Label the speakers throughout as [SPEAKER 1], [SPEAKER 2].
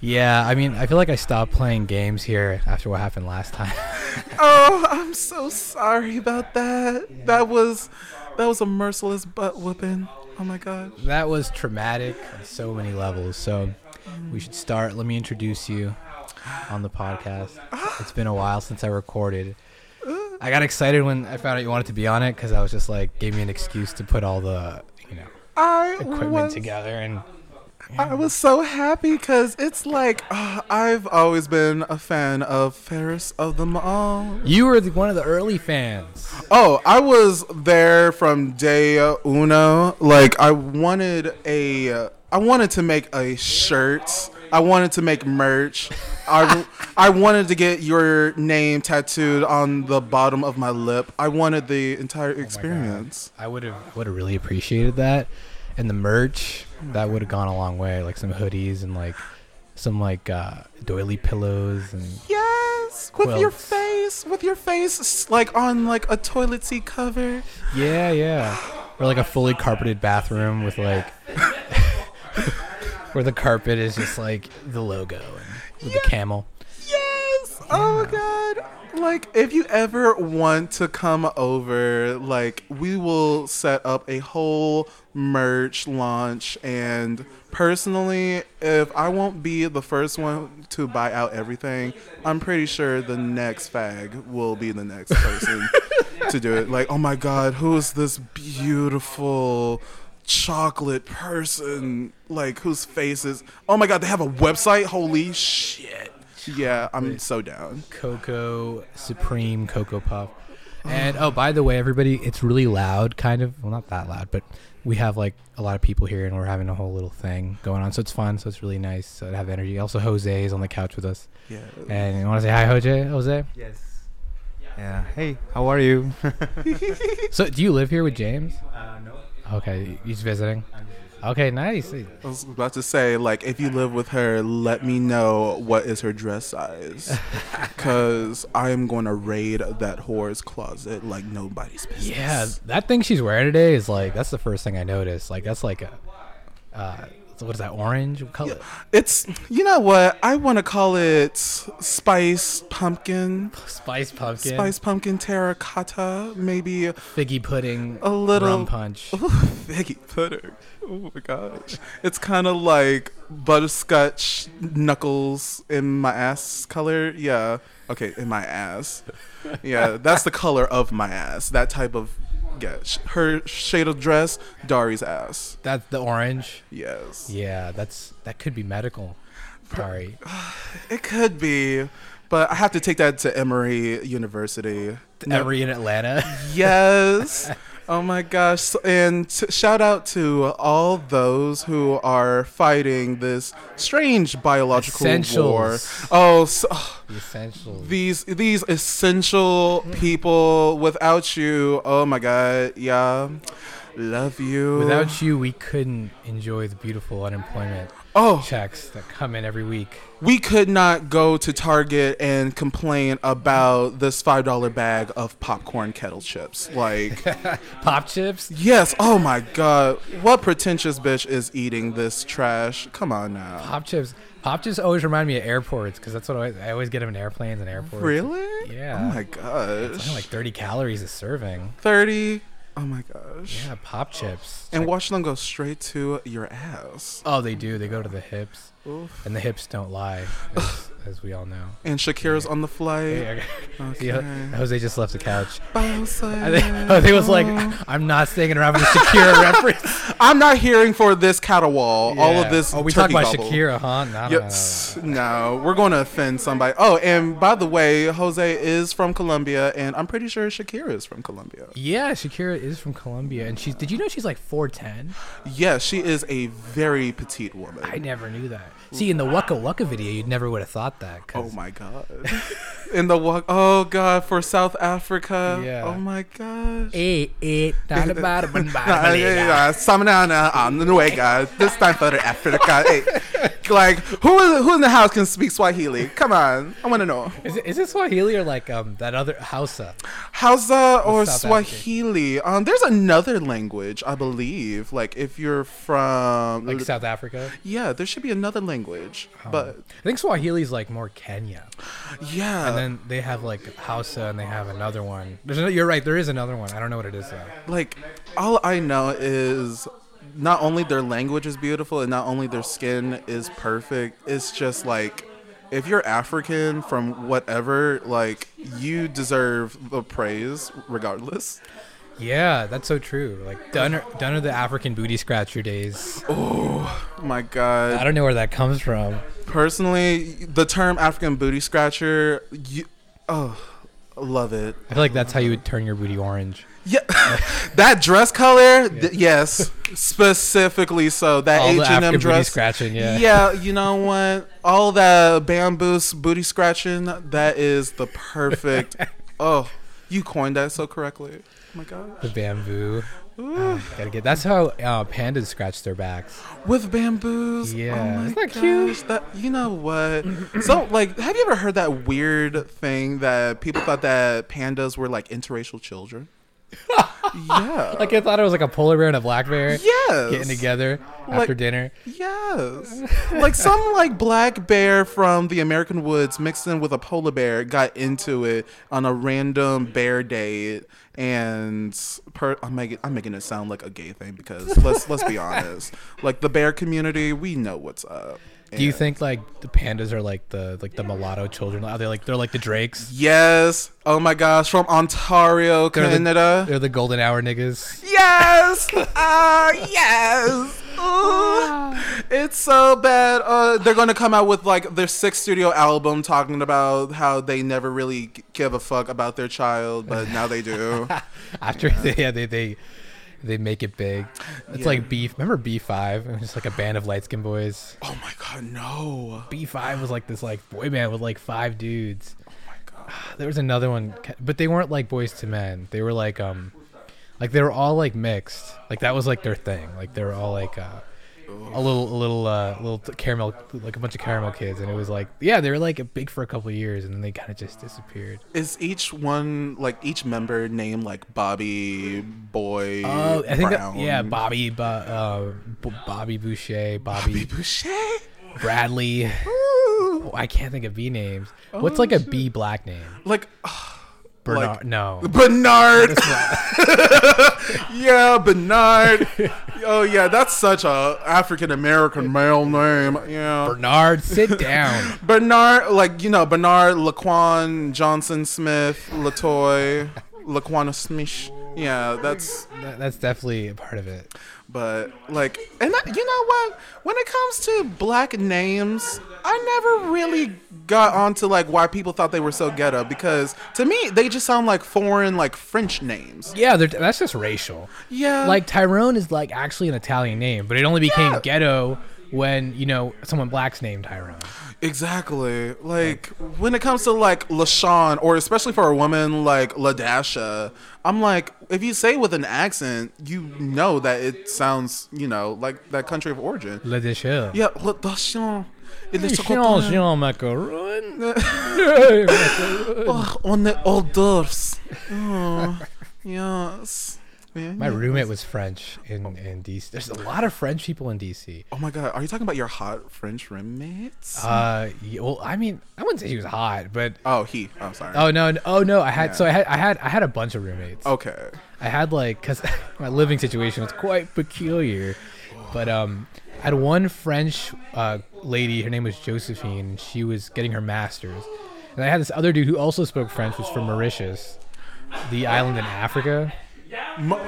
[SPEAKER 1] Yeah, I mean, I feel like I stopped playing games here after what happened last time.
[SPEAKER 2] Oh, I'm so sorry about that. That was that was a merciless butt whipping. Oh my god.
[SPEAKER 1] that was traumatic on so many levels. So we should start. Let me introduce you on the podcast. It's been a while since I recorded. I got excited when I found out you wanted to be on it because I was just like, gave me an excuse to put all the, you know,
[SPEAKER 2] I
[SPEAKER 1] equipment
[SPEAKER 2] was,
[SPEAKER 1] together and
[SPEAKER 2] I was so happy because it's like ah, I've always been a fan of Ferris of them all.
[SPEAKER 1] You were the, one of the early fans.
[SPEAKER 2] Oh, I was there from day uno. Like I wanted a, I wanted to make a shirt. I wanted to make merch. I, I wanted to get your name tattooed on the bottom of my lip. I wanted the entire experience.
[SPEAKER 1] I would have would have really appreciated that, and the merch that would have gone a long way. Like some hoodies and like some like uh, doily pillows and
[SPEAKER 2] yes, with your
[SPEAKER 1] Quilts.
[SPEAKER 2] face, with your face s- like on like a toilet seat cover.
[SPEAKER 1] yeah, yeah, or like a fully carpeted bathroom with like where the carpet is just like the logo and with the camel.
[SPEAKER 2] Yes. Oh my god. Like if you ever want to come over, like we will set up a whole merch launch and personally, if I won't be the first one to buy out everything, I'm pretty sure the next fag will be the next person to do it. Like, oh my god, who is this beautiful chocolate person like whose face is oh my god they have a website holy shit yeah, I'm so down.
[SPEAKER 1] Cocoa Supreme Cocoa Puff. And oh, by the way, everybody, it's really loud, kind of. Well, not that loud, but we have like a lot of people here, and we're having a whole little thing going on. So it's fun. So it's really nice uh, to have energy. Also, Jose is on the couch with us.
[SPEAKER 2] Yeah.
[SPEAKER 1] And you want to say hi, Jose? Jose.
[SPEAKER 3] Yes. Yeah. Hey, how are you?
[SPEAKER 1] So do you live here with James?
[SPEAKER 3] uh, no.
[SPEAKER 1] Okay, he's visiting. Okay, nice.
[SPEAKER 2] I was about to say, like, if you live with her, let me know what is her dress size. Because I am going to raid that whore's closet like nobody's business.
[SPEAKER 1] Yeah, that thing she's wearing today is like that's the first thing I noticed. Like that's like a, uh, what is that orange What color?
[SPEAKER 2] It's, you know what? I want to call it spice pumpkin,
[SPEAKER 1] Spice pumpkin.
[SPEAKER 2] spice pumpkin terracotta, maybe
[SPEAKER 1] figgy pudding,
[SPEAKER 2] A little-
[SPEAKER 1] rum punch.
[SPEAKER 2] Ooh, figgy pudding. Oh my gosh. It's kind of like butterscotch knuckles in my ass color. Yeah. Okay, in my ass. Yeah, that's the color of my ass. That type of yeah. sh- Her shade of dress, Dari's ass.
[SPEAKER 1] That's the orange.
[SPEAKER 2] Yes.
[SPEAKER 1] Yeah, that's that could be medical. Sorry,
[SPEAKER 2] It could be, but I have to take that to Emory University.
[SPEAKER 1] every in Atlanta.
[SPEAKER 2] Yes. Oh my gosh. So- And t- shout out to all those who are fighting this strange biological war.
[SPEAKER 1] Essentials.
[SPEAKER 2] Oh, so, ugh,
[SPEAKER 1] the essentials.
[SPEAKER 2] these these essential people without you. Oh my god. Yeah. Love you.
[SPEAKER 1] Without you, we couldn't enjoy the beautiful unemployment
[SPEAKER 2] Oh,
[SPEAKER 1] checks that come in every week.
[SPEAKER 2] we could not go to Target and complain about this $5 bag of popcorn kettle chips. Like
[SPEAKER 1] Pop chips.
[SPEAKER 2] Yes. Oh my God. What pretentious bitch is eating this trash? Come on now.
[SPEAKER 1] Pop chips. Pop chips always remind me of airports because that's what I always, I always get them in airplanes and airports.
[SPEAKER 2] Really?
[SPEAKER 1] Yeah.
[SPEAKER 2] Oh my
[SPEAKER 1] It's only
[SPEAKER 2] gosh.
[SPEAKER 1] like 30 calories a serving.
[SPEAKER 2] Thirty. Oh my gosh.
[SPEAKER 1] Yeah, pop chips.
[SPEAKER 2] And watch them go straight to your ass.
[SPEAKER 1] oh, they do. They go to the hips, and the hips don't lie, as, as we all know.
[SPEAKER 2] And Shakira's on the flight.
[SPEAKER 1] Yeah, okay. Jose just left the couch. I
[SPEAKER 2] Bowser.
[SPEAKER 1] think oh, Jose was like, "I'm not staying around with a Shakira reference."
[SPEAKER 2] I'm not hearing for this caterwaul. All
[SPEAKER 1] Yeah.
[SPEAKER 2] of this.
[SPEAKER 1] Oh, we
[SPEAKER 2] turkey
[SPEAKER 1] talked about
[SPEAKER 2] gobble.
[SPEAKER 1] Shakira, huh? No, no, no, no.
[SPEAKER 2] Yes. No, we're going to offend somebody. Oh, and by the way, Jose is from Colombia, and I'm pretty sure Shakira is from Colombia.
[SPEAKER 1] Yeah, Shakira is from Colombia, and she's. Did you know she's like 4'10"?
[SPEAKER 2] Yes, she is a very petite woman.
[SPEAKER 1] I never knew that. See, in the Waka Waka video, you would never would have thought that. 'cause-
[SPEAKER 2] Oh my god. In the walk. Oh god, for South Africa.
[SPEAKER 1] Yeah.
[SPEAKER 2] Oh my gosh.
[SPEAKER 1] Eh, eh, da, da, ba, da, ba, da, ba,
[SPEAKER 2] Nah,
[SPEAKER 1] da, da,
[SPEAKER 2] yeah,
[SPEAKER 1] da.
[SPEAKER 2] yeah, Samanana, I'm the Nwega. This time for the Africa. Hey, like, who, is- who in the house can speak Swahili? Come on, I want to know.
[SPEAKER 1] Is, it, is it Swahili or like um that other Hausa?
[SPEAKER 2] Hausa or
[SPEAKER 1] South Africa.
[SPEAKER 2] Swahili? Um, there's another language, I believe. Like, if you're from,
[SPEAKER 1] Like Oh. South Africa?
[SPEAKER 2] yeah, there should be another language. But
[SPEAKER 1] I think Swahili's like more Kenya.
[SPEAKER 2] yeah,
[SPEAKER 1] And then they have like Hausa and they have another one. There's no, you're right, there is another one. I don't know what it is though.
[SPEAKER 2] like all I know is not only their language is beautiful and not only their skin is perfect, it's just like if you're African from whatever, like you deserve the praise regardless.
[SPEAKER 1] Yeah, that's so true. Like done are, done are the African booty scratcher days.
[SPEAKER 2] My
[SPEAKER 1] I
[SPEAKER 2] God.
[SPEAKER 1] don't know where that comes from.
[SPEAKER 2] Personally, the term African booty scratcher, you oh love it.
[SPEAKER 1] I feel like that's how you would turn your booty orange.
[SPEAKER 2] Yeah. that dress color, th- yes. Specifically so. That
[SPEAKER 1] All the African
[SPEAKER 2] H&M
[SPEAKER 1] booty
[SPEAKER 2] dress.
[SPEAKER 1] scratching, yeah.
[SPEAKER 2] you know what? All that bamboo s- booty scratching, that is the perfect. oh, you coined that so correctly. Oh my god.
[SPEAKER 1] The bamboo. Uh, gotta get. That's how uh, pandas scratch their backs.
[SPEAKER 2] With bamboos.
[SPEAKER 1] Yeah,
[SPEAKER 2] Oh my
[SPEAKER 1] isn't that cute?
[SPEAKER 2] gosh, That, you know what? so like have you ever heard that weird thing that people thought that pandas were like interracial children? yeah.
[SPEAKER 1] Like I thought it was like a polar bear and a black bear
[SPEAKER 2] yes.
[SPEAKER 1] getting together
[SPEAKER 2] Like-
[SPEAKER 1] after dinner.
[SPEAKER 2] Yes. like some like black bear from the American woods mixed in with a polar bear got into it on a random bear date and per- I'm making I'm making it sound like a gay thing because let's let's be honest. Like the bear community, we know what's up.
[SPEAKER 1] Do you
[SPEAKER 2] And-
[SPEAKER 1] think like the pandas are like the like the mulatto children? Are they like they're like the drakes?
[SPEAKER 2] Yes. Oh my gosh, from Ontario,
[SPEAKER 1] They're the-
[SPEAKER 2] Canada.
[SPEAKER 1] They're the golden hour niggas.
[SPEAKER 2] Yes! Uh, yes!
[SPEAKER 1] Ah.
[SPEAKER 2] Ooh. It's so bad. Uh, they're going to come out with like their sixth studio album talking about how they never really g- give a fuck about their child, but now they do.
[SPEAKER 1] After they yeah, they they they make it big. It's like beef. Remember B five? It was just like a band of light skin boys.
[SPEAKER 2] oh my god, no.
[SPEAKER 1] B five was like this like boy band with like five dudes.
[SPEAKER 2] Oh
[SPEAKER 1] Ah, There was another one, ca- but they weren't like boys to men. They were like um, like they were all like mixed. Like that was like their thing. Like they were all like uh, a little a little uh, little t- caramel like a bunch of caramel kids, and it was like yeah, they were like big for a couple of years, and then they kind of just disappeared.
[SPEAKER 2] Is each one, like each member named like Bobby, Boy,
[SPEAKER 1] Oh, I think that,
[SPEAKER 2] Brown?
[SPEAKER 1] yeah, Bobby, Bo- uh, B- Bobby Boucher,
[SPEAKER 2] Bobby
[SPEAKER 1] Bobby
[SPEAKER 2] Boucher?
[SPEAKER 1] Bradley.
[SPEAKER 2] Ooh.
[SPEAKER 1] Oh, I can't think of B names. What's like a B black name?
[SPEAKER 2] Like,
[SPEAKER 1] Bernard?
[SPEAKER 2] Like-
[SPEAKER 1] no.
[SPEAKER 2] Bernard. yeah, Bernard. oh yeah, that's such a African American male name. Yeah.
[SPEAKER 1] Bernard, sit down.
[SPEAKER 2] Bernard, like you know, Bernard Laquan Johnson Smith Latoy Laquana Smith. Yeah, that's
[SPEAKER 1] That- That's definitely a part of it.
[SPEAKER 2] but like, and I, you know what? When it comes to black names, I never really got onto like why people thought they were so ghetto because to me they just sound like foreign, like French names.
[SPEAKER 1] Yeah, they're- that's just racial.
[SPEAKER 2] Yeah,
[SPEAKER 1] Like Tyrone is like actually an Italian name, but it only became
[SPEAKER 2] Yeah.
[SPEAKER 1] ghetto when you know someone black's named Tyrone.
[SPEAKER 2] Exactly. Like when it comes to like LaShawn or especially for a woman like LaDasha, I'm like, if you say with an accent, you know that it sounds, you know, like that country of origin.
[SPEAKER 1] Le Deschel.
[SPEAKER 2] Yeah, LaDasha. It is
[SPEAKER 1] Jean
[SPEAKER 2] so
[SPEAKER 1] Jean Macaron.
[SPEAKER 2] oh, on the hors d'oeuvres. Oh, yes.
[SPEAKER 1] My roommate was French in, in DC. There's a lot of French people in DC.
[SPEAKER 2] oh my god, are you talking about your hot French roommates?
[SPEAKER 1] Uh, y- well, I mean, I wouldn't say she was hot, but
[SPEAKER 2] oh, he. I'm sorry.
[SPEAKER 1] oh no, no- oh no, I had so I had I had I had a bunch of roommates.
[SPEAKER 2] okay.
[SPEAKER 1] I had like because my living situation was quite peculiar, but um, I had one French uh, lady. Her name was Josephine. and She was getting her master's, and I had this other dude who also spoke French. Was from Mauritius, the island in Africa.
[SPEAKER 2] Mo-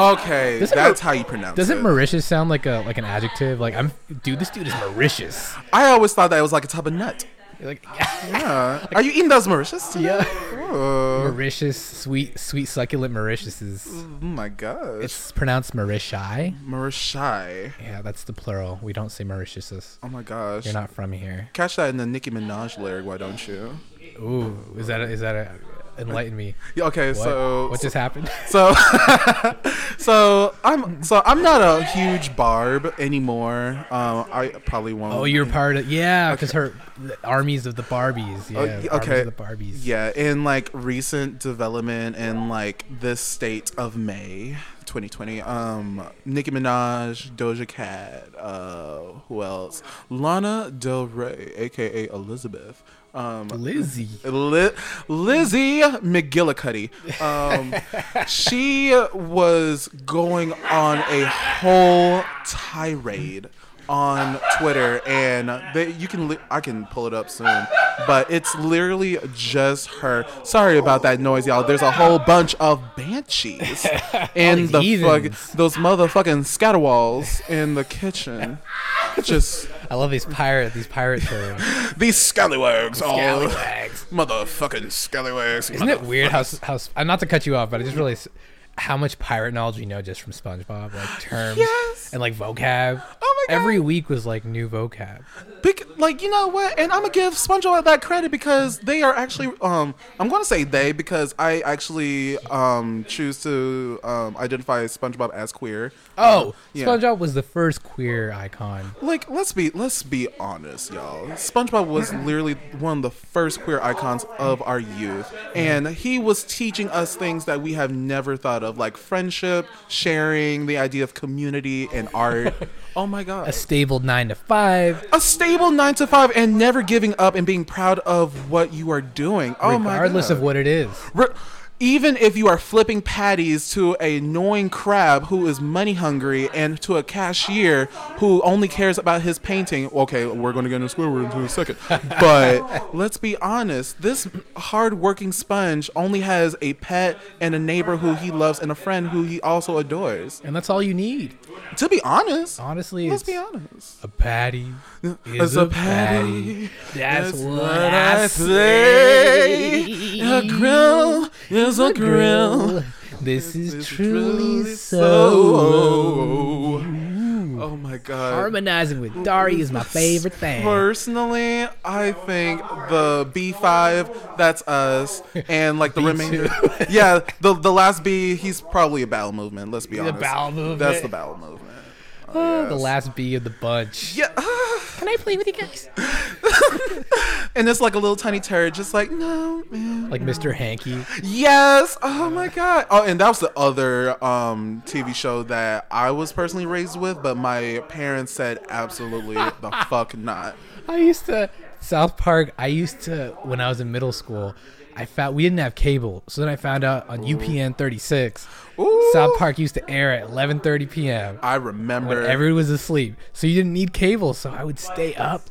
[SPEAKER 2] okay,
[SPEAKER 1] Doesn't
[SPEAKER 2] that's
[SPEAKER 1] Mar-
[SPEAKER 2] how you pronounce
[SPEAKER 1] Doesn't
[SPEAKER 2] it.
[SPEAKER 1] Mauritius sound like a like an adjective? Like I'm, dude, this dude is Mauritius.
[SPEAKER 2] I always thought that it was like a type of nut.
[SPEAKER 1] You're like
[SPEAKER 2] Yeah. Are you eating those Mauritius? Today?
[SPEAKER 1] yeah.
[SPEAKER 2] Oh.
[SPEAKER 1] Mauritius, sweet, sweet succulent Mauritiuses.
[SPEAKER 2] oh my gosh.
[SPEAKER 1] It's pronounced Mauritius.
[SPEAKER 2] Mauritius.
[SPEAKER 1] Yeah, that's the plural. We don't say Mauritiuses.
[SPEAKER 2] Oh my gosh.
[SPEAKER 1] You're not from here.
[SPEAKER 2] Catch that in the Nicki Minaj lyric, why don't you?
[SPEAKER 1] Ooh, is that a, is that a enlighten me?
[SPEAKER 2] Yeah, okay,
[SPEAKER 1] What,
[SPEAKER 2] so
[SPEAKER 1] what just happened?
[SPEAKER 2] so so I'm so I'm not a huge barb anymore. Um, I probably won't.
[SPEAKER 1] Oh, you're part of yeah, because her the armies of the Barbies. Yeah,
[SPEAKER 2] Oh,
[SPEAKER 1] armies
[SPEAKER 2] y- okay.
[SPEAKER 1] of the Barbies.
[SPEAKER 2] Yeah, in like recent development in like this state of May 2020, um, Nicki Minaj, Doja Cat, uh, who else? Lana Del Rey, aka Elizabeth. Um,
[SPEAKER 1] Lizzie.
[SPEAKER 2] Li- Lizzie McGillicuddy. Um, she was going on a whole tirade on Twitter, and they, you can li- I can pull it up soon, but it's literally just her. Sorry about that noise, y'all. There's a whole bunch of banshees and
[SPEAKER 1] these
[SPEAKER 2] the
[SPEAKER 1] heathens.
[SPEAKER 2] fuck, those motherfucking scatterwalls in the kitchen. Just
[SPEAKER 1] I love these pirate these pirate terms.
[SPEAKER 2] these scallywags, all
[SPEAKER 1] Scallywags.
[SPEAKER 2] motherfucking scallywags.
[SPEAKER 1] Isn't it weird how s- how s- uh, not to cut you off, but I just realized how much pirate knowledge you know just from SpongeBob, like terms
[SPEAKER 2] Yes.
[SPEAKER 1] and like vocab.
[SPEAKER 2] Oh my God.
[SPEAKER 1] Every week was like new vocab.
[SPEAKER 2] Bec- like you know what, and I'm gonna give SpongeBob that credit because they are actually um I'm gonna say they because I actually um choose to um identify SpongeBob as queer. Uh,
[SPEAKER 1] Oh,
[SPEAKER 2] yeah.
[SPEAKER 1] SpongeBob was the first queer icon.
[SPEAKER 2] Like let's be let's be honest, y'all. SpongeBob was literally one of the first queer icons of our youth, and he was teaching us things that we have never thought of, like friendship, sharing, the idea of community and art. oh my god,
[SPEAKER 1] A stable nine to five,
[SPEAKER 2] a stable nine to five and never giving up and being proud of what you are doing. Oh
[SPEAKER 1] regardless
[SPEAKER 2] my
[SPEAKER 1] of
[SPEAKER 2] god.
[SPEAKER 1] what it is.
[SPEAKER 2] Re- even if you are flipping patties to a annoying crab who is money hungry and to a cashier who only cares about his painting. Okay, we're going to get into Squidward in a second. But let's be honest, this hard-working sponge only has a pet and a neighbor who he loves and a friend who he also adores.
[SPEAKER 1] And that's all you need.
[SPEAKER 2] To be honest,
[SPEAKER 1] Honestly,
[SPEAKER 2] let's
[SPEAKER 1] it's
[SPEAKER 2] be honest.
[SPEAKER 1] a patty.
[SPEAKER 2] It's
[SPEAKER 1] Is
[SPEAKER 2] a patty.
[SPEAKER 1] That's,
[SPEAKER 2] That's
[SPEAKER 1] what, I
[SPEAKER 2] say.
[SPEAKER 1] say.
[SPEAKER 2] A grill is a grill.
[SPEAKER 1] This is
[SPEAKER 2] It's
[SPEAKER 1] truly so.
[SPEAKER 2] Oh my god.
[SPEAKER 1] Harmonizing with Dari is my favorite thing.
[SPEAKER 2] Personally, I think the B5, that's us, and like the remainder. yeah, the the last B, he's probably a bowel movement, let's be
[SPEAKER 1] The
[SPEAKER 2] honest.
[SPEAKER 1] bowel movement.
[SPEAKER 2] That's the bowel movement.
[SPEAKER 1] Oh, the last B of the bunch.
[SPEAKER 2] Yeah.
[SPEAKER 1] Can I play with you guys?
[SPEAKER 2] And it's like a little tiny turd, just like, no, man.
[SPEAKER 1] Like Mr. Hanky.
[SPEAKER 2] Yes. Oh my god. Oh, and that was the other um TV show that I was personally raised with, but my parents said absolutely the fuck not.
[SPEAKER 1] I used to South Park. I used to when I was in middle school. I found we didn't have cable, so then I found out on UPN 36,
[SPEAKER 2] Ooh.
[SPEAKER 1] South Park used to air at 11:30 p.m.
[SPEAKER 2] I remember.
[SPEAKER 1] when everyone was asleep. So you didn't need cable, so I would stay up.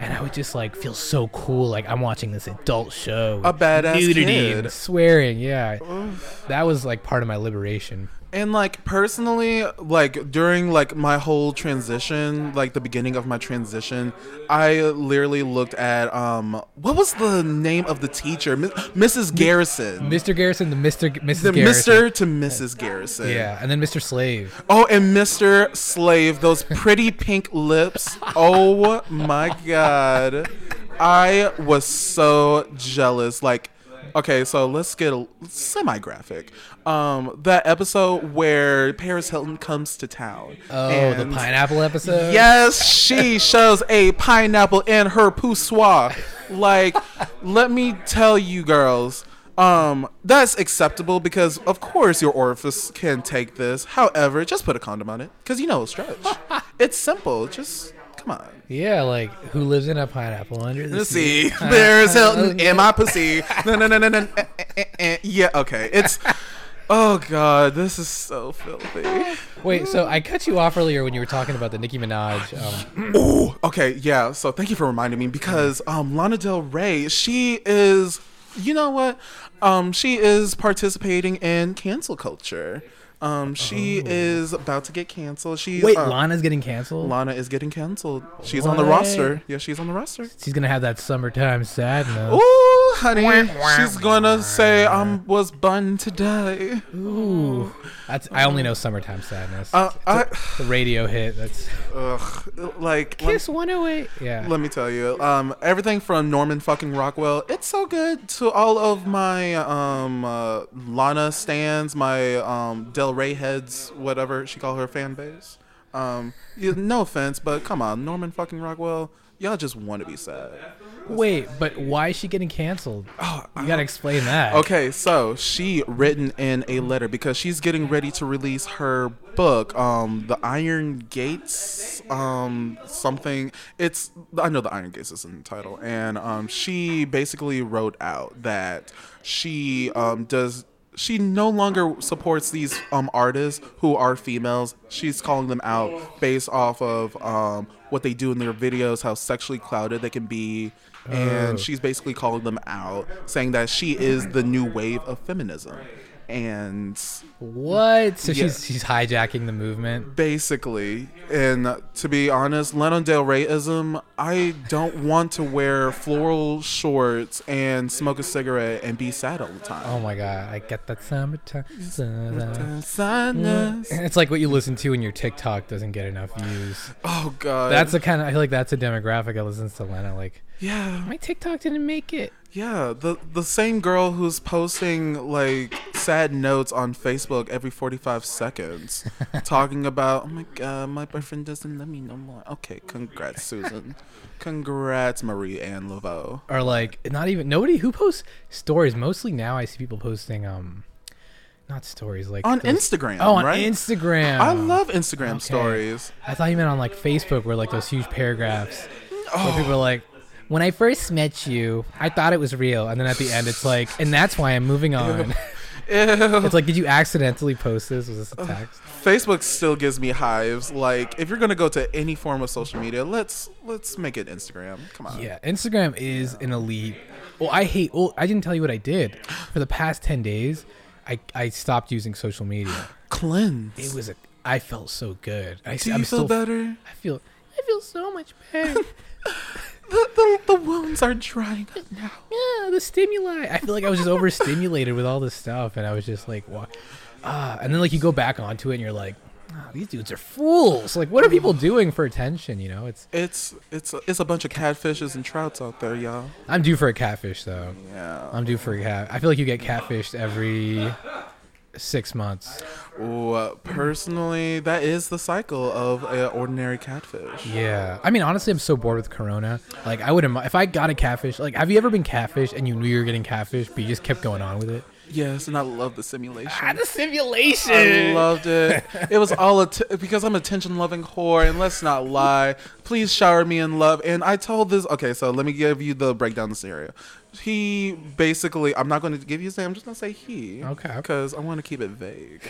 [SPEAKER 1] And I would just like feel so cool, like I'm watching this adult show.
[SPEAKER 2] A badass
[SPEAKER 1] nudity
[SPEAKER 2] kid.
[SPEAKER 1] and swearing, yeah. That was like part of my liberation.
[SPEAKER 2] and like personally, like during like my whole transition, like the beginning of my transition, I literally looked at um what was the name of the teacher, Mi- Mrs. Garrison.
[SPEAKER 1] Mr. Garrison, the Mr. G- Mrs.
[SPEAKER 2] the
[SPEAKER 1] Garrison,
[SPEAKER 2] Mr. to Mrs. Garrison.
[SPEAKER 1] yeah, and then Mr. Slave.
[SPEAKER 2] Oh, and Mr. Slave, those pretty pink lips. Oh my god. I was so jealous. Like, okay, so let's get a semi graphic. Um, that episode where Paris Hilton comes to town.
[SPEAKER 1] Oh,
[SPEAKER 2] and-
[SPEAKER 1] the pineapple episode.
[SPEAKER 2] Yes, she shows a pineapple in her poussoir. Like, let me tell you, girls, um, that's acceptable because, of course, your orifice can take this. However, just put a condom on it because you know it's stretch. it's simple. Just come on.
[SPEAKER 1] Yeah, like who lives in a pineapple under the
[SPEAKER 2] Let's
[SPEAKER 1] sea?
[SPEAKER 2] see. There's Hilton in my pussy. No, no, no, no, no. eh, eh, eh, eh. Yeah, okay. It's. Oh God, this is so filthy.
[SPEAKER 1] Wait, so I cut you off earlier when you were talking about the Nicki Minaj. Um,
[SPEAKER 2] Ooh, okay, yeah. So thank you for reminding me because um, Lana Del Rey, she is, you know what? Um, she is participating in cancel culture. Um, she is about to get canceled. She's
[SPEAKER 1] Oh. Wait,
[SPEAKER 2] uh,
[SPEAKER 1] Lana's getting canceled.
[SPEAKER 2] Lana is getting canceled. She's on the
[SPEAKER 1] What?
[SPEAKER 2] roster. Yeah, she's on the roster.
[SPEAKER 1] She's gonna have that summertime sadness.
[SPEAKER 2] Ooh, honey, she's gonna say um was bun today.
[SPEAKER 1] Ooh, that's I only know summertime sadness.
[SPEAKER 2] Uh, I,
[SPEAKER 1] the radio hit. That's
[SPEAKER 2] ugh, like let-
[SPEAKER 1] Kiss 108. Yeah.
[SPEAKER 2] Let me tell you, um, everything from Norman fucking Rockwell, it's so good to all of my um, uh, Lana stands, my um, Del Rey heads, whatever she call her fan base. Um, you, no offense, but come on, Norman fucking Rockwell, y'all just want to be sad.
[SPEAKER 1] Wait, but why is she getting canceled?
[SPEAKER 2] Oh,
[SPEAKER 1] You gotta explain that.
[SPEAKER 2] Okay, so she written in a letter because she's getting ready to release her book, um, The Iron Gates, um, something. It's I know The Iron Gates is in the title, and um, she basically wrote out that she um, does. She no longer supports these um, artists who are females. She's calling them out based off of um, what they do in their videos, how sexually clouded they can be, and she's basically calling them out, saying that she is the new wave of feminism. And
[SPEAKER 1] What? So
[SPEAKER 2] Yeah.
[SPEAKER 1] she's she's hijacking the movement.
[SPEAKER 2] basically, and to be honest, Lana Del Reyism, I don't want to wear floral shorts and smoke a cigarette and be sad all the
[SPEAKER 1] Oh
[SPEAKER 2] time.
[SPEAKER 1] my god, I get that summertime. sadness.
[SPEAKER 2] Uh, sadness.
[SPEAKER 1] It's like what you listen to when your TikTok doesn't get enough views.
[SPEAKER 2] Oh God.
[SPEAKER 1] That's the kind of I feel like that's a demographic I listens to Lena. Like
[SPEAKER 2] yeah.
[SPEAKER 1] my TikTok didn't make it.
[SPEAKER 2] Yeah, the the same girl who's posting like sad notes on Facebook every 45 seconds talking about, "Oh my god, my boyfriend doesn't love me no more." Okay, congrats, Susan. Congrats, Marie Anne Laveau.
[SPEAKER 1] Or like not even nobody who posts stories. Mostly now I see people posting um, not stories like
[SPEAKER 2] On
[SPEAKER 1] those-
[SPEAKER 2] Instagram,
[SPEAKER 1] Oh, on
[SPEAKER 2] right?
[SPEAKER 1] Instagram.
[SPEAKER 2] I love Instagram
[SPEAKER 1] Okay.
[SPEAKER 2] stories.
[SPEAKER 1] I thought you meant on like Facebook where like those huge paragraphs
[SPEAKER 2] Oh.
[SPEAKER 1] where people are like, when I first met you, I thought it was real, and then at the end it's like, and that's why I'm moving on.
[SPEAKER 2] Ew.
[SPEAKER 1] it's like, did you accidentally post this? Was this a text?
[SPEAKER 2] Facebook still gives me hives. Like, if you're going to go to any form of social media, let's let's make it Instagram. Come on.
[SPEAKER 1] Yeah, Instagram is an elite. Well, I hate. Well, I didn't tell you what I did for the past ten days. I I stopped using social media.
[SPEAKER 2] Cleanse.
[SPEAKER 1] It was a. I felt so good. I,
[SPEAKER 2] Do you
[SPEAKER 1] I'm
[SPEAKER 2] feel
[SPEAKER 1] still,
[SPEAKER 2] better?
[SPEAKER 1] I feel. I feel so much better.
[SPEAKER 2] The, the, the wounds are drying up now.
[SPEAKER 1] yeah, the stimuli. I feel like I was just overstimulated with all this stuff, and I was just like, "What?" Ah, and then like you go back onto it, and you're like, "Ah, "These dudes are fools." Like, what are people doing for attention? You know, it's.
[SPEAKER 2] It's it's it's a bunch of catfishes and trouts out there, y'all.
[SPEAKER 1] I'm due for a catfish though.
[SPEAKER 2] Yeah.
[SPEAKER 1] I'm due for a cat. I feel like you get catfished every six months.
[SPEAKER 2] Ooh, uh, personally, that is the cycle of an ordinary catfish.
[SPEAKER 1] Yeah. I mean, honestly, I'm so bored with Corona. Like, I would am- if I got a catfish. Like, have you ever been catfished and you knew you were getting catfish, but you just kept going on with it?
[SPEAKER 2] Yes, and I love the simulation.
[SPEAKER 1] Ah, the simulation.
[SPEAKER 2] I loved it. It was all att- because I'm a attention loving whore, and let's not lie. Please shower me in love. And I told this. Okay, so let me give you the breakdown of the scenario. He basically, I'm not going to give you his name. I'm just going to say he.
[SPEAKER 1] Okay.
[SPEAKER 2] because I want to keep it vague.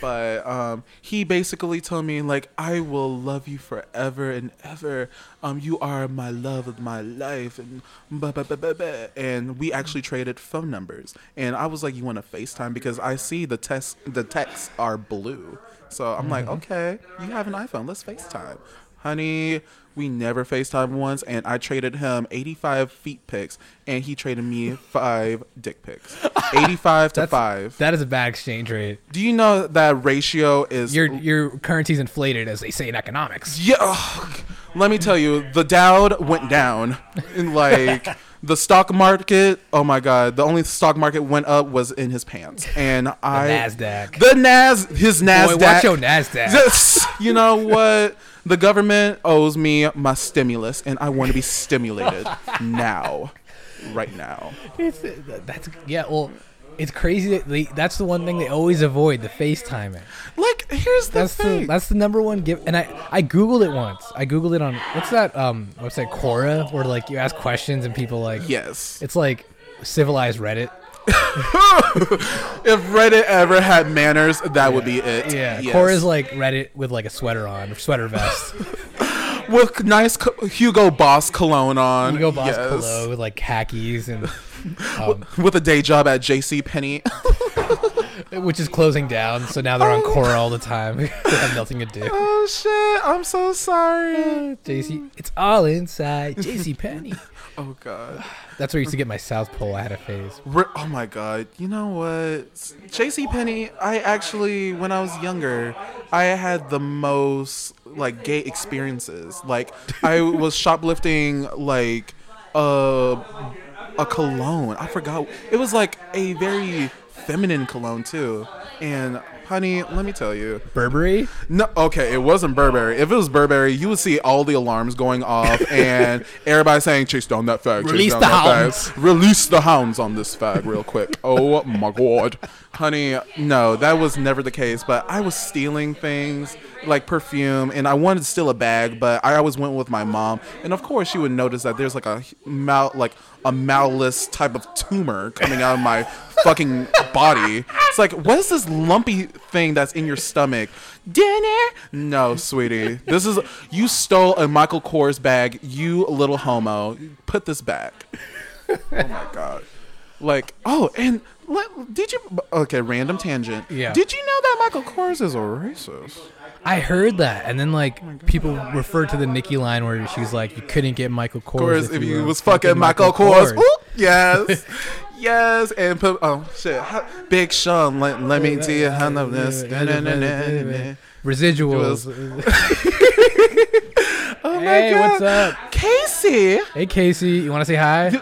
[SPEAKER 2] But um, he basically told me like, "I will love you forever and ever. Um, you are my love of my life." And blah, blah, blah, blah, blah. and we actually traded phone numbers. And I was like, "You want to FaceTime?" Because I see the text the texts are blue. So I'm like, "Okay, you have an iPhone. Let's FaceTime." Honey, we never FaceTime once, and I traded him 85 feet pics, and he traded me five dick pics. 85 to
[SPEAKER 1] That's-
[SPEAKER 2] 5.
[SPEAKER 1] That is a bad exchange rate.
[SPEAKER 2] Do you know that ratio is.
[SPEAKER 1] Your your currency's inflated, as they say in economics.
[SPEAKER 2] yeah, ugh. let me tell you, the Dow went down. And like. The stock market, oh my God! The only stock market went up was in his pants, and I
[SPEAKER 1] Nasdaq.
[SPEAKER 2] the Nas, his Nasdaq.
[SPEAKER 1] Boy, watch your Nasdaq.
[SPEAKER 2] Yes. you know what? The government owes me my stimulus, and I want to be stimulated now, right now.
[SPEAKER 1] It's, uh, that's yeah. Well, it's crazy that they, that's the one thing they always avoid the FaceTiming.
[SPEAKER 2] Like, here's the
[SPEAKER 1] That's
[SPEAKER 2] thing.
[SPEAKER 1] the that's the number one gift. And I I googled it once. I googled it on what's that um what's that Quora where like you ask questions and people like
[SPEAKER 2] yes.
[SPEAKER 1] it's like civilized Reddit.
[SPEAKER 2] If Reddit ever had manners, that would be it.
[SPEAKER 1] Yeah,
[SPEAKER 2] Yes.
[SPEAKER 1] Quora's like Reddit with like a sweater on, sweater vest.
[SPEAKER 2] with nice co- Hugo Boss cologne on.
[SPEAKER 1] You go boss
[SPEAKER 2] yes.
[SPEAKER 1] polo with like khakis and um,
[SPEAKER 2] With a day job at J.C. Penney.
[SPEAKER 1] which is closing down. So now they're on Quora all the time. they have nothing to do.
[SPEAKER 2] Oh shit! I'm so sorry.
[SPEAKER 1] JC, it's all inside JC Penny.
[SPEAKER 2] Oh god.
[SPEAKER 1] That's where I used to get my South Pole. I had a phase.
[SPEAKER 2] Re- oh my god. You know what? JC Penny, I actually when I was younger, I had the most like gay experiences. Like I was shoplifting like uh a cologne. I forgot. It was like a very feminine cologne too. And honey, let me tell you.
[SPEAKER 1] Burberry.
[SPEAKER 2] No, okay, it wasn't Burberry. If it was Burberry, you would see all the alarms going off and everybody saying, "Chase down that fag, chase
[SPEAKER 1] Release
[SPEAKER 2] down
[SPEAKER 1] the
[SPEAKER 2] that fag.
[SPEAKER 1] hounds."
[SPEAKER 2] release the hounds on this fag, real quick." Oh my god, honey, no, that was never the case. But I was stealing things like perfume, and I wanted to steal a bag, but I always went with my mom, and of course she would notice that there's like a h- mal, like a malice type of tumor coming out of my fucking body. It's like, what is this lumpy thing that's in your stomach? Dinner? No, sweetie. This is you stole a Michael Kors bag, you little homo. Put this back. Oh my god. Like, oh, and let, did you okay, random tangent.
[SPEAKER 1] Yeah.
[SPEAKER 2] Did you know that Michael Kors is a racist?
[SPEAKER 1] I heard that, and then like people referred to the Nikki line where she's like, "You couldn't get Michael Kors,
[SPEAKER 2] Kors if you was fucking Michael Kors. Ooh, yes. Yes, and put oh shit, How- Big Sean. Let, let me tell you how love this.
[SPEAKER 1] Residuals.
[SPEAKER 2] Oh my
[SPEAKER 1] hey,
[SPEAKER 2] God.
[SPEAKER 1] what's up?
[SPEAKER 2] Casey?
[SPEAKER 1] Hey, Casey, you want to say hi?
[SPEAKER 2] You,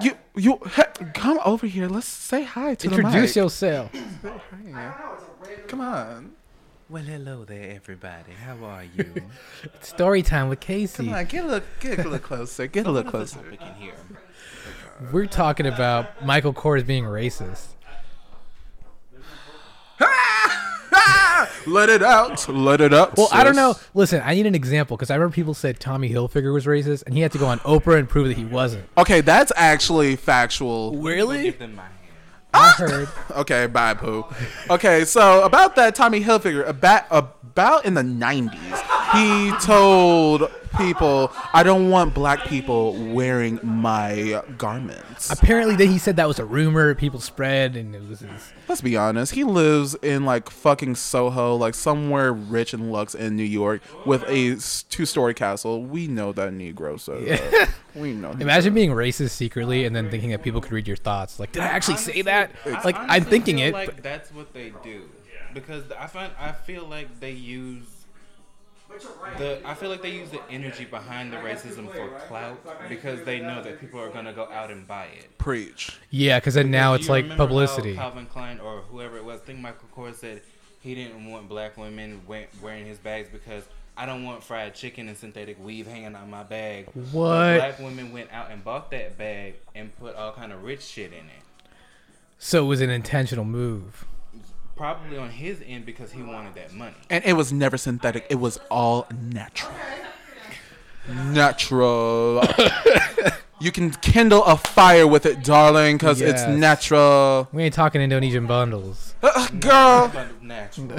[SPEAKER 2] you, you he- come over here. Let's say hi to
[SPEAKER 1] Introduce
[SPEAKER 2] the mic.
[SPEAKER 1] yourself.
[SPEAKER 2] Come on.
[SPEAKER 3] Well, hello there, everybody. How are you?
[SPEAKER 1] Story time with Casey.
[SPEAKER 2] Come on, get a little, get a little closer. Get a little closer.
[SPEAKER 3] we can hear.
[SPEAKER 1] We're talking about Michael Kors being racist.
[SPEAKER 2] Ah, Let it out. Let it out.
[SPEAKER 1] Well, I don't know.
[SPEAKER 2] sis.
[SPEAKER 1] Listen, I need an example because I remember people said Tommy Hilfiger was racist, and he had to go on Oprah and prove that he wasn't.
[SPEAKER 2] Okay, that's actually factual.
[SPEAKER 1] Really?
[SPEAKER 3] them my hand.
[SPEAKER 2] Ah!
[SPEAKER 1] I heard.
[SPEAKER 2] Okay, bye, poo. Okay, so about that Tommy Hilfiger, about about in the '90s, he told people, "I don't want black people wearing my garments."
[SPEAKER 1] Apparently, that he said that was a rumor people spread, and it was. His,
[SPEAKER 2] Let's be honest. He lives in like fucking Soho, like somewhere rich and lux in New York, with a two story castle. We know that Negro, so uh, we know. he-
[SPEAKER 1] Imagine being racist secretly and then thinking that people could read your thoughts. Like, did I actually say that? Like, I'm thinking
[SPEAKER 4] feel
[SPEAKER 1] it.
[SPEAKER 4] Like
[SPEAKER 1] but-
[SPEAKER 4] that's what they do, because I find I feel like they use the I feel like they use the energy behind the racism for clout because they know that people are gonna go out and buy it.
[SPEAKER 2] Preach.
[SPEAKER 1] yeah, because then now
[SPEAKER 4] Do
[SPEAKER 1] it's
[SPEAKER 4] you
[SPEAKER 1] like
[SPEAKER 4] remember how
[SPEAKER 1] publicity.
[SPEAKER 4] Calvin Klein or whoever it was, I think Michael Kors said he didn't want black women we- wearing his bags because I don't want fried chicken and synthetic weave hanging on my bag. But
[SPEAKER 1] What?
[SPEAKER 4] Black women went out and bought that bag and put all kind of rich shit in it.
[SPEAKER 1] So it was an intentional move.
[SPEAKER 4] Probably on his end because he wanted that money.
[SPEAKER 2] And it was never synthetic. It was all natural. Natural. you can kindle a fire with it, darling, because it's
[SPEAKER 1] Yes.
[SPEAKER 2] natural.
[SPEAKER 1] We ain't talking Indonesian bundles.
[SPEAKER 2] Ugh, Uh, girl,
[SPEAKER 4] But natural.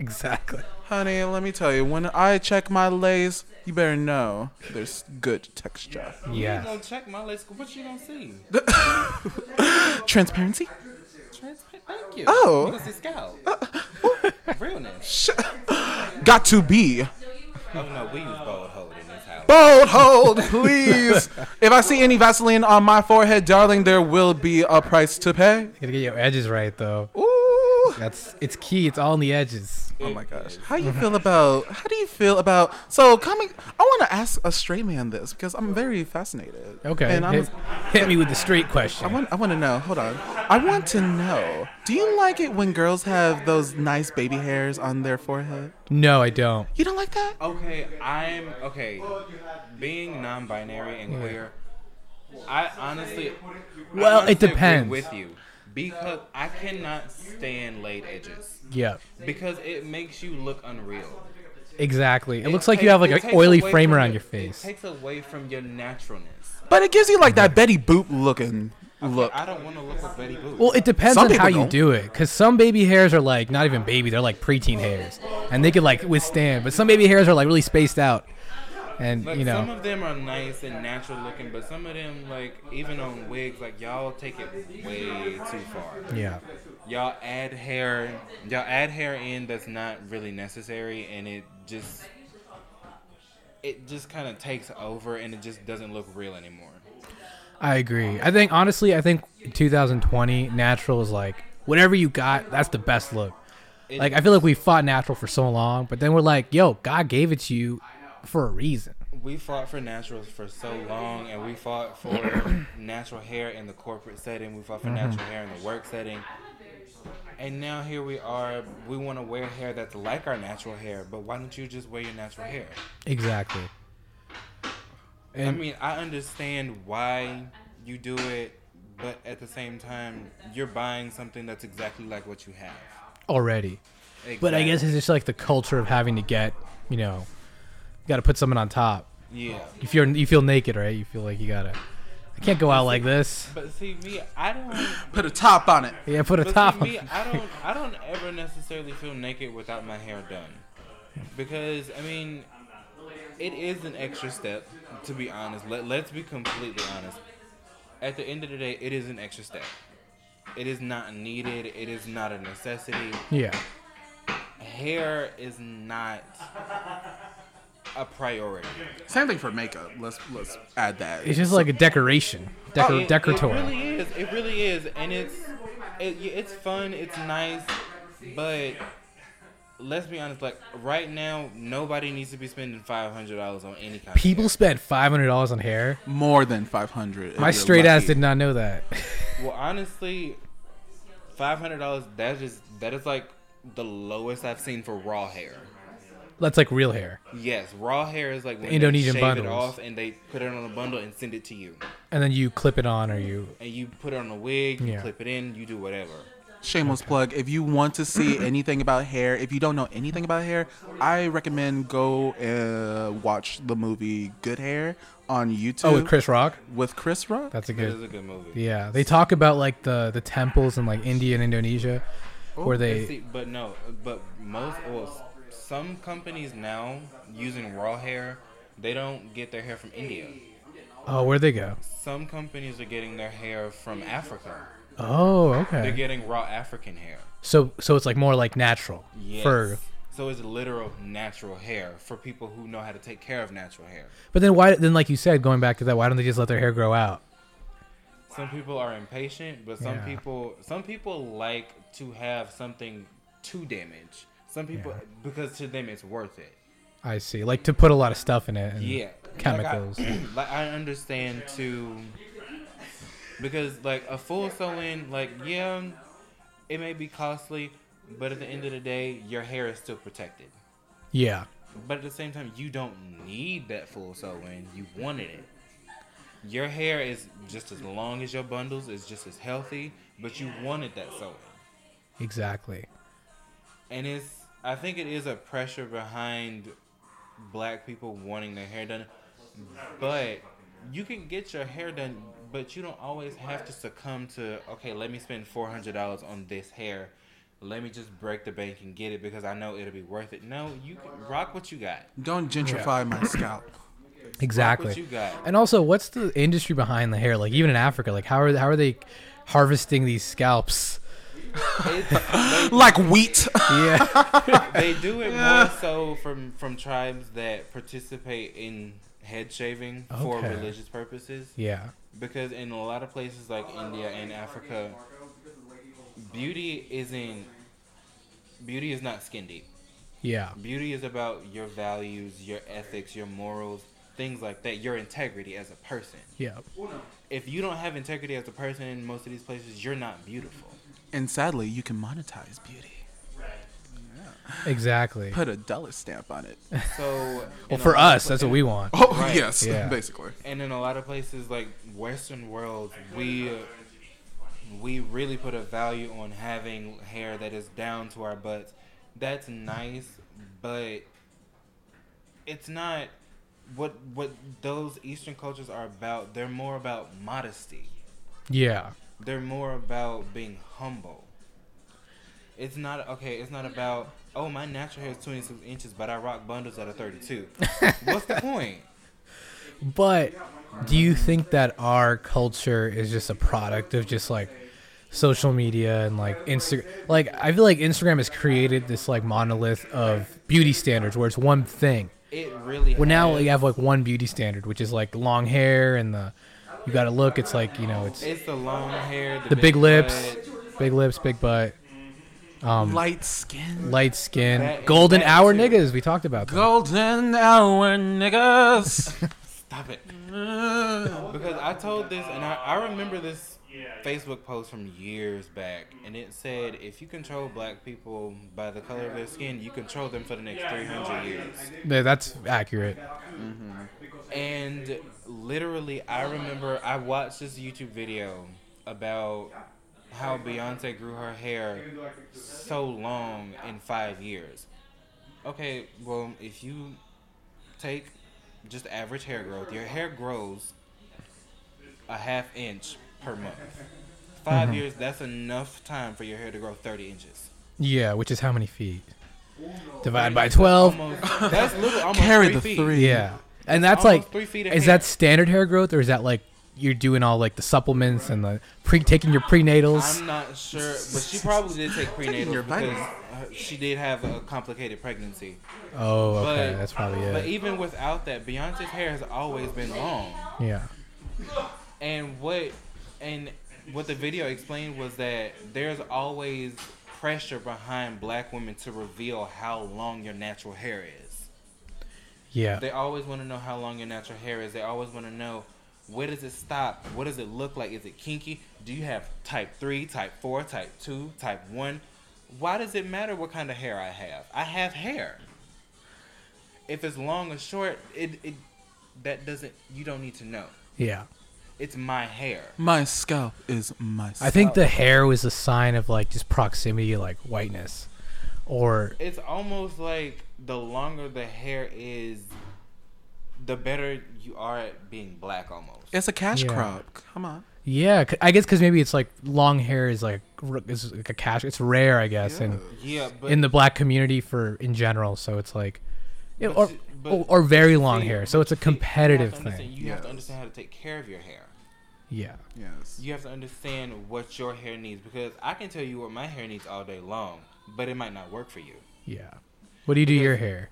[SPEAKER 1] Exactly.
[SPEAKER 2] honey, let me tell you. When I check my lace, you better know there's good texture.
[SPEAKER 4] You
[SPEAKER 1] Yeah.
[SPEAKER 4] gonna check my list? What you gonna see?
[SPEAKER 2] Transparency.
[SPEAKER 4] Transparent. Thank you.
[SPEAKER 2] Oh.
[SPEAKER 4] you gonna see scalp.
[SPEAKER 1] Uh,
[SPEAKER 4] Realness.
[SPEAKER 2] Sh- Got to be.
[SPEAKER 4] Oh no, we use bold hold in this house.
[SPEAKER 2] Bold hold, please. if I see any Vaseline on my forehead, darling, there will be a price to pay.
[SPEAKER 1] Gotta get your edges right, though.
[SPEAKER 2] Ooh.
[SPEAKER 1] That's it's key. It's all in the edges.
[SPEAKER 2] Oh my gosh. How you feel about how do you feel about so coming I wanna ask a straight man this because I'm very fascinated.
[SPEAKER 1] Okay.
[SPEAKER 2] And I'm
[SPEAKER 1] Hit, hit me with the straight question.
[SPEAKER 2] I want I wanna know, hold on. I want to know. Do you like it when girls have those nice baby hairs on their forehead?
[SPEAKER 1] no, I don't.
[SPEAKER 2] You don't like that?
[SPEAKER 4] Okay, I'm okay. Being non-binary and queer, I honestly,
[SPEAKER 1] Well, it
[SPEAKER 4] honestly agree
[SPEAKER 1] depends.
[SPEAKER 4] With you, because I cannot stand laid edges
[SPEAKER 1] Yeah.
[SPEAKER 4] because it makes you look unreal.
[SPEAKER 1] Exactly. It looks like you have like
[SPEAKER 4] It
[SPEAKER 1] an
[SPEAKER 4] takes
[SPEAKER 1] oily
[SPEAKER 4] away
[SPEAKER 1] frame
[SPEAKER 4] from
[SPEAKER 1] around
[SPEAKER 4] your-
[SPEAKER 1] your face.
[SPEAKER 4] It takes away from your naturalness.
[SPEAKER 2] But it gives you like that Betty Boop looking look.
[SPEAKER 4] I don't want to look like Betty Boop.
[SPEAKER 1] Well, it depends
[SPEAKER 2] Some
[SPEAKER 1] on how
[SPEAKER 2] people
[SPEAKER 1] you
[SPEAKER 2] don't.
[SPEAKER 1] do it, because some baby hairs are like not even baby; they're like preteen hairs, and they could like withstand. But some baby hairs are like really spaced out. and
[SPEAKER 4] Like
[SPEAKER 1] you know
[SPEAKER 4] some of them are nice and natural looking, but some of them like even on wigs, like y'all take it way too far.
[SPEAKER 1] yeah
[SPEAKER 4] Y'all add hair, y'all add hair in that's not really necessary, and it just it just kind of takes over, and it just doesn't look real anymore.
[SPEAKER 1] I agree. I think honestly, I think 2020 natural is like whatever you got, that's the best look.
[SPEAKER 4] It-
[SPEAKER 1] Like I feel like we fought natural for so long, but then we're like, yo, God gave it to you for a reason.
[SPEAKER 4] we fought for naturals for so long, and we fought for natural hair in the corporate setting. We fought for natural hair in the work setting. And now here we are. We want to wear hair that's like our natural hair, but why don't you just wear your natural hair?
[SPEAKER 1] Exactly.
[SPEAKER 4] I
[SPEAKER 1] And-
[SPEAKER 4] mean, I understand why you do it, but at the same time, you're buying something that's exactly like what you have.
[SPEAKER 1] Already. But I guess
[SPEAKER 4] Exactly.
[SPEAKER 1] it's just like the culture of having to get, you know, you got to put something on top.
[SPEAKER 4] yeah.
[SPEAKER 1] If you're you feel naked, right? You feel like you gotta. I can't go out like this.
[SPEAKER 4] But see, me, I don't.
[SPEAKER 2] Put a top on it.
[SPEAKER 1] Yeah, put a
[SPEAKER 4] But
[SPEAKER 1] top.
[SPEAKER 4] see, me,
[SPEAKER 1] on.
[SPEAKER 4] I don't, I don't ever necessarily feel naked without my hair done, because I mean, it is an extra step. To be honest, let let's be completely honest. At the end of the day, it is an extra step. It is not needed. It is not a necessity.
[SPEAKER 1] Yeah.
[SPEAKER 4] Hair is not a priority.
[SPEAKER 2] Same thing for makeup. Let's let's add that.
[SPEAKER 1] It's just like a decoration,
[SPEAKER 4] It-
[SPEAKER 1] decor,
[SPEAKER 4] it,
[SPEAKER 1] decorator.
[SPEAKER 4] Oh, really is. It really is, and it's it, yeah, it's fun. It's nice, but let's be honest. Like right now, nobody needs to be spending five hundred dollars on any kind.
[SPEAKER 1] People
[SPEAKER 4] Of
[SPEAKER 1] spend five hundred dollars on hair.
[SPEAKER 2] More than five hundred.
[SPEAKER 1] My straight ass did not know that.
[SPEAKER 4] hair. well, honestly, five hundred dollars. That is that is like the lowest I've seen for raw hair.
[SPEAKER 1] That's like real hair,
[SPEAKER 4] Yes, raw hair is like when
[SPEAKER 1] Indonesian
[SPEAKER 4] they shave it
[SPEAKER 1] bundles.
[SPEAKER 4] off and they put it on a bundle and send it to you,
[SPEAKER 1] and then you clip it on, or you.
[SPEAKER 4] and you put it on a wig, you
[SPEAKER 1] Yeah.
[SPEAKER 4] clip it in, you do whatever.
[SPEAKER 2] Shameless plug. If you want to see anything about hair, if you don't know anything about hair, I recommend go uh, watch the movie Good Hair on YouTube.
[SPEAKER 1] Oh, with Chris Rock.
[SPEAKER 2] with Chris Rock.
[SPEAKER 1] That's a
[SPEAKER 4] It is
[SPEAKER 1] good.
[SPEAKER 4] a good movie.
[SPEAKER 1] Yeah, they talk about like the the temples in like India and Indonesia, where
[SPEAKER 4] But
[SPEAKER 1] they.
[SPEAKER 4] Oh, see, but no, but most well, s- some companies now using raw hair, they don't get their hair from India.
[SPEAKER 1] Oh, where they go?
[SPEAKER 4] Some companies are getting their hair from Africa.
[SPEAKER 1] Oh,
[SPEAKER 4] They're
[SPEAKER 1] okay.
[SPEAKER 4] getting raw African hair.
[SPEAKER 1] So so it's like more like natural
[SPEAKER 4] Yes.
[SPEAKER 1] fur.
[SPEAKER 4] So it's literal natural hair for people who know how to take care of natural hair.
[SPEAKER 1] But then why? Then like you said, going back to that, why don't they just let their hair grow out?
[SPEAKER 4] Some people are impatient, but some
[SPEAKER 1] Yeah.
[SPEAKER 4] people some people like to have something to damage. Some people
[SPEAKER 1] Yeah.
[SPEAKER 4] because to them it's worth it.
[SPEAKER 1] I see. Like to put a lot of stuff in it. And
[SPEAKER 4] yeah
[SPEAKER 1] Chemicals.
[SPEAKER 4] like I, like, I understand too because like a full sew-in like yeah it may be costly but at the end of the day your hair is still protected
[SPEAKER 1] Yeah.
[SPEAKER 4] but at the same time you don't need that full sew-in you wanted it your hair is just as long as your bundles it's just as healthy but you wanted that sew-in
[SPEAKER 1] Exactly.
[SPEAKER 4] and it's I think it is a pressure behind black people wanting their hair done, but you can get your hair done, but you don't always have to succumb to okay. Let me spend four hundred dollars on this hair. Let me just break the bank and get it because I know it'll be worth it. No, you can rock what you got.
[SPEAKER 2] Don't gentrify my scalp.
[SPEAKER 1] Exactly.
[SPEAKER 4] Rock what you got.
[SPEAKER 1] And also, what's the industry behind the hair? Like even in Africa, like how are how are they harvesting these scalps?
[SPEAKER 4] It's, they,
[SPEAKER 2] Like wheat.
[SPEAKER 1] Yeah.
[SPEAKER 4] they do it more so from from tribes that participate in head shaving for
[SPEAKER 1] Okay.
[SPEAKER 4] religious purposes.
[SPEAKER 1] yeah.
[SPEAKER 4] because in a lot of places like India and Africa, beauty isn't beauty is not skin deep.
[SPEAKER 1] Yeah.
[SPEAKER 4] Beauty is about your values, your ethics, your morals, things like that, your integrity as a person.
[SPEAKER 1] Yeah.
[SPEAKER 4] If you don't have integrity as a person in most of these places, you're not beautiful.
[SPEAKER 2] And sadly, you can monetize beauty.
[SPEAKER 1] Exactly.
[SPEAKER 2] Put a dollar stamp on it.
[SPEAKER 4] So
[SPEAKER 1] Well, for us, that's what we want.
[SPEAKER 2] Oh
[SPEAKER 4] Right.
[SPEAKER 2] yes,
[SPEAKER 1] Yeah.
[SPEAKER 2] basically.
[SPEAKER 4] and in a lot of places like western world we we really put a value on having hair that is down to our butts that's nice but it's not what what those eastern cultures are about they're more about modesty
[SPEAKER 1] Yeah.
[SPEAKER 4] they're more about being humble It's not okay. It's not about oh my natural hair is 26 inches, but I rock bundles that are 32. What's the point?
[SPEAKER 1] But do you think that our culture is just a product of just like social media and like Instagram? Like I feel like Instagram has created this like monolith of beauty standards where it's one thing.
[SPEAKER 4] It really.
[SPEAKER 1] Well, now
[SPEAKER 4] has-
[SPEAKER 1] you have like one beauty standard, which is like long hair and the you got to look. It's like you know, it's
[SPEAKER 4] It's the long hair,
[SPEAKER 1] the
[SPEAKER 4] the,
[SPEAKER 1] big lips,
[SPEAKER 4] butt.
[SPEAKER 1] big lips, big butt, Um,
[SPEAKER 2] Light skin.
[SPEAKER 1] light skin,
[SPEAKER 4] That-
[SPEAKER 1] golden
[SPEAKER 4] that
[SPEAKER 1] hour
[SPEAKER 4] too.
[SPEAKER 1] niggas. We talked about that.
[SPEAKER 2] Golden hour niggas.
[SPEAKER 4] Stop it. Because I told this, and I, I remember this Facebook post from years back, and it said, if you control black people by the color of their skin, you control them for the next 300 years.
[SPEAKER 1] Yeah, that's accurate.
[SPEAKER 4] And literally, I remember I watched this YouTube video about how Beyonce grew her hair so long in five years. Okay, well, if you take just average hair growth, your hair grows a half inch per month. 5 years, that's enough time for your hair to grow 30 inches.
[SPEAKER 1] Yeah, which is how many feet? Divide by twelve.
[SPEAKER 4] Almost, that's literally almost
[SPEAKER 2] Carry
[SPEAKER 4] three
[SPEAKER 2] the
[SPEAKER 4] feet.
[SPEAKER 2] three.
[SPEAKER 1] Yeah, and that's
[SPEAKER 4] almost
[SPEAKER 1] like,
[SPEAKER 4] three feet of
[SPEAKER 1] is
[SPEAKER 4] hair.
[SPEAKER 1] that standard hair growth or is that like you're doing all like the supplements and the pre taking your prenatals?
[SPEAKER 4] I'm not sure, but she probably did take prenatal
[SPEAKER 2] your
[SPEAKER 4] because
[SPEAKER 2] vitamin.
[SPEAKER 4] uh, she did have a complicated pregnancy.
[SPEAKER 1] Oh,
[SPEAKER 4] But,
[SPEAKER 1] okay, that's probably
[SPEAKER 4] But e
[SPEAKER 1] it.
[SPEAKER 4] even without that, Beyonce's hair has always been long.
[SPEAKER 1] Yeah,
[SPEAKER 4] And what and what the video explained was that there's always pressure behind black women to reveal how long your natural hair is.
[SPEAKER 1] yeah.
[SPEAKER 4] They always want to know how long your natural hair is. They always want to know where does it stop? What does it look like? Is it kinky? Do you have type 3, type 4, type 2, type 1? Why does it matter what kind of hair I have? I have hair. If it's long or short, it, it that doesn't you don't need to know.
[SPEAKER 1] Yeah.
[SPEAKER 4] It's my hair.
[SPEAKER 2] My scalp is my scalp.
[SPEAKER 1] I think the hair was a sign of like just proximity, like whiteness, or
[SPEAKER 4] It's almost like the longer the hair is, the better you are at being black almost.
[SPEAKER 2] it's a cash
[SPEAKER 1] Yeah.
[SPEAKER 2] crop. Come on.
[SPEAKER 1] yeah. c- I guess because maybe it's like long hair is like r- is like a cash. It's rare, I guess, and
[SPEAKER 4] Yeah, but
[SPEAKER 1] in the black community for in general. So it's like, yeah,
[SPEAKER 4] But
[SPEAKER 1] or,
[SPEAKER 4] see- but-
[SPEAKER 1] or or very long
[SPEAKER 4] See,
[SPEAKER 1] hair. So it's a
[SPEAKER 4] but see, you have to
[SPEAKER 1] competitive
[SPEAKER 4] understand-
[SPEAKER 1] thing.
[SPEAKER 4] You have to
[SPEAKER 2] Yes.
[SPEAKER 4] understand how to take care of your hair.
[SPEAKER 1] Yeah.
[SPEAKER 2] Yes.
[SPEAKER 4] You have to understand what your hair needs because I can tell you what my hair needs all day long, but it might not work for you.
[SPEAKER 1] Yeah. What do you do your hair?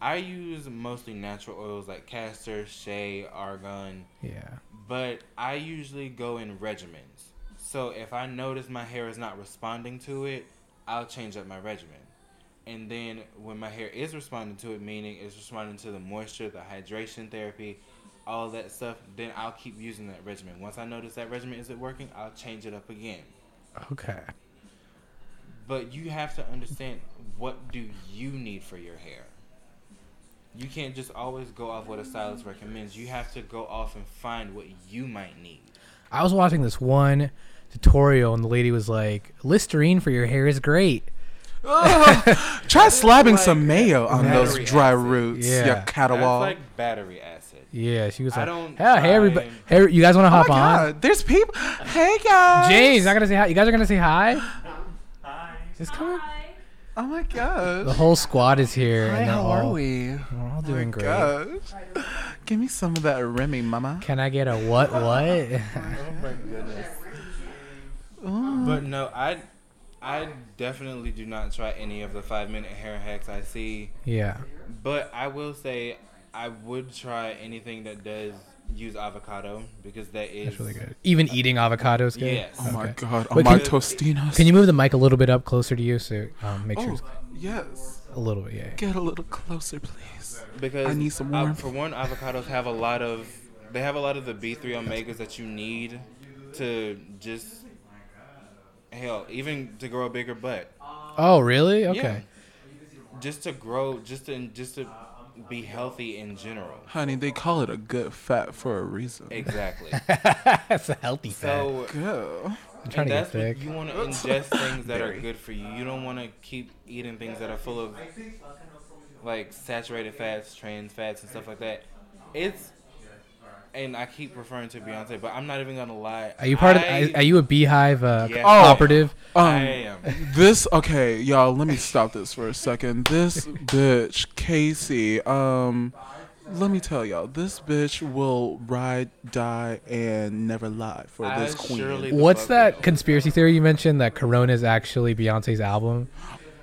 [SPEAKER 4] I use mostly natural oils like castor, shea, argan,
[SPEAKER 1] Yeah.
[SPEAKER 4] but I usually go in regimens. So if I notice my hair is not responding to it, I'll change up my regimen. And then when my hair is responding to it, meaning it's responding to the moisture, the hydration therapy, all that stuff, then I'll keep using that regimen. Once I notice that regimen isn't working, I'll change it up again.
[SPEAKER 1] Okay.
[SPEAKER 4] But you have to understand what do you need for your hair. You can't just always go off what a stylist recommends. You have to go off and find what you might need.
[SPEAKER 1] I was watching this one tutorial and the lady was like, "Listerine for your hair is great."
[SPEAKER 2] Try slapping
[SPEAKER 4] like
[SPEAKER 2] some mayo on those
[SPEAKER 4] battery
[SPEAKER 2] dry
[SPEAKER 4] acid.
[SPEAKER 2] roots.
[SPEAKER 1] Yeah.
[SPEAKER 2] Your
[SPEAKER 1] That's
[SPEAKER 4] That's
[SPEAKER 2] catawal.
[SPEAKER 4] like battery acid.
[SPEAKER 1] Yeah, she was
[SPEAKER 4] I
[SPEAKER 1] like,
[SPEAKER 4] don't
[SPEAKER 1] "Yeah, hey everybody,
[SPEAKER 4] find-
[SPEAKER 1] hey, you guys want to
[SPEAKER 2] oh my
[SPEAKER 1] hop on?"
[SPEAKER 2] God. There's people. Hey guys.
[SPEAKER 1] James, not gonna say hi. You guys are gonna say hi. Hi. Just come. Hi.
[SPEAKER 2] Oh my god.
[SPEAKER 1] The whole squad is here.
[SPEAKER 2] Hi,
[SPEAKER 1] and they're
[SPEAKER 2] how
[SPEAKER 1] all-
[SPEAKER 2] are we? Oh
[SPEAKER 1] We're all doing great.
[SPEAKER 2] Gosh. Give me some of that Remy, mama.
[SPEAKER 1] Can I get a what? What?
[SPEAKER 4] But no, I I definitely do not try any of the five minute hair hacks I see.
[SPEAKER 1] yeah.
[SPEAKER 4] But I will say I would try anything that does use avocado because that is
[SPEAKER 1] That's really good. Even eating avocados. Good?
[SPEAKER 4] Yes.
[SPEAKER 2] Oh my
[SPEAKER 1] Okay.
[SPEAKER 2] god. Oh
[SPEAKER 1] Wait,
[SPEAKER 2] my
[SPEAKER 1] can-
[SPEAKER 2] tostinos.
[SPEAKER 1] Can you move the mic a little bit up closer to you so um, make sure
[SPEAKER 2] Oh,
[SPEAKER 1] it's
[SPEAKER 2] yes.
[SPEAKER 1] a little bit? Yeah.
[SPEAKER 2] Get a little closer, please.
[SPEAKER 4] because
[SPEAKER 2] I need some
[SPEAKER 4] uh,
[SPEAKER 2] warmth.
[SPEAKER 4] for one avocados have a lot of they have a lot of the B three omegas that you need to just hell even to grow a bigger butt.
[SPEAKER 1] Oh really? Okay.
[SPEAKER 4] Just to grow, just to just to be healthy in general.
[SPEAKER 2] Honey, they call it a good fat for a reason.
[SPEAKER 4] Exactly.
[SPEAKER 1] That's a healthy fat.
[SPEAKER 4] So
[SPEAKER 2] Go.
[SPEAKER 1] I'm trying to
[SPEAKER 4] and
[SPEAKER 1] get
[SPEAKER 4] that's what
[SPEAKER 1] thick.
[SPEAKER 4] you want to ingest things that are good for you. You don't want to keep eating things that are full of like saturated fats, trans fats, and stuff like that. It's and I keep referring to Beyonce, but I'm not even gonna lie.
[SPEAKER 1] Are you part
[SPEAKER 4] I,
[SPEAKER 1] of? Are, are you a Beehive uh,
[SPEAKER 4] Yeah.
[SPEAKER 2] Oh.
[SPEAKER 1] operative?
[SPEAKER 4] I
[SPEAKER 2] Um,
[SPEAKER 4] am.
[SPEAKER 2] this okay, y'all. Let me stop this for a second. This bitch, Casey. Um, let me tell y'all, this bitch will ride, die, and never lie for
[SPEAKER 4] I
[SPEAKER 2] this queen.
[SPEAKER 4] surely-
[SPEAKER 1] What's
[SPEAKER 4] fuck
[SPEAKER 1] that conspiracy theory you mentioned that Corona is actually Beyonce's album?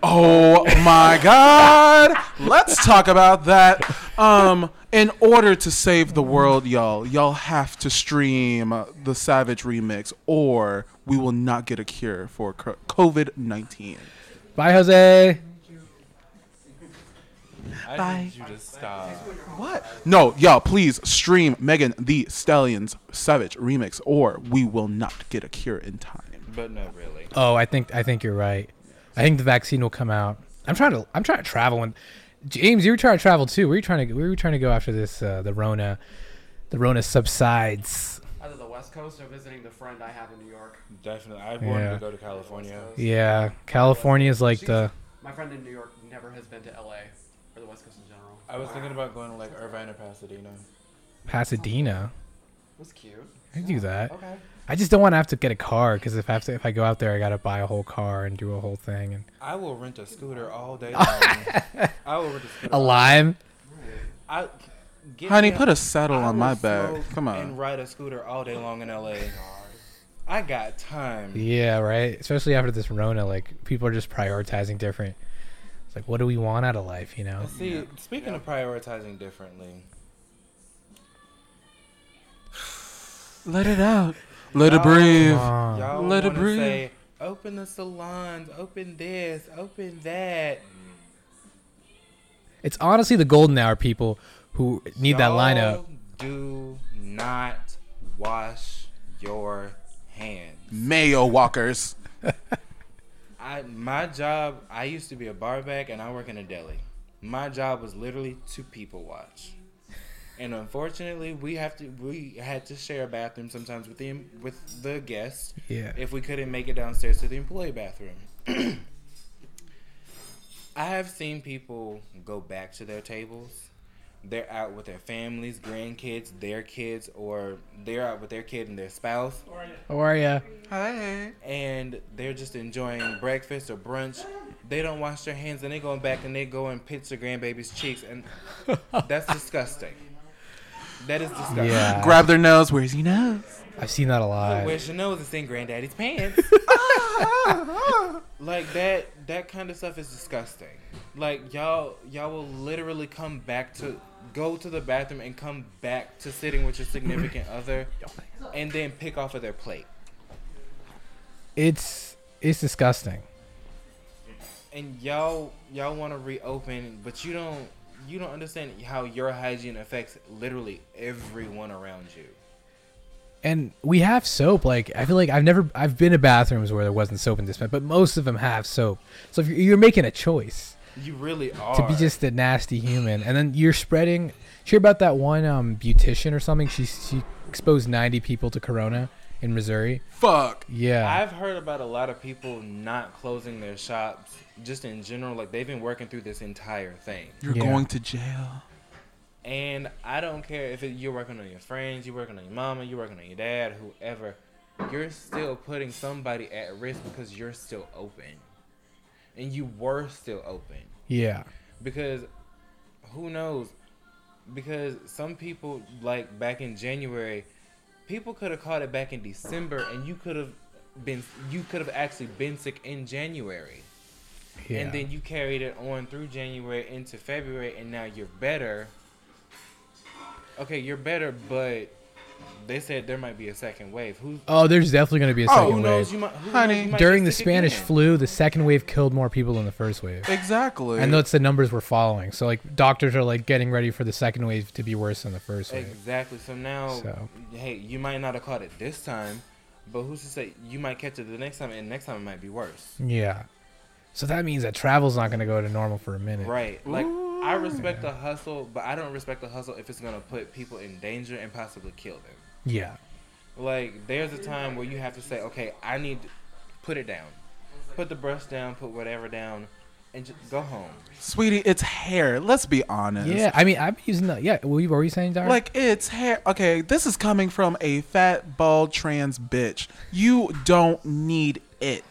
[SPEAKER 2] Oh my God! Let's talk about that. Um, in order to save the world, y'all, y'all have to stream the Savage remix, or we will not get a cure for COVID nineteen.
[SPEAKER 1] Bye, Jose.
[SPEAKER 4] I Bye. need you to stop.
[SPEAKER 2] What? No, y'all, please stream Megan the Stallion's Savage remix, or we will not get a cure in time.
[SPEAKER 4] But no, really.
[SPEAKER 1] Oh, I think I think you're right. I think the vaccine will come out. I'm trying to I'm trying to travel and James, you were trying to travel too. We were trying to we were trying to go after this uh, the Rona the Rona subsides.
[SPEAKER 5] Either the West Coast or visiting the friend I have in New York.
[SPEAKER 4] Definitely, I wanted
[SPEAKER 1] Yeah.
[SPEAKER 4] to go to California.
[SPEAKER 1] Yeah, California is like the
[SPEAKER 5] My friend in New York never has been to LA or the West Coast in general.
[SPEAKER 4] I was thinking about going to like Irvine or Pasadena.
[SPEAKER 1] Pasadena.
[SPEAKER 5] That's cute.
[SPEAKER 1] I do that.
[SPEAKER 5] Okay.
[SPEAKER 1] I just don't want to have to get a car because if I have to, if I go out there, I gotta buy a whole car and do a whole thing and
[SPEAKER 4] I will rent a scooter all day long. I will rent a scooter.
[SPEAKER 1] a
[SPEAKER 4] all-
[SPEAKER 1] lime.
[SPEAKER 4] I, get
[SPEAKER 2] Honey,
[SPEAKER 4] me a-
[SPEAKER 2] put a saddle
[SPEAKER 4] I
[SPEAKER 2] Oh, on
[SPEAKER 4] will
[SPEAKER 2] my back.
[SPEAKER 4] smoke
[SPEAKER 2] Come
[SPEAKER 4] And
[SPEAKER 2] on.
[SPEAKER 4] ride a scooter all day long in LA. I got time.
[SPEAKER 1] Yeah, right. Especially after this Rona, like people are just prioritizing different. It's like, what do we want out of life? You know?
[SPEAKER 4] See, speaking of prioritizing differently,
[SPEAKER 2] Let it out. Let it
[SPEAKER 4] Oh,
[SPEAKER 2] breathe.
[SPEAKER 1] Come on.
[SPEAKER 4] y'all
[SPEAKER 2] Let it
[SPEAKER 4] want to
[SPEAKER 2] breathe.
[SPEAKER 4] say, open the salons, open this, open that.
[SPEAKER 1] It's honestly the golden hour people who need that
[SPEAKER 4] Y'all
[SPEAKER 1] lineup.
[SPEAKER 4] Do not wash your hands.
[SPEAKER 2] Mayo walkers.
[SPEAKER 4] I my job. I used to be a barback, and I work in a deli. My job was literally to people watch. And unfortunately, we have to we had to share a bathroom sometimes with the with the guests.
[SPEAKER 1] Yeah.
[SPEAKER 4] if we couldn't make it downstairs to the employee bathroom. I have seen people go back to their tables. They're out with their families, grandkids, their kids, or they're out with their kid and their spouse,
[SPEAKER 1] How are ya?
[SPEAKER 2] Hey.
[SPEAKER 4] and they're just enjoying breakfast or brunch. They don't wash their hands and they going back and they go and pinch their grandbaby's cheeks, and that's disgusting. That is disgusting.
[SPEAKER 1] Yeah.
[SPEAKER 2] Grab their nose. Where's your nose?
[SPEAKER 1] I've seen that a lot.
[SPEAKER 4] Where's your nose? It's in granddaddy's pants. like that that kind of stuff is disgusting. Like y'all y'all will literally come back to go to the bathroom and come back to sitting with your significant other and then pick off of their plate.
[SPEAKER 1] It's it's disgusting.
[SPEAKER 4] And y'all y'all want to reopen but you don't you don't understand how your hygiene affects literally everyone around you.
[SPEAKER 1] And we have soap. Like I feel like I've never I've been to bathrooms where there wasn't soap in dispense, but most of them have soap. So if you're, you're making a choice
[SPEAKER 4] You really are.
[SPEAKER 1] to be just a nasty human, and then you're spreading. Hear about that one um, beautician or something? She she exposed 90 people to corona in Missouri.
[SPEAKER 2] Fuck.
[SPEAKER 1] Yeah.
[SPEAKER 4] I've heard about a lot of people not closing their shops just in general. Like they've been working through this entire thing.
[SPEAKER 2] You're
[SPEAKER 1] Yeah.
[SPEAKER 2] going to jail.
[SPEAKER 4] And I don't care if it, you're working on your friends, you're working on your mama, you're working on your dad, whoever. You're still putting somebody at risk because you're still open. And you were still open.
[SPEAKER 1] yeah.
[SPEAKER 4] Because who knows? Because some people, like back in January, people could have caught it back in December and you could have been you could have actually been sick in January.
[SPEAKER 1] Yeah.
[SPEAKER 4] And then you carried it on through January into February, and now you're better. Okay, you're better, but they said there might be a second wave. Who,
[SPEAKER 1] oh, there's definitely gonna be a
[SPEAKER 2] Oh,
[SPEAKER 1] second
[SPEAKER 4] who
[SPEAKER 1] wave.
[SPEAKER 4] knows? You might, who
[SPEAKER 2] Honey.
[SPEAKER 4] knows you might
[SPEAKER 1] During the
[SPEAKER 4] get sick
[SPEAKER 1] Spanish
[SPEAKER 4] again.
[SPEAKER 1] flu, the second wave killed more people than the first wave.
[SPEAKER 2] Exactly.
[SPEAKER 1] And that's the numbers we're following. So like doctors are like getting ready for the second wave to be worse than the first wave.
[SPEAKER 4] Exactly. So now,
[SPEAKER 1] So.
[SPEAKER 4] hey, you might not have caught it this time, but who's to say you might catch it the next time, and next time it might be worse.
[SPEAKER 1] Yeah. So that means that travel's not going to go to normal for a minute.
[SPEAKER 4] Right. Like I respect the hustle, but I don't respect the hustle if it's gonna put people in danger and possibly kill them.
[SPEAKER 1] Yeah.
[SPEAKER 4] Like, there's a time where you have to say, okay, I need to put it down. Put the brush down, put whatever down, and just go home.
[SPEAKER 2] Sweetie, it's hair. Let's be honest.
[SPEAKER 1] Yeah, I mean, I've been using that. Yeah, what were you saying, Dara?
[SPEAKER 2] Like it's hair. Okay, this is coming from a fat, bald, trans bitch. You don't need it.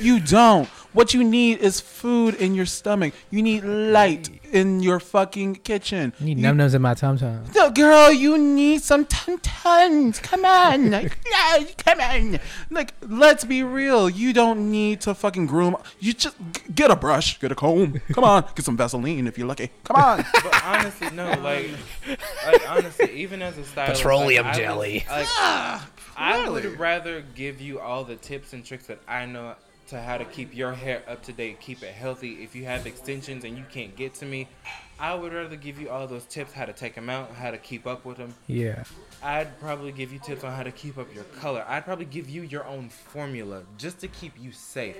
[SPEAKER 2] You don't. What you need is food in your stomach. You need light in your fucking kitchen.
[SPEAKER 1] I need num nums in my tum tum.
[SPEAKER 2] No, girl, you need some ton tons. Come on, Like, yeah, come on. Like, let's be real. You don't need to fucking groom. You just g- get a brush, get a comb. Come on, get some Vaseline if you're lucky. Come on.
[SPEAKER 4] But honestly, no, like, like honestly, even as a stylist,
[SPEAKER 1] Petroleum
[SPEAKER 4] like, I would-
[SPEAKER 1] jelly.
[SPEAKER 4] like, I would
[SPEAKER 2] really?
[SPEAKER 4] rather give you all the tips and tricks that I know to how to keep your hair up to date, keep it healthy. If you have extensions and you can't get to me, I would rather give you all those tips how to take them out, how to keep up with them.
[SPEAKER 1] Yeah.
[SPEAKER 4] I'd probably give you tips on how to keep up your color. I'd probably give you your own formula just to keep you safe.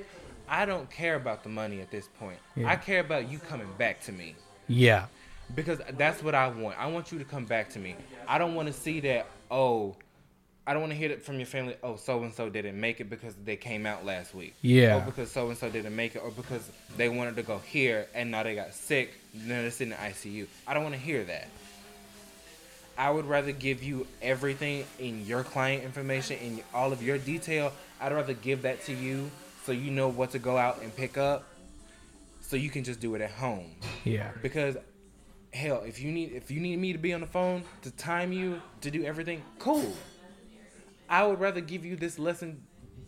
[SPEAKER 4] I don't care about the money at this point.
[SPEAKER 1] Yeah.
[SPEAKER 4] I care about you coming back to me
[SPEAKER 1] Yeah.
[SPEAKER 4] because that's what I want. I want you to come back to me. I don't want to see that. Oh, I don't want to hear it from your family. Oh, so and so didn't make it because they came out last week.
[SPEAKER 1] Yeah.
[SPEAKER 4] Or because so and so didn't make it, or because they wanted to go here and now they got sick. Now they're sitting in the ICU. I don't want to hear that. I would rather give you everything in your client information in all of your detail. I'd rather give that to you so you know what to go out and pick up, so you can just do it at home
[SPEAKER 1] Yeah.
[SPEAKER 4] because hell if you need if you need me to be on the phone to time you to do everything cool i would rather give you this lesson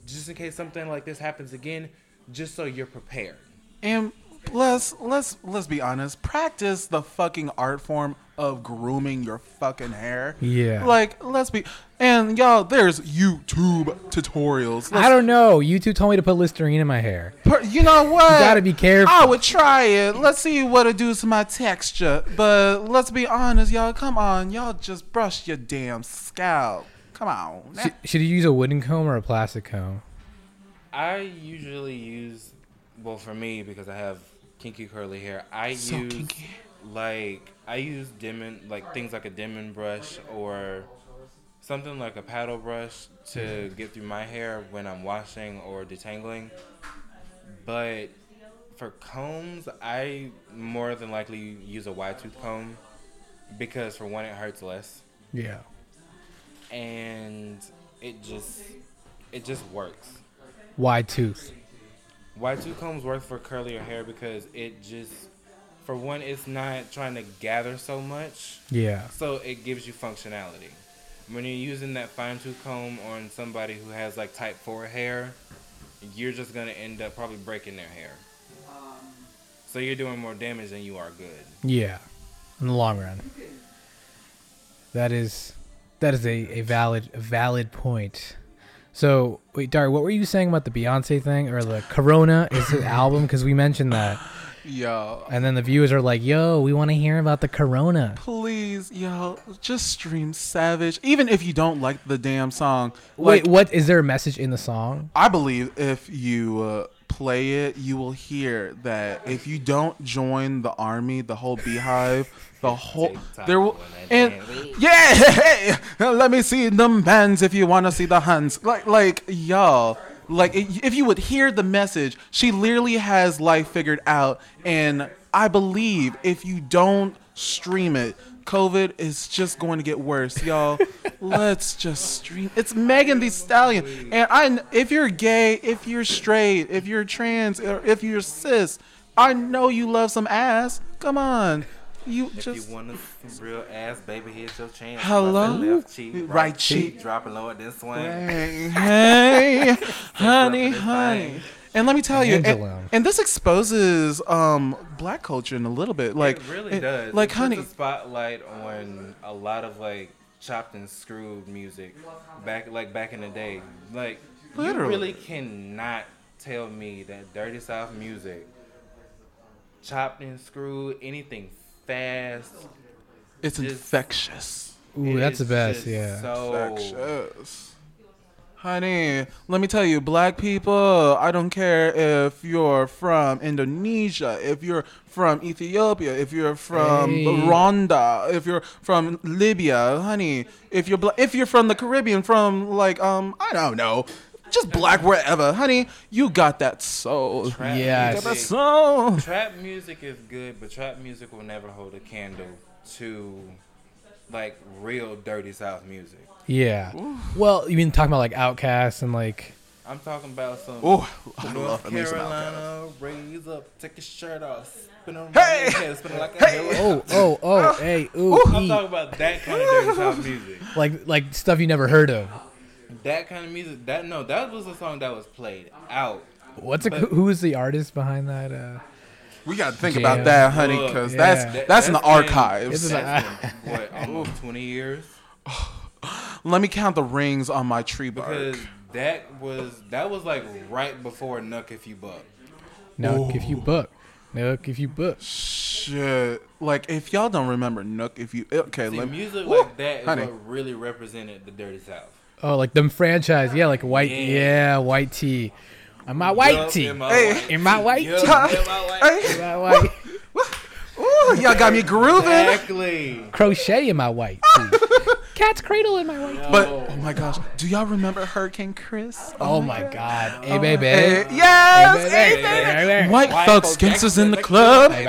[SPEAKER 4] just in case something like this happens again just so you're prepared
[SPEAKER 2] And plus, let's let's be honest. Practice the fucking art form of grooming your fucking hair.
[SPEAKER 1] Yeah.
[SPEAKER 2] Like, let's be. And y'all, there's YouTube tutorials.
[SPEAKER 1] I don't know. YouTube told me to put Listerine in my hair.
[SPEAKER 2] Per- you know what? You
[SPEAKER 1] gotta be careful.
[SPEAKER 2] I would try it. Let's see what it does to my texture. But let's be honest, y'all. Come on, y'all just brush your damn scalp. Come on.
[SPEAKER 1] Should, should you use a wooden comb or a plastic comb?
[SPEAKER 4] i usually use well for me because i have kinky curly hair i
[SPEAKER 2] So
[SPEAKER 4] use
[SPEAKER 2] kinky.
[SPEAKER 4] like i use dimming like things like a dimming brush or something like a paddle brush
[SPEAKER 2] Mm-hmm.
[SPEAKER 4] to get through my hair when i'm washing or detangling But for combs, I more than likely use a wide tooth comb because for one, it hurts less,
[SPEAKER 1] Yeah.
[SPEAKER 4] and it just it just works.
[SPEAKER 1] Wide tooth.
[SPEAKER 4] Wide tooth combs work for curlier hair because it just for one, it's not trying to gather so much,
[SPEAKER 1] Yeah.
[SPEAKER 4] so it gives you functionality. When you're using that fine tooth comb on somebody who has like type four hair, you're just gonna end up probably breaking their hair. So you're doing more damage than you are good.
[SPEAKER 1] Yeah. In the long run. That is that is a, a valid a valid point. So wait, Dari, what were you saying about the Beyonce thing or the Corona is an album? Because we mentioned that,
[SPEAKER 2] Yo,
[SPEAKER 1] and then the viewers are like, "Yo, we want to hear about the Corona."
[SPEAKER 2] please, y'all, just stream Savage. Even if you don't like the damn song.
[SPEAKER 1] Wait,
[SPEAKER 2] like-
[SPEAKER 1] what is there a message in the song?
[SPEAKER 2] I believe if you uh, play it, you will hear that if you don't join the army, the whole beehive, the whole
[SPEAKER 4] TikTok
[SPEAKER 2] there will
[SPEAKER 4] when I
[SPEAKER 2] and yeah, let me see them bands if you want to see the hands. Like like y'all, like i- if you would hear the message, she literally has life figured out, and I believe if you don't stream it. COVID is just going to get worse, y'all. Let's just stream. It's Megan the Stallion, and I. If you're gay, if you're straight, if you're trans, or if you're cis, I know you love some ass. Come on, you
[SPEAKER 4] If
[SPEAKER 2] just
[SPEAKER 4] you want a some real ass, baby, here's your chance.
[SPEAKER 2] Hello?
[SPEAKER 4] Left, left cheek, right,
[SPEAKER 2] Right
[SPEAKER 4] cheek.
[SPEAKER 2] cheek.
[SPEAKER 4] dropping low at this one.
[SPEAKER 2] Hey, hey, honey,
[SPEAKER 4] Rubbing his
[SPEAKER 2] honey.
[SPEAKER 4] thing.
[SPEAKER 2] And let me tell you,
[SPEAKER 1] Angela.
[SPEAKER 2] and, and this exposes um black culture in a little bit. Like
[SPEAKER 4] it really does.
[SPEAKER 2] Like,
[SPEAKER 4] it puts
[SPEAKER 2] honey,
[SPEAKER 4] a spotlight on a lot of like chopped and screwed music back, like back in the day. Like
[SPEAKER 2] Literally.
[SPEAKER 4] you really cannot tell me that dirty south music, chopped and screwed, anything fast.
[SPEAKER 2] it's
[SPEAKER 4] just-
[SPEAKER 2] infectious.
[SPEAKER 1] Ooh,
[SPEAKER 4] it
[SPEAKER 1] that's the
[SPEAKER 4] is
[SPEAKER 1] best.
[SPEAKER 4] just
[SPEAKER 1] Yeah.
[SPEAKER 4] So
[SPEAKER 2] Infectious. Oh. Honey, let me tell you, black people, I don't care if you're from Indonesia, if you're from Ethiopia, if you're from
[SPEAKER 1] Hey.
[SPEAKER 2] Rwanda, if you're from Libya, honey, if you're bla- if you're from the Caribbean, from like um I don't know, Just black wherever, honey. You got that soul.
[SPEAKER 4] Trap
[SPEAKER 1] Yes.
[SPEAKER 2] Got
[SPEAKER 4] music-
[SPEAKER 2] that soul.
[SPEAKER 4] trap music is good, but trap music will never hold a candle to like real dirty south music.
[SPEAKER 1] Yeah. Well, you mean talking about like Outcasts and like
[SPEAKER 4] I'm talking about some
[SPEAKER 2] Oh, I love
[SPEAKER 4] North
[SPEAKER 2] me some Outkast.
[SPEAKER 4] Carolina, raise up, take your shirt off, spin on
[SPEAKER 2] Hey! E.
[SPEAKER 4] hey! head, spin like a hey!
[SPEAKER 1] oh oh oh hey ooh,
[SPEAKER 4] I'm
[SPEAKER 1] ee.
[SPEAKER 4] talking about that kind of dirty south music.
[SPEAKER 1] like like stuff you never heard of.
[SPEAKER 4] That kind of music. That no, that was a song that was played out.
[SPEAKER 1] What's a, who is the artist behind that? Uh,
[SPEAKER 2] We gotta think
[SPEAKER 1] Jam.
[SPEAKER 2] about that, honey, because
[SPEAKER 1] Look,
[SPEAKER 2] that's
[SPEAKER 1] yeah.
[SPEAKER 4] That-
[SPEAKER 2] that's in the
[SPEAKER 4] been-
[SPEAKER 2] archives.
[SPEAKER 1] It's-
[SPEAKER 4] That's been, what almost 20 years.
[SPEAKER 2] Let me count the rings on my tree bark.
[SPEAKER 4] Because that was that was like right before Nuck If You Buck.
[SPEAKER 1] Nook if you book. Nook if you book.
[SPEAKER 2] Shit, like if y'all don't remember Nook, if you okay,
[SPEAKER 4] See,
[SPEAKER 2] let me.
[SPEAKER 4] music
[SPEAKER 2] Woo,
[SPEAKER 4] like that is
[SPEAKER 2] honey.
[SPEAKER 4] what really represented the Dirty South.
[SPEAKER 1] Oh, like them franchise. Yeah, like white. Yeah,
[SPEAKER 4] Yeah.
[SPEAKER 1] white tea. Uh, My white
[SPEAKER 4] Yup,
[SPEAKER 1] tea.
[SPEAKER 4] in my
[SPEAKER 2] Hey.
[SPEAKER 4] white
[SPEAKER 1] In my white
[SPEAKER 4] tea. Yup,
[SPEAKER 1] tea.
[SPEAKER 4] in my white-
[SPEAKER 2] Hey,
[SPEAKER 1] My white
[SPEAKER 2] ooh, y'all got me grooving.
[SPEAKER 4] Exactly.
[SPEAKER 1] crochet in my white tea. Cat's cradle in my white. tea.
[SPEAKER 2] But oh my gosh, do y'all remember Hurricane Chris?
[SPEAKER 1] Oh my god. Hey baby.
[SPEAKER 2] Hey,
[SPEAKER 1] Hey,
[SPEAKER 2] yes, Oh. hey, baby.
[SPEAKER 1] baby.
[SPEAKER 2] White,
[SPEAKER 4] White
[SPEAKER 2] folks,
[SPEAKER 4] folks
[SPEAKER 2] gangsters in the
[SPEAKER 4] gangsters.
[SPEAKER 2] club.
[SPEAKER 1] Hey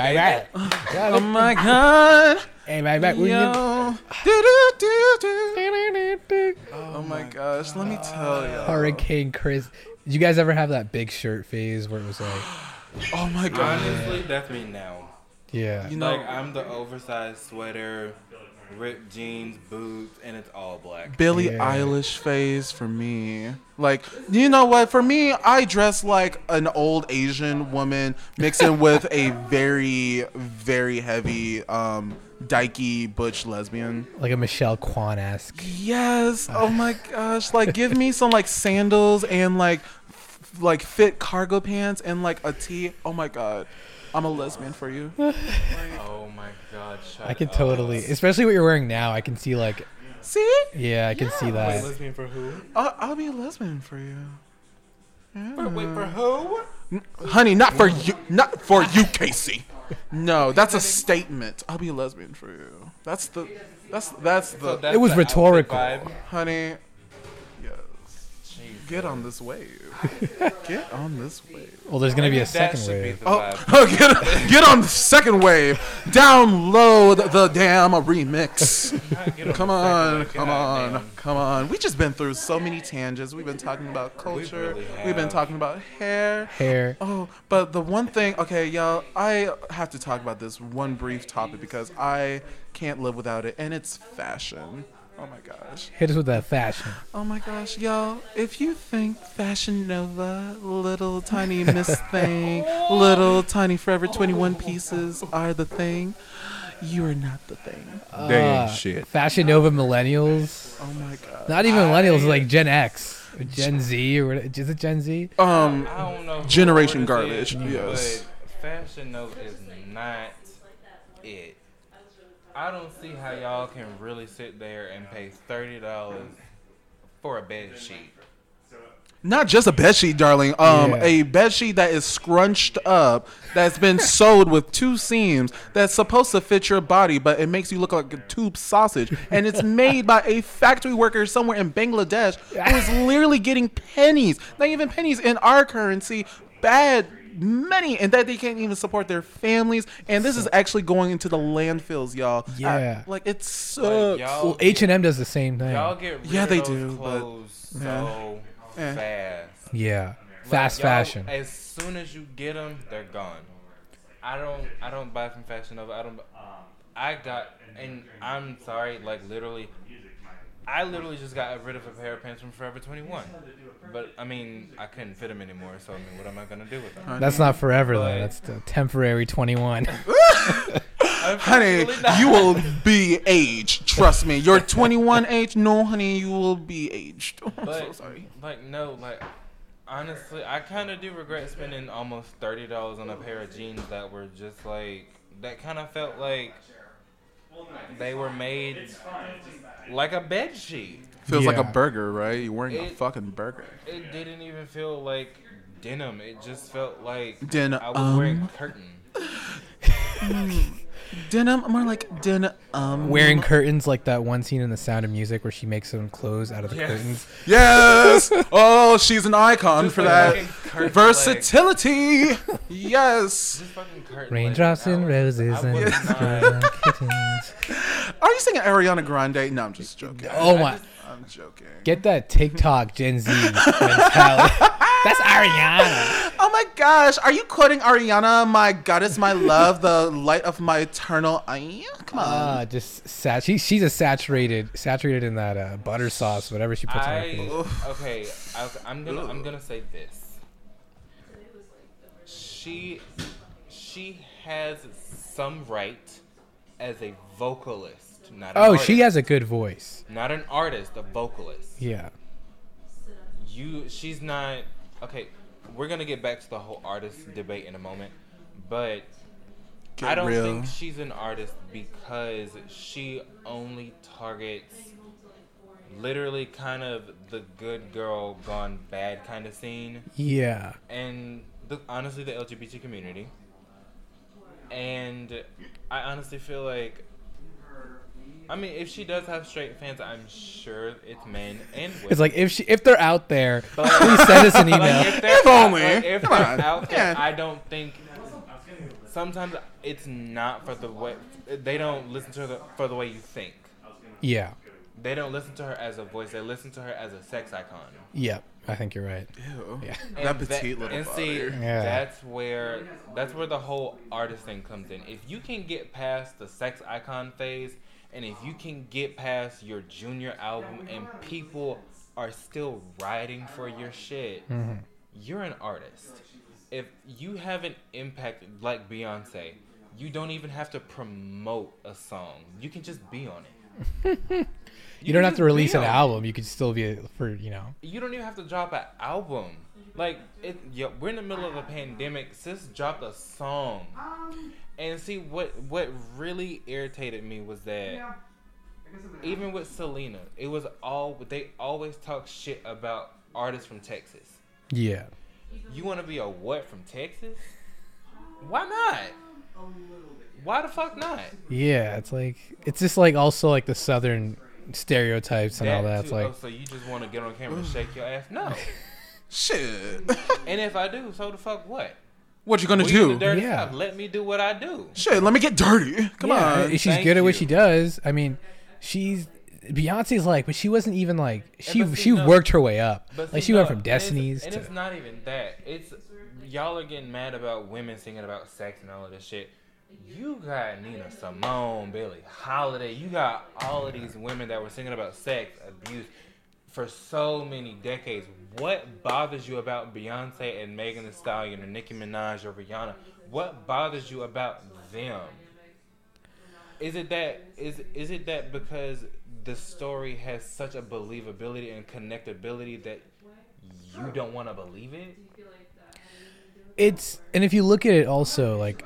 [SPEAKER 1] baby.
[SPEAKER 2] Oh my god,
[SPEAKER 1] Hey baby.
[SPEAKER 2] yo. Do, do, do, do.
[SPEAKER 1] Hurricane
[SPEAKER 2] Oh my gosh, let me tell y'all.
[SPEAKER 1] Chris. Did you guys ever have that big shirt phase where it was like,
[SPEAKER 2] Oh my god.
[SPEAKER 4] Honestly, that's me now.
[SPEAKER 1] yeah,
[SPEAKER 2] You know,
[SPEAKER 4] Like I'm the oversized sweater, ripped jeans, boots, and it's all black.
[SPEAKER 2] Billie
[SPEAKER 1] Yeah.
[SPEAKER 2] Eilish phase for me. Like, you know what? For me, I dress like an old Asian woman mixing with a very, very heavy, um, dykey butch lesbian.
[SPEAKER 1] like a Michelle Kwan esque?
[SPEAKER 2] Yes. Oh my gosh. Like, give me some like sandals and like, f- like fit cargo pants and like a tee. Oh my god. I'm a lesbian for you.
[SPEAKER 4] Oh my god, shut
[SPEAKER 1] I could
[SPEAKER 4] up.
[SPEAKER 1] totally, especially what you're wearing now. I can see like,
[SPEAKER 2] See?
[SPEAKER 1] yeah, I can see
[SPEAKER 4] Wait,
[SPEAKER 1] that.
[SPEAKER 4] lesbian for who?
[SPEAKER 2] I'll, I'll be a lesbian for you.
[SPEAKER 4] Wait, wait for who?
[SPEAKER 2] Honey, not for you, not for you, Casey. No, that's a statement. I'll be a lesbian for you. That's the, that's that's
[SPEAKER 4] So
[SPEAKER 2] the,
[SPEAKER 4] that's
[SPEAKER 1] It was
[SPEAKER 4] the outfit
[SPEAKER 1] rhetorical.
[SPEAKER 4] vibe.
[SPEAKER 2] honey. Yes. Get on this wave. Get on this wave.
[SPEAKER 1] Well, there's gonna be a
[SPEAKER 4] That
[SPEAKER 1] second
[SPEAKER 4] should
[SPEAKER 1] wave.
[SPEAKER 4] Be the
[SPEAKER 2] Oh,
[SPEAKER 4] vibe.
[SPEAKER 2] get get on the second wave. Download the damn remix. Come on, come on, come on. We just been through so many tangents. We've been talking about culture.
[SPEAKER 4] really
[SPEAKER 2] We've been
[SPEAKER 4] have.
[SPEAKER 2] talking about hair.
[SPEAKER 1] Hair.
[SPEAKER 2] Oh, but the one thing, okay, y'all, I have to talk about this one brief topic because I can't live without it, and it's fashion. Oh my gosh.
[SPEAKER 1] Hit us with that fashion.
[SPEAKER 2] Oh my gosh, y'all. If you think Fashion Nova, little tiny Miss Thing, little tiny Forever 21 pieces are the thing, you are not the thing.
[SPEAKER 1] Dang shit. Fashion Nova millennials.
[SPEAKER 2] Oh my god.
[SPEAKER 1] Not even millennials, like Gen X, or Gen Z, or what- is it Gen Z?
[SPEAKER 2] Um,
[SPEAKER 4] I don't know. who
[SPEAKER 2] Generation
[SPEAKER 4] wrote this
[SPEAKER 2] garbage,
[SPEAKER 4] in,
[SPEAKER 2] yes.
[SPEAKER 4] But Fashion Nova is not it. I don't see how y'all can really sit there and pay thirty dollars for a bed sheet.
[SPEAKER 2] Not just a bed sheet, darling. Um,
[SPEAKER 1] Yeah.
[SPEAKER 2] a bed sheet that is scrunched up, that's been sewed with two seams, that's supposed to fit your body, but it makes you look like a tube sausage. And it's made by a factory worker somewhere in Bangladesh who is literally getting pennies, not even pennies in our currency, bad money, and that they can't even support their families. And this is actually going into the landfills, y'all. I-
[SPEAKER 1] Yeah.
[SPEAKER 2] like it
[SPEAKER 4] Like,
[SPEAKER 2] sucks.
[SPEAKER 1] Well,
[SPEAKER 4] y'all,
[SPEAKER 1] H and M does the same thing.
[SPEAKER 4] y'all get rid
[SPEAKER 2] Yeah,
[SPEAKER 4] of
[SPEAKER 2] they
[SPEAKER 4] those
[SPEAKER 2] do, but-
[SPEAKER 4] clothes so
[SPEAKER 2] Eh.
[SPEAKER 4] fast.
[SPEAKER 1] Yeah, fast
[SPEAKER 4] Y'all-
[SPEAKER 1] fashion.
[SPEAKER 4] As soon as you get them, they're gone. I don't. I don't buy from Fashion Nova. I don't. I got, and I'm sorry. Like literally, I literally just got rid of a pair of pants from Forever 21. But I mean, I couldn't fit them anymore. So I mean, what am I gonna do with them?
[SPEAKER 1] That's not forever though. That's the temporary 21.
[SPEAKER 2] Honey,
[SPEAKER 4] Unfortunately not.
[SPEAKER 2] you will be aged. Trust me. You're 21 age. No, honey, you will be aged. I'm
[SPEAKER 4] But
[SPEAKER 2] so sorry.
[SPEAKER 4] like no, like honestly, I kind of do regret spending almost thirty dollars on a pair of jeans that were just like that. Kind of felt like they were made like a bed sheet.
[SPEAKER 2] Feels like a
[SPEAKER 1] Yeah.
[SPEAKER 2] burger, right? You're wearing a
[SPEAKER 4] It-
[SPEAKER 2] fucking burger.
[SPEAKER 4] It didn't even feel like denim. It just felt like
[SPEAKER 2] Denim.
[SPEAKER 4] I was wearing curtain.
[SPEAKER 2] Denim, more like denim. um,
[SPEAKER 1] Wearing curtains like that one scene in The Sound of Music where she makes them clothes out of the curtains.
[SPEAKER 2] Yes. Oh, she's an icon for
[SPEAKER 4] like
[SPEAKER 2] that
[SPEAKER 4] fucking curtain
[SPEAKER 2] versatility. yes.
[SPEAKER 4] Just fucking curtain
[SPEAKER 1] Raindrops
[SPEAKER 4] leg.
[SPEAKER 1] and roses
[SPEAKER 4] I
[SPEAKER 1] and
[SPEAKER 4] wouldn't
[SPEAKER 1] brown kittens.
[SPEAKER 2] Are you singing Ariana Grande? No, I'm just joking.
[SPEAKER 1] Oh my!
[SPEAKER 2] I'm joking.
[SPEAKER 1] Get that TikTok Gen Z mentality. That's Ariana.
[SPEAKER 2] Oh my gosh, are you quoting Ariana? My goddess, my love, the light of my eternal eye. Come on.
[SPEAKER 1] Uh, just sat. She, she's a saturated, saturated in that uh, butter sauce, whatever she puts on her face.
[SPEAKER 4] I, okay, I, I'm gonna I'm gonna say this. She she has some right as a vocalist, not an
[SPEAKER 1] Oh,
[SPEAKER 4] artist.
[SPEAKER 1] she has a good voice.
[SPEAKER 4] not an artist, a vocalist.
[SPEAKER 1] Yeah.
[SPEAKER 4] You she's not okay. We're gonna get back to the whole artist debate in a moment, but I don't
[SPEAKER 2] real.
[SPEAKER 4] think she's an artist because she only targets literally kind of the good girl gone bad kind of scene
[SPEAKER 1] Yeah.
[SPEAKER 4] and the, honestly the LGBT community. And I honestly feel like I mean if she does have straight fans, I'm sure it's men and women.
[SPEAKER 1] It's like if she, if they're out there,
[SPEAKER 4] But-
[SPEAKER 1] please send us an
[SPEAKER 4] Like,
[SPEAKER 1] email.
[SPEAKER 4] if they're
[SPEAKER 2] If only.
[SPEAKER 4] Out, like, if
[SPEAKER 2] Come
[SPEAKER 4] they're
[SPEAKER 2] on.
[SPEAKER 4] out there,
[SPEAKER 2] Yeah.
[SPEAKER 4] I don't think. Sometimes it's not for the way they don't listen to her the, for the way you think.
[SPEAKER 1] Yeah.
[SPEAKER 4] They don't listen to her as a voice. They listen to her as a sex icon.
[SPEAKER 1] Yeah. I think you're right.
[SPEAKER 2] Ew.
[SPEAKER 1] Yeah.
[SPEAKER 4] And
[SPEAKER 2] That petite little
[SPEAKER 4] and see,
[SPEAKER 2] body.
[SPEAKER 1] Yeah.
[SPEAKER 4] that's where that's where the whole artist thing comes in. If you can get past the sex icon phase, and if you can get past your junior album, and people are still riding for your shit,
[SPEAKER 1] Mm-hmm.
[SPEAKER 4] you're an artist. If you have an impact like Beyonce, you don't even have to promote a song. You can just be on it.
[SPEAKER 1] You, don't
[SPEAKER 4] can
[SPEAKER 1] have
[SPEAKER 4] just
[SPEAKER 1] to
[SPEAKER 4] be
[SPEAKER 1] release an
[SPEAKER 4] on it
[SPEAKER 1] album. You could still be a, for you know.
[SPEAKER 4] you don't even have to drop an album. Like it, yeah, we're in the middle of a pandemic. Sis dropped a song, and see what what really irritated me was that even with Selena, it was all they always talk shit about artists from Texas.
[SPEAKER 1] Yeah.
[SPEAKER 4] You want to be a what from Texas? Why not? Why the fuck not?
[SPEAKER 1] Yeah. It's like it's just like also like the southern stereotypes and all that. It's
[SPEAKER 4] too-
[SPEAKER 1] like
[SPEAKER 4] oh, so you just want to get on camera and shake your ass? No.
[SPEAKER 2] Shit.
[SPEAKER 4] and if I do, so the fuck what?
[SPEAKER 2] what you gonna
[SPEAKER 4] We the
[SPEAKER 2] do?
[SPEAKER 4] dirty
[SPEAKER 1] Yeah.
[SPEAKER 4] South. Let me do what I do.
[SPEAKER 2] Shit, let me get dirty. Come
[SPEAKER 1] yeah,
[SPEAKER 2] on.
[SPEAKER 1] she's
[SPEAKER 4] Thank
[SPEAKER 1] good at what
[SPEAKER 4] you.
[SPEAKER 1] she does. I mean, she's Beyonce's like, but she wasn't even like she
[SPEAKER 4] but see,
[SPEAKER 1] she
[SPEAKER 4] no.
[SPEAKER 1] worked her way up.
[SPEAKER 4] But
[SPEAKER 1] like
[SPEAKER 4] see,
[SPEAKER 1] she went
[SPEAKER 4] no,
[SPEAKER 1] from
[SPEAKER 4] and it's-
[SPEAKER 1] Destiny's
[SPEAKER 4] And
[SPEAKER 1] to
[SPEAKER 4] it's not even that. It's y'all are getting mad about women singing about sex and all of this shit. You got Nina Simone, Billie Holiday. You got all of these women that were singing about sex abuse for so many decades. What bothers you about Beyonce and Megan Thee Stallion or Nicki Minaj or Rihanna? What bothers you about them? Is it that is is it that because the story has such a believability and connectability that you don't want to believe it?
[SPEAKER 1] it's and if you look at it also like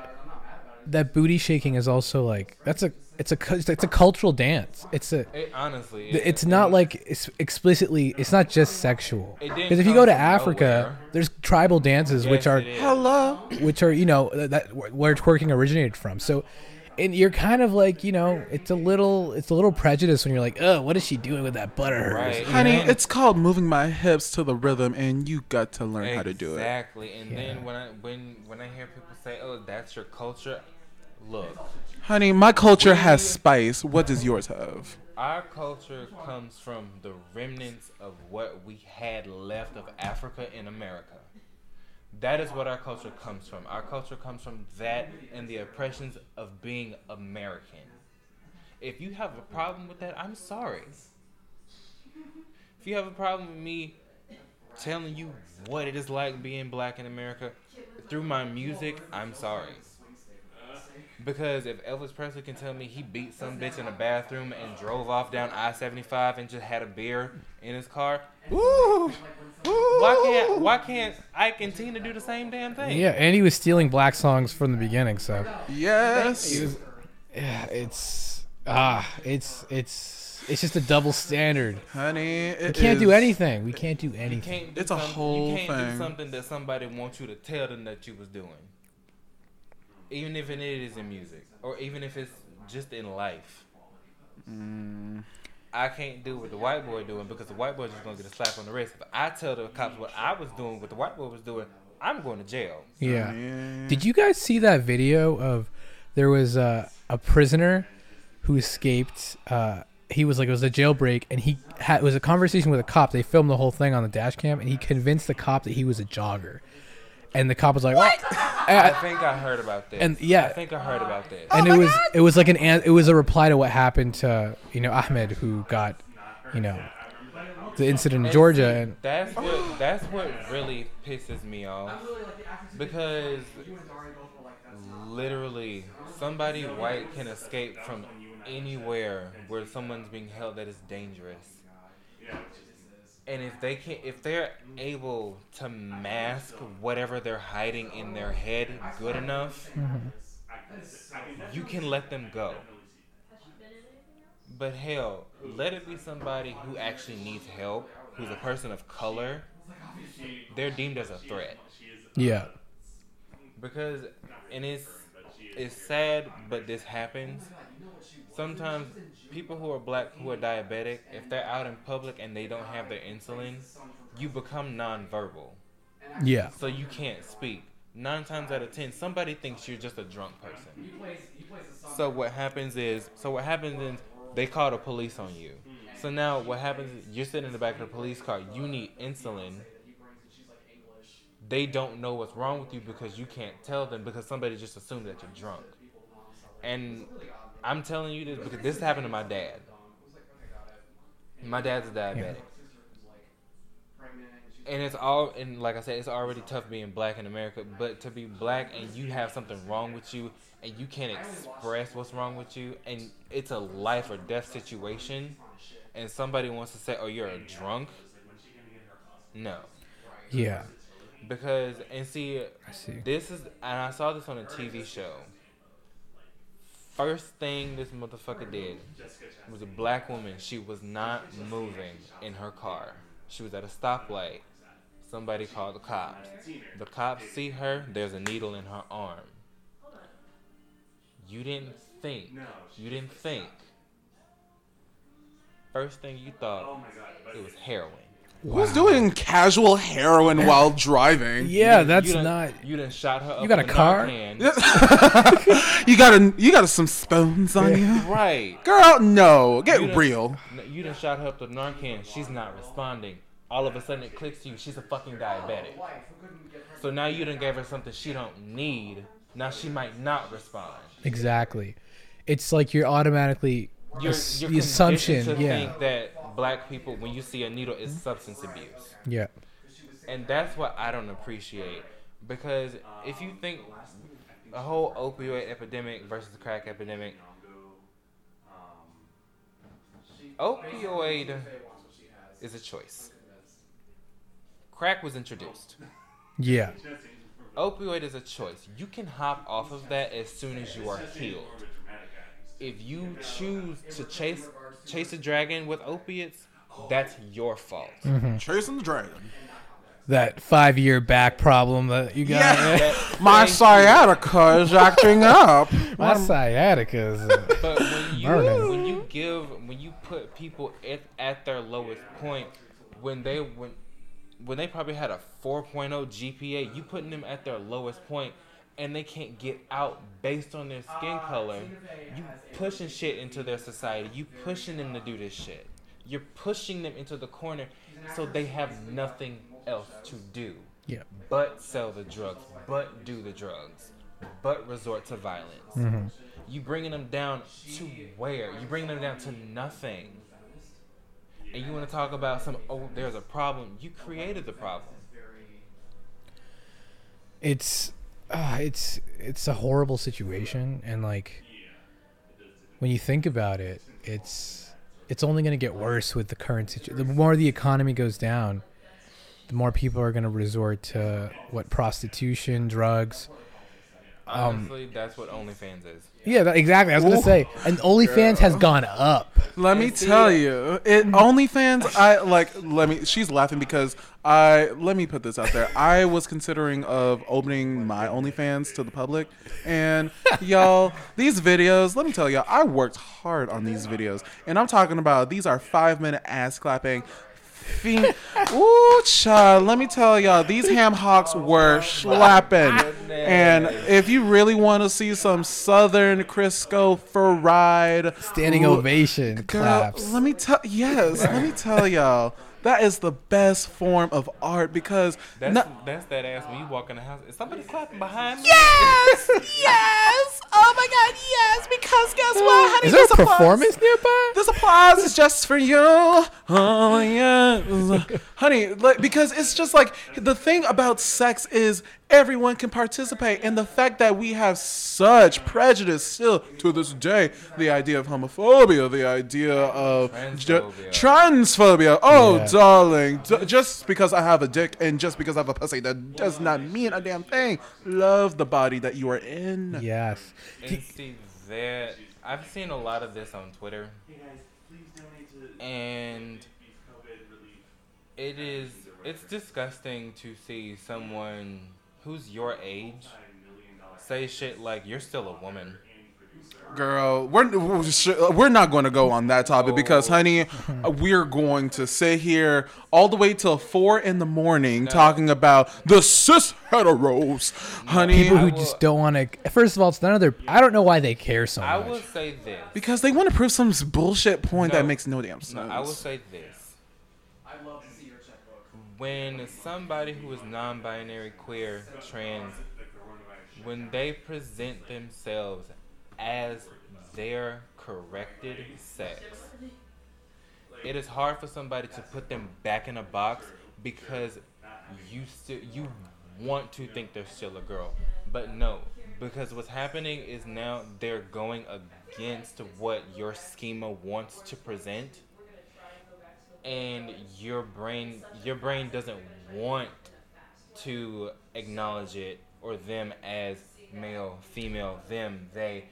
[SPEAKER 1] that booty shaking is also like that's a it's a cu- it's a cultural dance. It's a
[SPEAKER 4] It honestly, it-
[SPEAKER 1] it's
[SPEAKER 4] it-
[SPEAKER 1] not like it's explicitly it's not just sexual
[SPEAKER 4] It didn't
[SPEAKER 1] because if you
[SPEAKER 4] come
[SPEAKER 1] go to
[SPEAKER 4] from
[SPEAKER 1] africa
[SPEAKER 4] nowhere.
[SPEAKER 1] there's tribal dances which
[SPEAKER 4] Yes,
[SPEAKER 1] are
[SPEAKER 4] it is.
[SPEAKER 2] Hello.
[SPEAKER 1] which are you know th- that where twerking originated from. So, and you're kind of like you know it's a little it's a little prejudice when you're like, oh, what is she doing with that butt of hers?
[SPEAKER 4] right,
[SPEAKER 2] Honey,
[SPEAKER 4] And-
[SPEAKER 2] it's called moving my hips to the rhythm, and you got to learn how to do it.
[SPEAKER 4] exactly. And then when I when when I hear people say, "Oh, that's your culture," look,
[SPEAKER 2] Honey, my culture has spice. What does yours have?
[SPEAKER 4] our culture comes from the remnants of what we had left of Africa in America. That is what our culture comes from. Our culture comes from that and the oppressions of being American. If you have a problem with that, I'm sorry. If you have a problem with me telling you what it is like being black in America through my music, I'm sorry. Because if Elvis Presley can tell me he beat some bitch in a bathroom and drove off down I seventy five and just had a beer in his car,
[SPEAKER 2] Ooh.
[SPEAKER 4] why can't why can't Ike and Tina do the same damn thing?
[SPEAKER 1] Yeah, and he was stealing black songs from the beginning. So,
[SPEAKER 2] Yes.
[SPEAKER 1] yeah, it's ah, it's it's it's just a double standard.
[SPEAKER 2] Honey, it
[SPEAKER 1] We can't do
[SPEAKER 2] is-
[SPEAKER 1] anything. We can't do
[SPEAKER 4] You
[SPEAKER 1] anything.
[SPEAKER 4] can't do
[SPEAKER 2] It's a
[SPEAKER 4] something-
[SPEAKER 2] whole
[SPEAKER 4] You can't
[SPEAKER 2] thing.
[SPEAKER 4] do something that somebody wants you to tell them that you was doing. even if it is in music, or even if it's just in life.
[SPEAKER 2] Mm.
[SPEAKER 4] I can't do what the white boy doing because the white boy just gonna get a slap on the wrist. If I tell the cops what I was doing, what the white boy was doing, I'm going to jail.
[SPEAKER 1] Yeah.
[SPEAKER 2] Yeah.
[SPEAKER 1] Did you guys see that video of there was a, a prisoner who escaped? Uh, he was like, it was a jailbreak, and he had it was a conversation with a cop. They filmed the whole thing on the dash cam, and he convinced the cop that he was a jogger. And the cop was like, what?
[SPEAKER 4] I think I heard about this.
[SPEAKER 1] And- yeah. Oh,
[SPEAKER 4] I think I heard about this.
[SPEAKER 1] and it was it was like an, an it was a reply to what happened to you know Ahmed who got you know the incident in
[SPEAKER 4] And
[SPEAKER 1] Georgia
[SPEAKER 4] see,
[SPEAKER 1] and
[SPEAKER 4] that's what that's what really pisses me off because literally somebody white can escape from anywhere where someone's being held that is dangerous. And if they can if they're able to mask whatever they're hiding in their head good enough,
[SPEAKER 1] Mm-hmm.
[SPEAKER 4] you can let them go. But hell, let it be somebody who actually needs help, who's a person of color. They're deemed as a threat
[SPEAKER 1] yeah
[SPEAKER 4] because, and it's it's sad, but this happens. Sometimes people who are black who are diabetic, if they're out in public and they don't have their insulin, you become nonverbal,
[SPEAKER 1] yeah
[SPEAKER 4] so you can't speak. Nine times out of ten, somebody thinks you're just a drunk person. So what happens is, so what happens is they call the police on you. So now what happens is you're sitting in the back of the police car. You need insulin. They don't know what's wrong with you because you can't tell them because somebody just assumed that you're drunk. And I'm telling you this because this happened to my dad. My dad's a diabetic. And it's all and like I said, it's already tough being black in America, but to be black and you have something wrong with you and you can't express what's wrong with you and it's a life or death situation and somebody wants to say, Oh, you're a drunk No.
[SPEAKER 1] yeah
[SPEAKER 4] Because and see
[SPEAKER 1] I see
[SPEAKER 4] this is, and I saw this on a TV show. First thing this motherfucker did was a black woman. She was not moving in her car. She was at a stoplight. Somebody called the cops. The cops see her. There's a needle in her arm. You didn't think. You didn't think. First thing you thought, it was heroin.
[SPEAKER 2] Who's doing casual heroin while driving?
[SPEAKER 1] yeah that's
[SPEAKER 4] you done,
[SPEAKER 1] not
[SPEAKER 4] You done shot her. Up
[SPEAKER 1] got
[SPEAKER 4] with
[SPEAKER 1] a car?
[SPEAKER 4] Narcan.
[SPEAKER 2] You got a, you got some spoons on you,
[SPEAKER 4] Right.
[SPEAKER 2] girl. No,
[SPEAKER 4] You
[SPEAKER 2] get
[SPEAKER 4] done-
[SPEAKER 2] real.
[SPEAKER 4] n- You done shot her up to Narcan. She's not responding. All of a sudden, it clicks to you. She's a fucking diabetic. So now you done gave her something she don't need. Now she might not respond.
[SPEAKER 1] exactly it's like you're automatically
[SPEAKER 4] You're,
[SPEAKER 1] ass-
[SPEAKER 4] you're
[SPEAKER 1] the assumption
[SPEAKER 4] conditioned to
[SPEAKER 1] yeah
[SPEAKER 4] think that black people, when you see a needle, is substance abuse.
[SPEAKER 1] yeah
[SPEAKER 4] And that's what I don't appreciate. Because if you think the whole opioid epidemic versus the crack epidemic, opioid is a choice. Crack was introduced.
[SPEAKER 1] yeah
[SPEAKER 4] Opioid is a choice. You can hop off of that as soon as you are healed. If you choose to chase chase a dragon with opiates, that's your fault.
[SPEAKER 2] Chasing the dragon.
[SPEAKER 1] that five year back problem that you got
[SPEAKER 2] Yeah.
[SPEAKER 4] That-
[SPEAKER 2] My
[SPEAKER 4] thank you.
[SPEAKER 2] sciatica is acting up.
[SPEAKER 1] my sciatica is uh,
[SPEAKER 4] But when you
[SPEAKER 1] Burning.
[SPEAKER 4] when you give when you put people at, at their lowest point, when they when when they probably had a 4.0 GPA, you putting them at their lowest point and they can't get out based on their skin color. You pushing shit into their society. You pushing them to do this shit. You're pushing them into the corner so they have nothing else to do
[SPEAKER 1] yeah
[SPEAKER 4] but sell the drugs, but do the drugs, but resort to violence. You bringing them down to where? You bringing them down to nothing. And you want to talk about some? Oh, there's a problem. You created the problem.
[SPEAKER 1] it's uh, it's it's a horrible situation and like when you think about it it's it's only going to get worse with the current situation the more the economy goes down the more people are going to resort to what prostitution drugs
[SPEAKER 4] Honestly, that's what OnlyFans is.
[SPEAKER 1] Yeah, that- exactly. I was gonna say, and OnlyFans has gone up.
[SPEAKER 2] Let me tell you, it OnlyFans. I like. Let me. She's laughing because I. Let me put this out there. I was considering of opening my OnlyFans to the public, and y'all, these videos. Let me tell y'all, I worked hard on these videos, and I'm talking about these are five minute ass clapping. Fiend. Ooh, child. Let me tell y'all, these ham hocks were slapping. And if you really want to see some Southern Crisco fried
[SPEAKER 1] Standing
[SPEAKER 2] Ooh,
[SPEAKER 1] ovation, claps.
[SPEAKER 2] let me tell. Yes, let me tell y'all. That is the best form of art because
[SPEAKER 4] That's,
[SPEAKER 2] no-
[SPEAKER 4] that's that ass when you walk in the house. Is somebody clapping behind me?
[SPEAKER 2] yes, yes. Oh my God, yes. Because guess what, honey?
[SPEAKER 1] Is there
[SPEAKER 2] This
[SPEAKER 1] a
[SPEAKER 2] applause-
[SPEAKER 1] performance nearby?
[SPEAKER 2] This applause is just for you. Oh yes, honey. Like, because it's just like the thing about sex is everyone can participate, and the fact that we have such prejudice still to this day, the idea of homophobia, the idea of ju-
[SPEAKER 4] Transphobia.
[SPEAKER 2] transphobia. Oh,
[SPEAKER 1] Yeah.
[SPEAKER 2] darling, d- just because I have a dick and just because I have a pussy, that does not mean a damn thing. Love the body that you are in.
[SPEAKER 1] Yes.
[SPEAKER 4] And see that I've seen a lot of this on Twitter. And it is it's disgusting to see someone who's your age say shit like you're still a woman.
[SPEAKER 2] Girl, we're we're not going to go on that
[SPEAKER 4] Oh.
[SPEAKER 2] topic because, honey, we're going to sit here all the way till four in the morning talking about the cis heteros, honey,
[SPEAKER 1] People who
[SPEAKER 4] will-
[SPEAKER 1] just don't want to. First of all, it's none of their. I don't know why they care so
[SPEAKER 4] I
[SPEAKER 1] much.
[SPEAKER 4] will say this.
[SPEAKER 2] because they want to prove some bullshit point that
[SPEAKER 4] No.
[SPEAKER 2] makes no damn sense.
[SPEAKER 4] No, I will say this. When somebody who is non binary, queer, trans, when they present themselves as their corrected sex, it is hard for somebody to put them back in a box because you still you want to think they're still a girl, but no, because what's happening is now they're going against what your schema wants to present, and your brain your brain doesn't want to acknowledge it or them as male, female, them, they.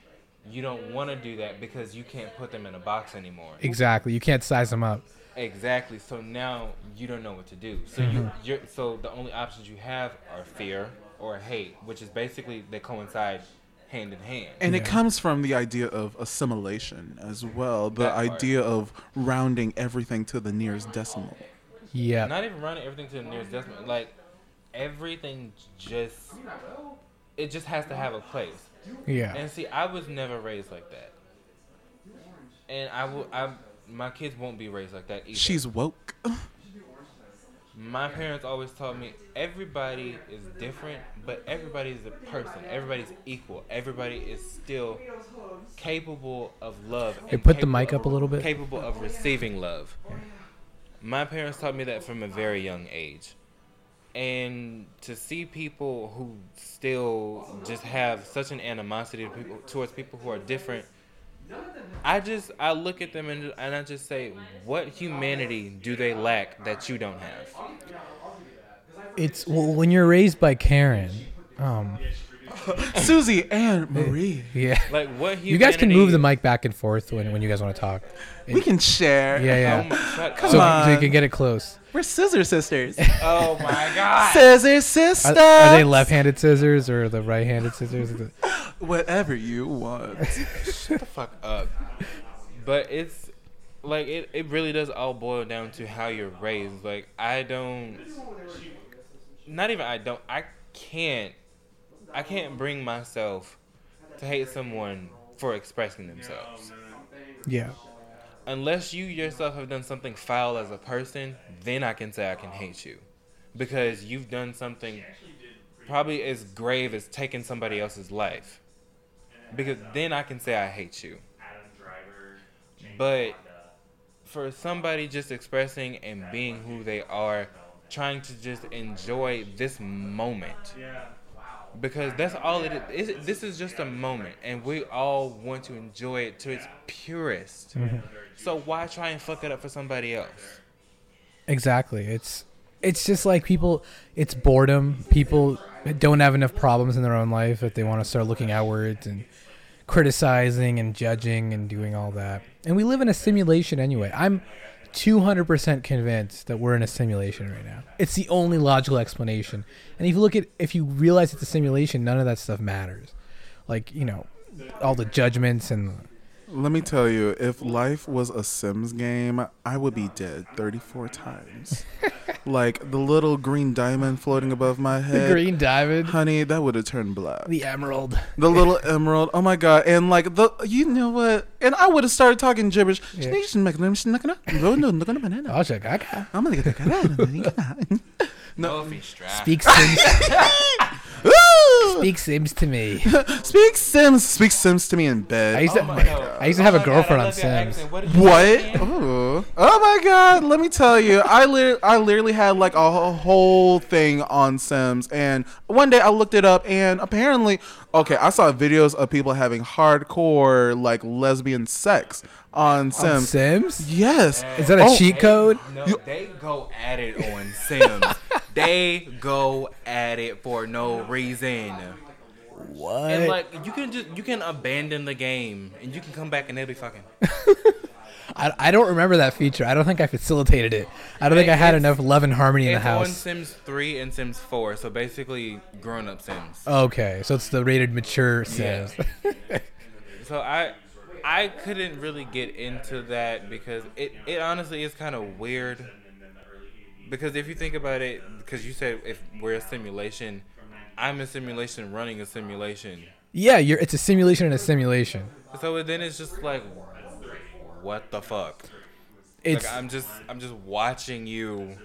[SPEAKER 4] You don't want to do that because you can't put them in a box anymore.
[SPEAKER 1] exactly. You can't size them up.
[SPEAKER 4] Exactly. So now you don't know what to do. So you,
[SPEAKER 2] Mm-hmm.
[SPEAKER 4] you're so the only options you have are fear or hate, which is basically they coincide hand in hand.
[SPEAKER 2] And it comes from the idea of assimilation as well, the
[SPEAKER 4] That part.
[SPEAKER 2] idea of rounding everything to the nearest decimal.
[SPEAKER 1] Yeah.
[SPEAKER 4] Not even running everything to the nearest decimal. Like everything just it just has to have a place.
[SPEAKER 1] Yeah.
[SPEAKER 4] And see, I was never raised like that. And I will. I my kids won't be raised like that either.
[SPEAKER 2] She's woke.
[SPEAKER 4] My parents always taught me everybody is different, but everybody is a person. Everybody's equal. Everybody is still capable of love.
[SPEAKER 1] Hey,
[SPEAKER 4] and
[SPEAKER 1] put the
[SPEAKER 4] capable
[SPEAKER 1] mic up a little bit.
[SPEAKER 4] Capable of receiving love. My parents taught me that from a very young age. And to see people who still just have such an animosity to people, towards people who are different, I just I look at them and, and I just say, what humanity do they lack that you don't have?
[SPEAKER 1] It's well, when you're raised by Karen. Um.
[SPEAKER 2] Susie and Marie.
[SPEAKER 1] Yeah.
[SPEAKER 4] Like what humanity?
[SPEAKER 1] You guys can move the mic back and forth when, when you guys want to talk.
[SPEAKER 2] We can share.
[SPEAKER 1] Yeah,
[SPEAKER 4] Oh
[SPEAKER 1] yeah.
[SPEAKER 4] my, shut
[SPEAKER 1] So,
[SPEAKER 4] up.
[SPEAKER 1] so you
[SPEAKER 2] on.
[SPEAKER 1] can get it close.
[SPEAKER 2] We're scissor sisters.
[SPEAKER 4] oh my god!
[SPEAKER 2] scissor sisters.
[SPEAKER 1] Are, are they left-handed scissors or the right-handed scissors?
[SPEAKER 2] Whatever you want.
[SPEAKER 4] Fuck up. But it's like it, it really does all boil down to how you're raised. Like I don't. Not even I don't. I can't. I can't bring myself to hate someone for expressing themselves.
[SPEAKER 1] Yeah.
[SPEAKER 4] unless you yourself have done something foul as a person, then I can say I can hate you. Because you've done something probably as grave as taking somebody else's life. Because then I can say I hate you. But for somebody just expressing and being who they are, trying to just enjoy this moment. Because that's all it is. It's- This is just a moment, and we all want to enjoy it to its purest. So why try and fuck it up for somebody else?
[SPEAKER 1] Exactly. It's it's just like people. It's boredom. People that don't have enough problems in their own life that they want to start looking outwards and criticizing and judging and doing all that. And we live in a simulation anyway. I'm 200% convinced that we're in a simulation right now. It's the only logical explanation. And if you look at if you realize it's a simulation, none of that stuff matters. Like, you know, all the judgments and
[SPEAKER 2] Let me tell you, if life was a Sims game, I would be dead 34 times. like the little green diamond floating above my head.
[SPEAKER 1] diamond,
[SPEAKER 2] Honey, that would have turned black.
[SPEAKER 1] the emerald.
[SPEAKER 2] The little emerald. Oh my god. And like the you know what? And I would have started talking gibberish.
[SPEAKER 1] Yeah.
[SPEAKER 2] I'm
[SPEAKER 1] Oh, check. I got
[SPEAKER 2] gonna get that. No.
[SPEAKER 4] Buffy Strap.
[SPEAKER 1] Speak Sims.
[SPEAKER 2] Ooh!
[SPEAKER 1] speak Sims to me.
[SPEAKER 2] Speak Sims. Speak Sims to me in
[SPEAKER 1] I
[SPEAKER 2] bed.
[SPEAKER 1] used to,
[SPEAKER 4] Oh my God.
[SPEAKER 1] I used to have a
[SPEAKER 4] Oh my God, I
[SPEAKER 1] girlfriend on
[SPEAKER 4] love your
[SPEAKER 1] Sims.
[SPEAKER 4] accent. What? did you
[SPEAKER 2] What?
[SPEAKER 4] say again?
[SPEAKER 2] Ooh. Oh my god. Let me tell you. I lit I literally had like a wh- whole thing on Sims and one day I looked it up and apparently okay, I saw videos of people having hardcore like lesbian sex on
[SPEAKER 1] On
[SPEAKER 2] Sims.
[SPEAKER 1] Sims?
[SPEAKER 2] Yes.
[SPEAKER 1] Is that a
[SPEAKER 2] Oh.
[SPEAKER 1] cheat code?
[SPEAKER 4] No, they go at it on Sims. they go at it for no reason. And
[SPEAKER 1] What?
[SPEAKER 4] like you can just you can abandon the game and you can come back and they'll be fucking.
[SPEAKER 1] I, I don't remember that feature. I don't think I facilitated it. I don't think I had
[SPEAKER 4] It's-
[SPEAKER 1] enough love and harmony in the
[SPEAKER 4] It's on
[SPEAKER 1] house.
[SPEAKER 4] Sims 3 and Sims 4, so basically grown up Sims.
[SPEAKER 1] Okay, so it's the rated mature Sims.
[SPEAKER 4] So I I couldn't really get into that because it, it honestly is kind of weird. Because if you think about it, because you said if we're a simulation, I'm a simulation running a simulation.
[SPEAKER 1] yeah, you're. It's a simulation and a simulation.
[SPEAKER 4] So then it's just like, what the fuck?
[SPEAKER 1] It's
[SPEAKER 4] like I'm just I'm just watching you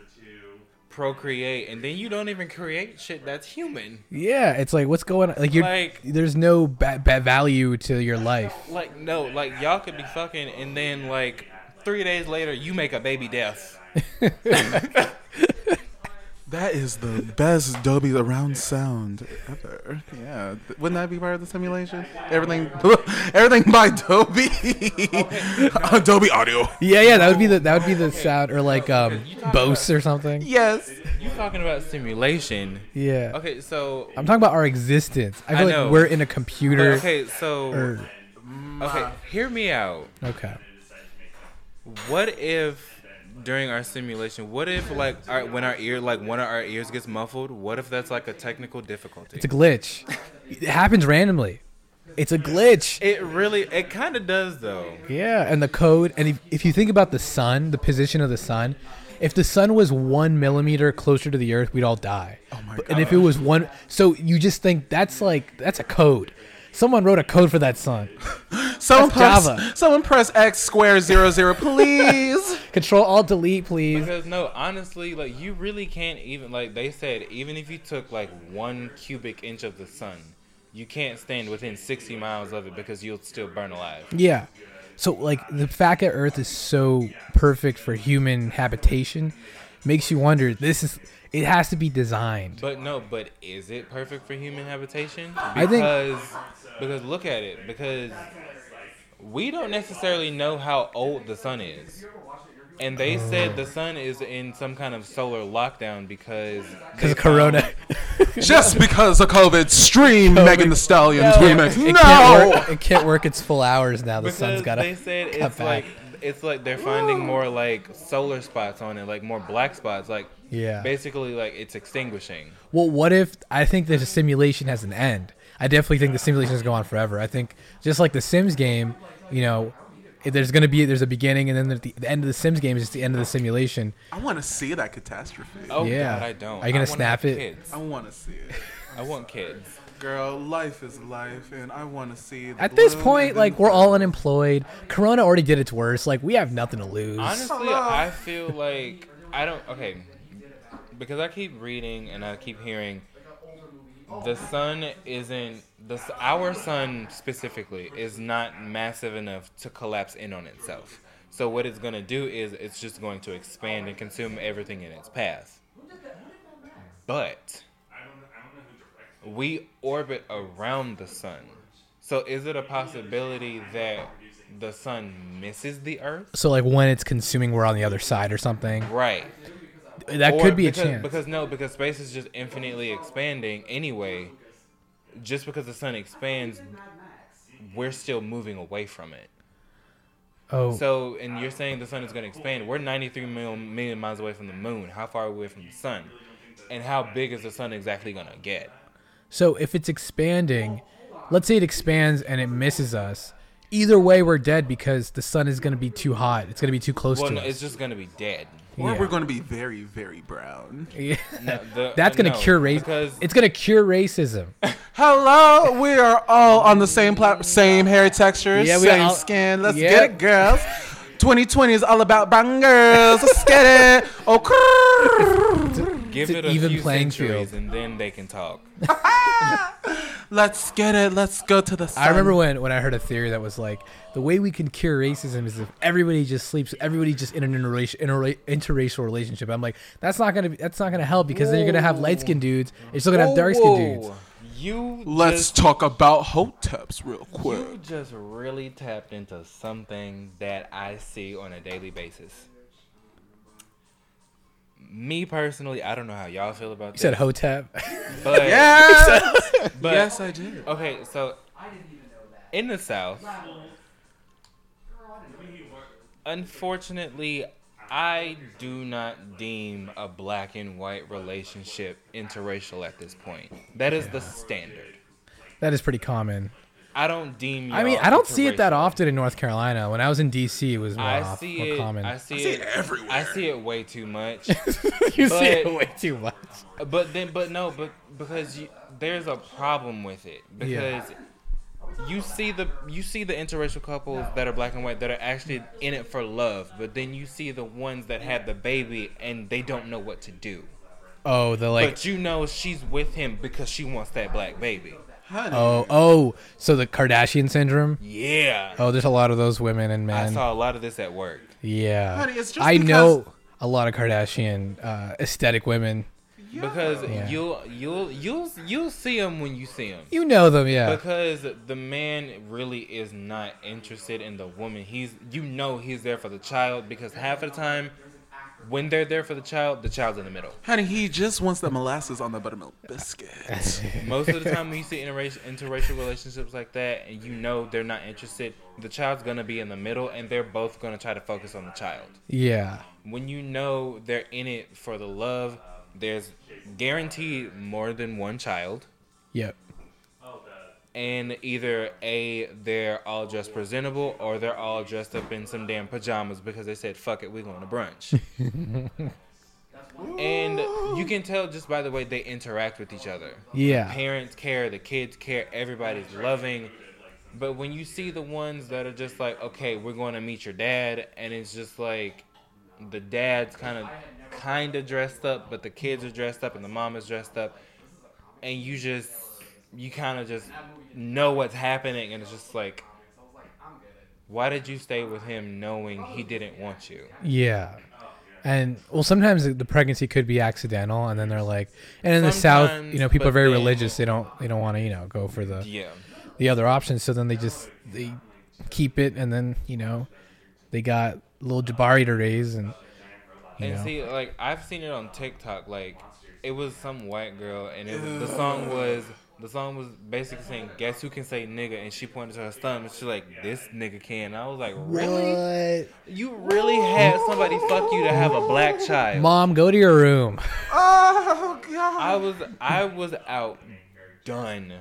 [SPEAKER 4] procreate, and then you don't even create shit that's human.
[SPEAKER 1] yeah. It's like what's going on? Like you're.
[SPEAKER 4] Like-
[SPEAKER 1] there's no ba- ba- value to your life.
[SPEAKER 4] Like no, like y'all could be fucking, and then like three days later you make a baby death.
[SPEAKER 2] That is the best Dolby around sound ever. Yeah, Th- wouldn't that be part of the simulation? Everything, everything by Dolby, Adobe Audio.
[SPEAKER 1] Yeah, yeah. That would be the. That would be the sound or like um Bose or something.
[SPEAKER 2] Yes.
[SPEAKER 4] You talking about simulation?
[SPEAKER 1] Yeah.
[SPEAKER 4] Okay, so
[SPEAKER 1] I'm talking about our existence. I
[SPEAKER 4] I
[SPEAKER 1] feel like
[SPEAKER 4] know.
[SPEAKER 1] we're in a
[SPEAKER 4] but
[SPEAKER 1] computer.
[SPEAKER 4] okay, so
[SPEAKER 1] or-
[SPEAKER 4] okay, hear me out.
[SPEAKER 1] okay.
[SPEAKER 4] What if during our simulation, what if like our, when our ear, like one of our ears gets muffled, what if that's like a technical difficulty?
[SPEAKER 1] It's a glitch. It happens randomly. It's a glitch.
[SPEAKER 4] It really, it kind of does though.
[SPEAKER 1] Yeah, and the code. And if, if you think about the sun, the position of the sun, if the sun was one millimeter closer to the Earth, we'd all die. Oh my god! And if it was one, so you just think that's like that's a code. Someone wrote a code for that sun.
[SPEAKER 2] Someone press,
[SPEAKER 1] That's Java.
[SPEAKER 2] someone press X square zero zero, please.
[SPEAKER 1] Control Alt Delete, please.
[SPEAKER 4] Because no, honestly, like you really can't even like they said, even if you took like one cubic inch of the sun, you can't stand within sixty miles of it because you'll still burn alive.
[SPEAKER 1] Yeah. So like the fact that Earth is so perfect for human habitation makes you wonder. This is it has to be designed.
[SPEAKER 4] But no, but is it perfect for human habitation? Because
[SPEAKER 1] think-
[SPEAKER 4] because look at it, because we don't necessarily know how old the sun is. And they said
[SPEAKER 1] Oh.
[SPEAKER 4] the sun is in some kind of solar lockdown because
[SPEAKER 1] Because
[SPEAKER 4] they
[SPEAKER 1] of Corona,
[SPEAKER 2] Just because of COVID, stream Megan the Stallion's
[SPEAKER 1] No,
[SPEAKER 2] remix.
[SPEAKER 1] it
[SPEAKER 2] No.
[SPEAKER 1] can't work. It can't work its full hours now. The
[SPEAKER 4] because
[SPEAKER 1] sun's got to.
[SPEAKER 4] they said
[SPEAKER 1] cut
[SPEAKER 4] it's
[SPEAKER 1] back.
[SPEAKER 4] like it's like they're finding more like solar spots on it, like more black spots, like
[SPEAKER 1] Yeah.
[SPEAKER 4] basically like it's extinguishing.
[SPEAKER 1] Well, what if I think that the simulation has an end? I definitely think the simulation is going on forever. I think just like the Sims game, you know, if there's gonna be there's a beginning and then at the, the end of the Sims game is just the end of the simulation.
[SPEAKER 2] I want to see that catastrophe.
[SPEAKER 4] Oh
[SPEAKER 1] Yeah.
[SPEAKER 4] God, I don't.
[SPEAKER 1] Are you gonna
[SPEAKER 4] I wanna
[SPEAKER 1] snap
[SPEAKER 4] have
[SPEAKER 1] it?
[SPEAKER 4] Kids.
[SPEAKER 2] I want to see it.
[SPEAKER 4] I want kids.
[SPEAKER 2] Girl, life is life, and I want to see. the
[SPEAKER 1] At this
[SPEAKER 2] blue
[SPEAKER 1] point,
[SPEAKER 2] and
[SPEAKER 1] like we're all unemployed. Corona already did its worst. Like we have nothing to lose.
[SPEAKER 4] Honestly,
[SPEAKER 2] Hello.
[SPEAKER 4] I feel like I don't. Okay, because I keep reading and I keep hearing the sun isn't the s- our sun specifically is not massive enough to collapse in on itself. So what it's gonna do is it's just going to expand and consume everything in its path. But we orbit around the sun. So is it a possibility that the sun misses the earth?
[SPEAKER 1] so like when it's consuming, we're on the other side or something.
[SPEAKER 4] Right.
[SPEAKER 1] That
[SPEAKER 4] Or
[SPEAKER 1] could be
[SPEAKER 4] because,
[SPEAKER 1] a chance.
[SPEAKER 4] Because no, because space is just infinitely expanding anyway. Just because the sun expands, we're still moving away from it.
[SPEAKER 1] oh,
[SPEAKER 4] So, and you're saying the sun is going to expand. We're 93 million, million miles away from the moon. How far away from the sun? And how big is the sun exactly going to get?
[SPEAKER 1] so if it's expanding, let's say it expands and it misses us. Either way, we're dead because the sun is going to be too hot. It's going to be too close
[SPEAKER 4] Well,
[SPEAKER 1] to
[SPEAKER 4] no,
[SPEAKER 1] us.
[SPEAKER 4] it's just going to be dead.
[SPEAKER 2] Or
[SPEAKER 1] Yeah.
[SPEAKER 2] we're going to be very, very brown.
[SPEAKER 4] No, the-
[SPEAKER 1] That's going to
[SPEAKER 4] no,
[SPEAKER 1] cure race.
[SPEAKER 4] Because
[SPEAKER 1] It's going to cure racism.
[SPEAKER 2] Hello, we are all on the same plat, same hair texture,
[SPEAKER 1] Yeah, we
[SPEAKER 2] same
[SPEAKER 1] all-
[SPEAKER 2] skin. Let's
[SPEAKER 1] Yeah.
[SPEAKER 2] get it, girls. 2020 is all about brown girls. Let's get it. Oh, Okay.
[SPEAKER 4] give
[SPEAKER 1] it's
[SPEAKER 4] it
[SPEAKER 1] an
[SPEAKER 4] a
[SPEAKER 1] even
[SPEAKER 4] few
[SPEAKER 1] playing
[SPEAKER 4] centuries and then they can talk.
[SPEAKER 2] Let's get it. Let's go to the sun.
[SPEAKER 1] I remember when, when I heard a theory that was like the way we can cure racism is if everybody just sleeps, everybody just in an interracial, interra- interracial relationship. I'm like, that's not gonna be, that's not gonna help because then you're gonna have light skinned dudes, and you're still gonna have dark skinned dudes.
[SPEAKER 4] You
[SPEAKER 2] Let's
[SPEAKER 4] just,
[SPEAKER 2] talk about hoteps real quick.
[SPEAKER 4] you just really tapped into something that I see on a daily basis. Me personally, I don't know how y'all feel about
[SPEAKER 1] You
[SPEAKER 4] this.
[SPEAKER 1] said hotep.
[SPEAKER 4] but,
[SPEAKER 2] Yes.
[SPEAKER 4] but
[SPEAKER 2] yes, I did.
[SPEAKER 4] Okay, so in the South, unfortunately, I do not deem a black and white relationship interracial at this point. That is the standard.
[SPEAKER 1] that is pretty common.
[SPEAKER 4] I don't deem.
[SPEAKER 1] I mean,
[SPEAKER 4] y'all
[SPEAKER 1] I don't see it that
[SPEAKER 4] interracial.
[SPEAKER 1] often in North Carolina. When I was in D.C., it was more,
[SPEAKER 4] I
[SPEAKER 1] off,
[SPEAKER 4] see
[SPEAKER 1] more
[SPEAKER 4] it.
[SPEAKER 1] common.
[SPEAKER 4] I see,
[SPEAKER 2] it everywhere.
[SPEAKER 4] I see it way too much.
[SPEAKER 1] you see
[SPEAKER 4] but-
[SPEAKER 1] it way too much.
[SPEAKER 4] But then, but no, but because you, there's a problem with it
[SPEAKER 1] Yeah.
[SPEAKER 4] because you see the you see the interracial couples that are black and white that are actually in it for love, but then you see the ones that have the baby and they don't know what to do.
[SPEAKER 1] Oh, the like.
[SPEAKER 4] but you know she's with him because she wants that black baby.
[SPEAKER 1] Oh, oh. So the Kardashian syndrome.
[SPEAKER 4] Yeah,
[SPEAKER 1] Oh, there's a lot of those women and
[SPEAKER 4] I
[SPEAKER 1] men.
[SPEAKER 4] saw a lot of this at work.
[SPEAKER 1] Yeah.
[SPEAKER 2] Honey, it's just
[SPEAKER 1] I
[SPEAKER 2] because-
[SPEAKER 1] know a lot of Kardashian uh, aesthetic women.
[SPEAKER 4] Because
[SPEAKER 1] Yeah.
[SPEAKER 4] you'll you'll you'll you'll see him when you see him.
[SPEAKER 1] You know them, yeah.
[SPEAKER 4] Because the man really is not interested in the woman. He's you know he's there for the child because half of the time when they're there for the child, the child's in the middle.
[SPEAKER 2] Honey, he just wants the molasses on the buttermilk biscuit.
[SPEAKER 4] Most of the time when you see interracial, interracial relationships like that and you know they're not interested, the child's going to be in the middle and they're both going to try to focus on the child.
[SPEAKER 1] yeah.
[SPEAKER 4] When you know they're in it for the love, there's guaranteed more than one child.
[SPEAKER 1] Yep.
[SPEAKER 4] and either a they're all dressed presentable or they're all dressed up in some damn pajamas because they said fuck it we going to brunch and you can tell just by the way they interact with each other
[SPEAKER 1] Yeah.
[SPEAKER 4] parents care the kids care everybody's loving but when you see the ones that are just like okay we're going to meet your dad and it's just like the dad's kind of kind of dressed up but the kids are dressed up and the mom is dressed up and you just you kind of just know what's happening and it's just like why did you stay with him knowing he didn't want you
[SPEAKER 1] Yeah. And well, sometimes the pregnancy could be accidental, and then they're like, and in the South, you
[SPEAKER 4] Sometimes,
[SPEAKER 1] know, people
[SPEAKER 4] but
[SPEAKER 1] are very
[SPEAKER 4] then-
[SPEAKER 1] religious. They don't, they don't want to, you know, go for the
[SPEAKER 4] yeah
[SPEAKER 1] the other options. So then they just they keep it, and then you know, they got little Jabari to raise, and you
[SPEAKER 4] And
[SPEAKER 1] know,
[SPEAKER 4] see, like I've seen it on TikTok. Like it was some white girl, and it was, the song was the song was basically saying, "Guess who can say nigga?" And she pointed to her thumb, and she's like, "This nigga can." I was like, "Really?
[SPEAKER 1] What?
[SPEAKER 4] You really had somebody fuck you to have a black child?"
[SPEAKER 1] Mom, go to your room.
[SPEAKER 2] oh God.
[SPEAKER 4] I was I was out done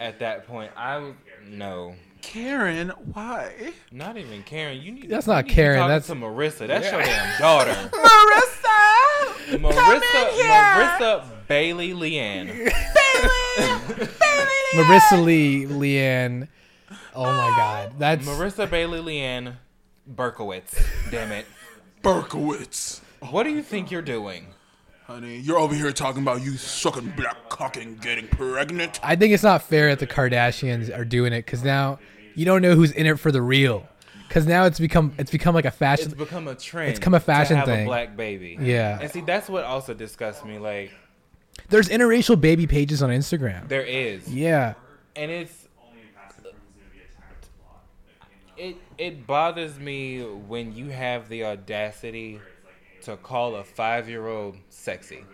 [SPEAKER 4] at that point. I was no.
[SPEAKER 2] Karen, why?
[SPEAKER 4] Not even Karen. You need.
[SPEAKER 1] That's
[SPEAKER 4] you
[SPEAKER 1] not
[SPEAKER 4] need to
[SPEAKER 1] Karen,
[SPEAKER 4] talk
[SPEAKER 1] that's-
[SPEAKER 4] to Marissa. That's your damn daughter.
[SPEAKER 2] Marissa!
[SPEAKER 4] Marissa. Marissa Bailey Leanne.
[SPEAKER 1] Marissa Lee, Leanne. Oh my God, that's
[SPEAKER 4] Marissa Bailey Leanne Berkowitz. Damn it.
[SPEAKER 2] Berkowitz.
[SPEAKER 4] What do you think you're doing?
[SPEAKER 2] Honey, you're over here talking about you sucking black cock and getting pregnant.
[SPEAKER 1] I think it's not fair that the Kardashians are doing it because now you don't know who's in it for the real. Because now it's become it's become like a
[SPEAKER 4] It's
[SPEAKER 1] fashion.
[SPEAKER 4] become a trend. It's
[SPEAKER 1] become a fashion
[SPEAKER 4] to have
[SPEAKER 1] thing.
[SPEAKER 4] A black baby.
[SPEAKER 1] Yeah.
[SPEAKER 4] And see, that's what also disgusts me. Like
[SPEAKER 1] There's interracial baby pages on Instagram.
[SPEAKER 4] there is,
[SPEAKER 1] Yeah,
[SPEAKER 4] and it's it it bothers me when you have the audacity to call a five year old sexy.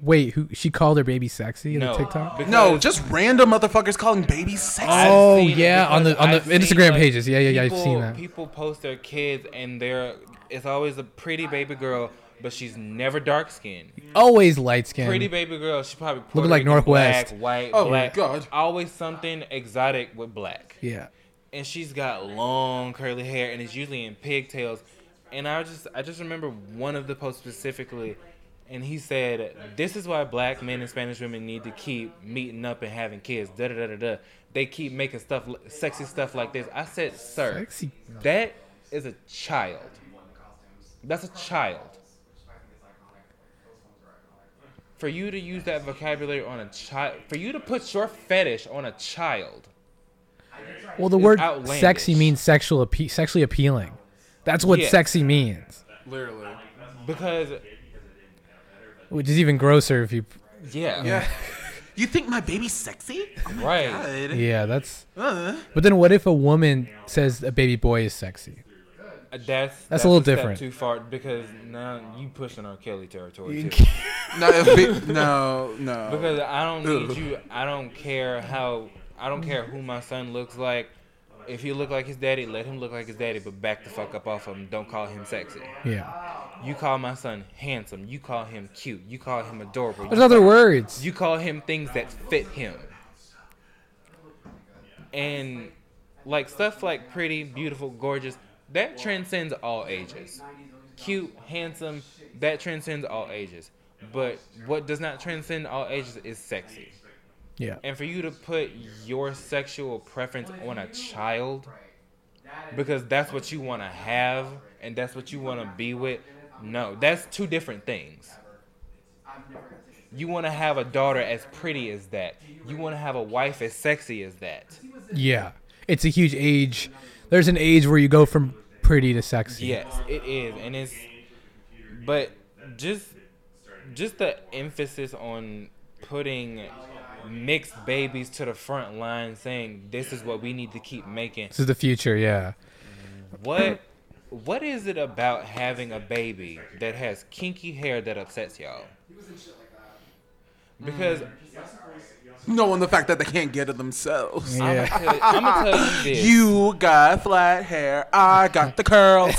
[SPEAKER 1] Wait, who she called her baby sexy in
[SPEAKER 4] No.
[SPEAKER 1] the TikTok?
[SPEAKER 4] because
[SPEAKER 2] No, Oh, just random motherfuckers calling babies sexy.
[SPEAKER 4] I've
[SPEAKER 1] Oh,
[SPEAKER 4] seen it
[SPEAKER 1] yeah, on
[SPEAKER 4] because
[SPEAKER 1] the- on the
[SPEAKER 4] I've seen,
[SPEAKER 1] Instagram
[SPEAKER 4] like,
[SPEAKER 1] pages. Yeah, yeah, yeah, I've
[SPEAKER 4] people-
[SPEAKER 1] seen that.
[SPEAKER 4] People post their kids and they're it's always a pretty baby girl, but she's never dark skinned.
[SPEAKER 1] Always light skinned.
[SPEAKER 4] Pretty baby girl, she probably
[SPEAKER 1] Looking
[SPEAKER 4] Puerto
[SPEAKER 1] like
[SPEAKER 4] Rican,
[SPEAKER 1] Northwest.
[SPEAKER 4] black, white,
[SPEAKER 2] Oh,
[SPEAKER 4] black.
[SPEAKER 2] God.
[SPEAKER 4] Always something exotic with black.
[SPEAKER 1] Yeah.
[SPEAKER 4] and she's got long curly hair and it's usually in pigtails and i just i just remember one of the posts specifically and he said this is why black men and spanish women need to keep meeting up and having kids da da da da da they keep making stuff li- sexy stuff like this i said sir
[SPEAKER 1] Sexy.
[SPEAKER 4] that is a child that's a child for you to use that vocabulary on a child for you to put your fetish on a child
[SPEAKER 1] Well, the
[SPEAKER 4] It's
[SPEAKER 1] word
[SPEAKER 4] outlandish.
[SPEAKER 1] sexy means sexual appe- sexually appealing. That's what
[SPEAKER 4] Yeah.
[SPEAKER 1] sexy means,
[SPEAKER 2] Literally.
[SPEAKER 4] because
[SPEAKER 1] which is even grosser if you.
[SPEAKER 4] yeah
[SPEAKER 2] Yeah. You think my baby's sexy? Oh my
[SPEAKER 4] Right.
[SPEAKER 2] God.
[SPEAKER 1] Yeah, that's.
[SPEAKER 2] Uh,
[SPEAKER 1] But then what if a woman says a baby boy is sexy?
[SPEAKER 4] Uh, That's that's,
[SPEAKER 1] a little
[SPEAKER 4] step
[SPEAKER 1] different.
[SPEAKER 4] Too far because now you pushing on Kelly territory too.
[SPEAKER 1] You-
[SPEAKER 2] no, if be- no, no.
[SPEAKER 4] because I don't
[SPEAKER 2] Ugh.
[SPEAKER 4] need you. I don't care how. I don't care who my son looks like. If he look like his daddy, let him look like his daddy, but back the fuck up off him. Don't call him sexy.
[SPEAKER 1] Yeah.
[SPEAKER 4] You call my son handsome. You call him cute. You call him adorable.
[SPEAKER 1] There's other words.
[SPEAKER 4] You call him things that fit him. And like stuff like pretty, beautiful, gorgeous, that transcends all ages. Cute, handsome, that transcends all ages. But what does not transcend all ages is sexy.
[SPEAKER 1] Yeah.
[SPEAKER 4] And for you to put your sexual preference on a child because that's what you want to have and that's what you want to be with, no, that's two different things. You want to have a daughter as pretty as that. You want to have a wife as sexy as that.
[SPEAKER 1] Yeah. It's a huge age. There's an age where you go from pretty to sexy.
[SPEAKER 4] Yes, it is, and it's. But just, just the emphasis on putting mixed babies to the front line, saying this is what we need to keep making.
[SPEAKER 1] This is the future. Yeah.
[SPEAKER 4] What, what is it about having a baby that has kinky hair that upsets y'all? Because
[SPEAKER 2] no, on the fact that they can't get it themselves.
[SPEAKER 1] Yeah.
[SPEAKER 4] I'm gonna tell you this.
[SPEAKER 2] You got flat hair. I got the curls.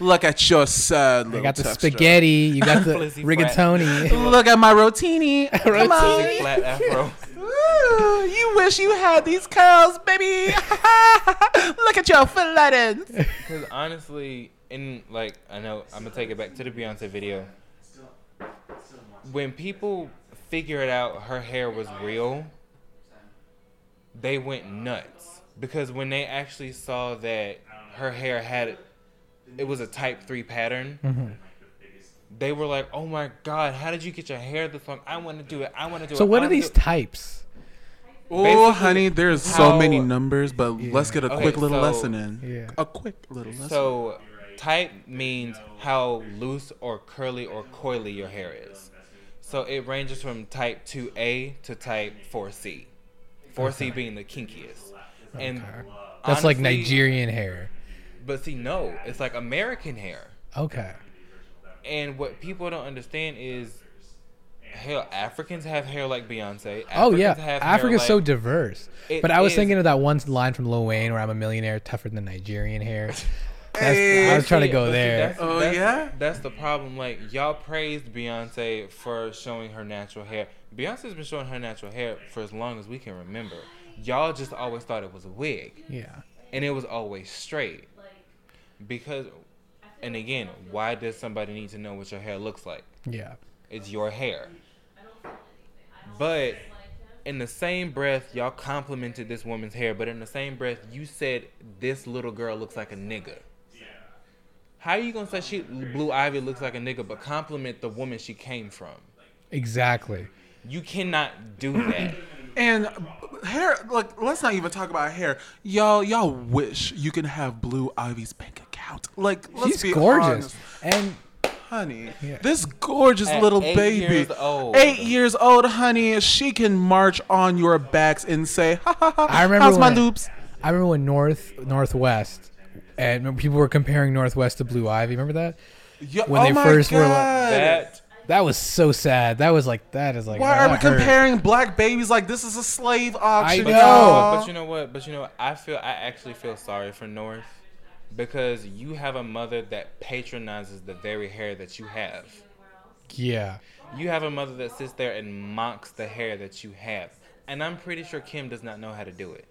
[SPEAKER 2] Look at your sad little
[SPEAKER 1] You got the
[SPEAKER 2] texture.
[SPEAKER 1] spaghetti. You got the
[SPEAKER 4] Flizzy
[SPEAKER 1] rigatoni.
[SPEAKER 2] Look at my rotini. Come
[SPEAKER 4] Big
[SPEAKER 2] on.
[SPEAKER 4] flat afro.
[SPEAKER 2] Ooh, you wish you had these curls, baby. Look at your flat ends.
[SPEAKER 4] Because honestly, in like I know I'm gonna take it back to the Beyonce video. When people figured out her hair was real, they went nuts because when they actually saw that her hair had it was a type three pattern.
[SPEAKER 1] Mm-hmm.
[SPEAKER 4] They were like, "Oh my God! How did you get your hair this long? I want to do it. I want to do it."
[SPEAKER 1] So what
[SPEAKER 4] I
[SPEAKER 1] are
[SPEAKER 4] wanna
[SPEAKER 1] these
[SPEAKER 4] do it."
[SPEAKER 1] types?
[SPEAKER 2] Oh,
[SPEAKER 4] Basically,
[SPEAKER 2] honey, there's so
[SPEAKER 4] how-
[SPEAKER 2] many numbers, but let's get a
[SPEAKER 4] Okay,
[SPEAKER 2] quick little
[SPEAKER 4] so-
[SPEAKER 2] lesson in.
[SPEAKER 1] Yeah.
[SPEAKER 2] A quick little lesson.
[SPEAKER 4] So, type means how loose or curly or coily your hair is. So it ranges from type 2A to type 4C. 4C being the kinkiest. And
[SPEAKER 1] That's like
[SPEAKER 4] honestly-
[SPEAKER 1] Nigerian hair.
[SPEAKER 4] But see, no, it's like American hair.
[SPEAKER 1] Okay.
[SPEAKER 4] And what people don't understand is, hell, Africans have hair like Beyonce. Africans
[SPEAKER 1] Oh yeah,
[SPEAKER 4] have hair
[SPEAKER 1] Africa's so
[SPEAKER 4] like-
[SPEAKER 1] diverse.
[SPEAKER 4] It
[SPEAKER 1] But I was
[SPEAKER 4] is.
[SPEAKER 1] thinking of that one line from Lil Wayne where I'm a millionaire tougher than Nigerian hair. That's, I was trying to
[SPEAKER 4] See,
[SPEAKER 1] go
[SPEAKER 4] but see,
[SPEAKER 1] there.
[SPEAKER 4] that's-
[SPEAKER 2] Oh,
[SPEAKER 4] that's-
[SPEAKER 2] yeah?
[SPEAKER 4] That's the problem. Like y'all praised Beyonce for showing her natural hair. Beyonce's been showing her natural hair for as long as we can remember. Y'all just always thought it was a wig,
[SPEAKER 1] Yeah.
[SPEAKER 4] and it was always straight. Because, and again, why does somebody need to know what your hair looks like?
[SPEAKER 1] Yeah.
[SPEAKER 4] It's your hair. But in the same breath, y'all complimented this woman's hair, but in the same breath, you said this little girl looks like a nigga. How are you gonna say she Blue Ivy looks like a nigga, but compliment the woman she came from?
[SPEAKER 1] Exactly.
[SPEAKER 4] You cannot do that.
[SPEAKER 2] And hair, like, let's not even talk about hair. Y'all, y'all wish you can have Blue Ivy's bank account. Like, let's
[SPEAKER 1] She's
[SPEAKER 2] be
[SPEAKER 1] gorgeous.
[SPEAKER 2] honest,
[SPEAKER 1] And
[SPEAKER 2] honey.
[SPEAKER 1] Yeah.
[SPEAKER 2] This gorgeous
[SPEAKER 4] At
[SPEAKER 2] little
[SPEAKER 4] eight
[SPEAKER 2] baby,
[SPEAKER 4] years old.
[SPEAKER 2] eight years old, honey. She can march on your backs and say, "Ha ha ha!"
[SPEAKER 1] I remember
[SPEAKER 2] how's my
[SPEAKER 1] when-
[SPEAKER 2] loops.
[SPEAKER 1] I remember when North Northwest and when people were comparing Northwest to Blue Ivy. Remember that?
[SPEAKER 2] Yo-
[SPEAKER 1] When
[SPEAKER 2] oh
[SPEAKER 1] they
[SPEAKER 2] my
[SPEAKER 1] first were like-
[SPEAKER 2] God.
[SPEAKER 4] That
[SPEAKER 1] That was so sad. That was like that is like.
[SPEAKER 2] Why are we
[SPEAKER 1] that hurt.
[SPEAKER 2] comparing black babies like this is a slave auction?
[SPEAKER 1] know.
[SPEAKER 2] y'all?
[SPEAKER 4] But you know what? But you know, what? I feel I actually feel sorry for North because you have a mother that patronizes the very hair that you have.
[SPEAKER 1] Yeah.
[SPEAKER 4] You have a mother that sits there and mocks the hair that you have. And I'm pretty sure Kim does not know how to do it.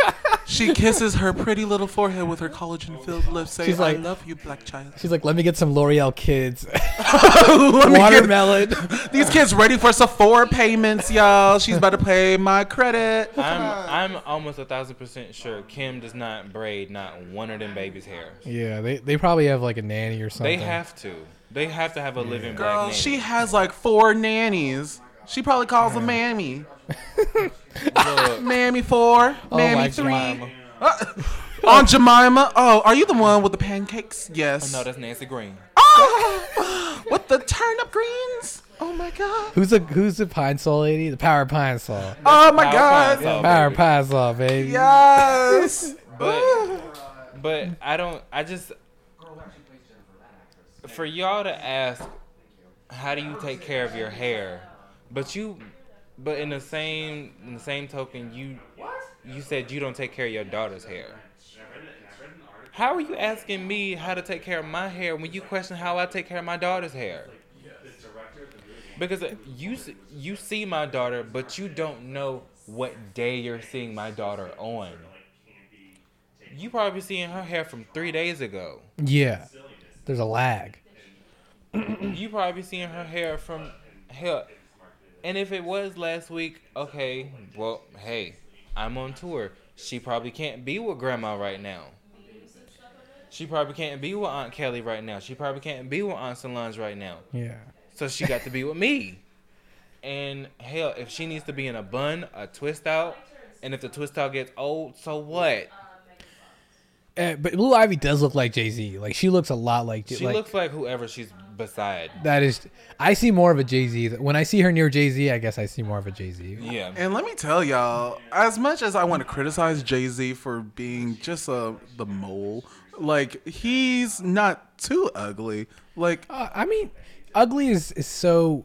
[SPEAKER 2] she kisses her pretty little forehead with her collagen-filled lips, saying,
[SPEAKER 1] She's like-
[SPEAKER 2] "I love you, black child."
[SPEAKER 1] She's like, let me get some L'Oreal kids,
[SPEAKER 2] Let me get-
[SPEAKER 1] watermelon.
[SPEAKER 2] These kids ready for Sephora payments, y'all. She's about to pay my credit.
[SPEAKER 4] I'm I'm almost a thousand percent sure Kim does not braid not one of them babies' hair.
[SPEAKER 1] yeah, they, they probably have like a nanny or
[SPEAKER 4] They
[SPEAKER 1] something.
[SPEAKER 4] have to. They have to have a living black
[SPEAKER 2] Girl,
[SPEAKER 4] nanny.
[SPEAKER 2] Oh, she has like four nannies. She probably calls them mammy. mammy four,
[SPEAKER 1] Oh,
[SPEAKER 4] Oh,
[SPEAKER 2] mammy
[SPEAKER 1] my
[SPEAKER 2] three.
[SPEAKER 1] God.
[SPEAKER 2] Aunt Jemima. Oh, are you the one with the pancakes? Yes.
[SPEAKER 4] no, that's Nancy Green.
[SPEAKER 2] Oh, with the turnip greens. Oh my god.
[SPEAKER 1] Who's the Who's the pine saw lady? The power pine saw.
[SPEAKER 2] Oh my
[SPEAKER 4] Power
[SPEAKER 2] god.
[SPEAKER 4] pine saw,
[SPEAKER 1] Power
[SPEAKER 4] baby.
[SPEAKER 1] pine saw, baby.
[SPEAKER 2] Yes.
[SPEAKER 4] But but I don't. I just for y'all to ask, how do you take care of your hair? But you, but in the same in the same token, you you said you don't take care of your daughter's hair. How are you asking me how to take care of my hair when you question how I take care of my daughter's hair? Because you s- you see my daughter, but you don't know what day you're seeing my daughter on. You probably seeing her hair from three days ago.
[SPEAKER 1] Yeah. There's a lag.
[SPEAKER 4] You probably seeing her hair from hell. And if it was last week, okay, well, hey, I'm on tour. She probably can't be with grandma right now. She probably can't be with Aunt Kelly right now. She probably can't be with Aunt Solange right now.
[SPEAKER 1] Yeah.
[SPEAKER 4] So she got to be with me. And hell, if she needs to be in a bun, a twist out, and if the twist out gets old, so what?
[SPEAKER 1] Eh, but Blue Ivy does look like Jay Z. Like she looks a lot like. Jay-
[SPEAKER 4] She
[SPEAKER 1] like,
[SPEAKER 4] looks like whoever she's beside.
[SPEAKER 1] That is, I see more of a Jay Z. When I see her near Jay Z, I guess I see more of a Jay Z.
[SPEAKER 4] Yeah.
[SPEAKER 2] And let me tell y'all, as much as I want to criticize Jay Z for being just a the mole, like he's not too ugly. Like
[SPEAKER 1] Uh, I mean, ugly is, is so.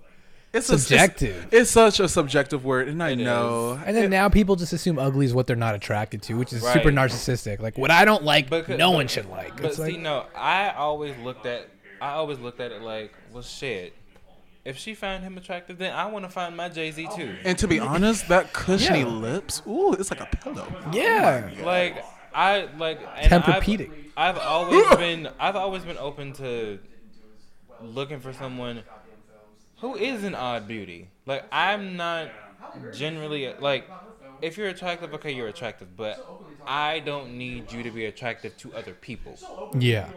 [SPEAKER 2] it's A,
[SPEAKER 1] Subjective.
[SPEAKER 2] it's, it's such a subjective word, and I know.
[SPEAKER 1] And then now people just assume ugly is what they're not attracted to, which is super
[SPEAKER 4] Right.
[SPEAKER 1] narcissistic. Like what I don't like,
[SPEAKER 4] Because-
[SPEAKER 1] no
[SPEAKER 4] but-
[SPEAKER 1] one should like.
[SPEAKER 4] But
[SPEAKER 1] It's
[SPEAKER 4] see,
[SPEAKER 1] like
[SPEAKER 4] no, I always looked at, I always looked at it like, well, shit. If she found him attractive, then I want to find my Jay Z too.
[SPEAKER 2] And to be honest, that cushiony
[SPEAKER 1] Yeah.
[SPEAKER 2] lips, ooh, it's like a pillow.
[SPEAKER 1] yeah,
[SPEAKER 4] Like I like and
[SPEAKER 1] Tempur-Pedic.
[SPEAKER 4] I've, I've always been, I've always been open to looking for someone who is an odd beauty. Like I'm not generally like, if you're attractive, okay, you're attractive, but I don't need you to be attractive to other people.
[SPEAKER 1] yeah,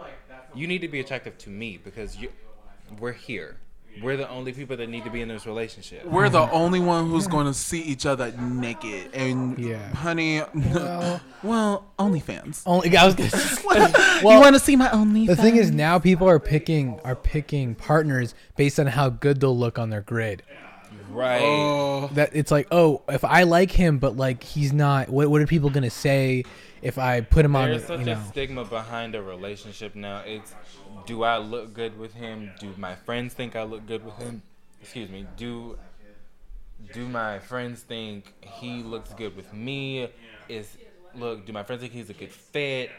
[SPEAKER 4] you need to be attractive to me because you we're here we're the only people that need to be in this relationship
[SPEAKER 2] We're the only one who's going to see each other naked, and
[SPEAKER 1] Yeah.
[SPEAKER 2] honey, well, OnlyFans.
[SPEAKER 1] Only I was gonna
[SPEAKER 2] you want to see my OnlyFans?
[SPEAKER 1] The thing is now people are picking are picking partners based on how good they'll look on their grid.
[SPEAKER 4] right
[SPEAKER 1] That it's like, oh, if I like him, but like he's not. What what are people gonna say if I put him on?
[SPEAKER 4] there's
[SPEAKER 1] You
[SPEAKER 4] such
[SPEAKER 1] know,
[SPEAKER 4] a stigma behind a relationship now it's do i look good with him do my friends think i look good with him excuse me do do my friends think he looks good with me is look do my friends think he's a good fit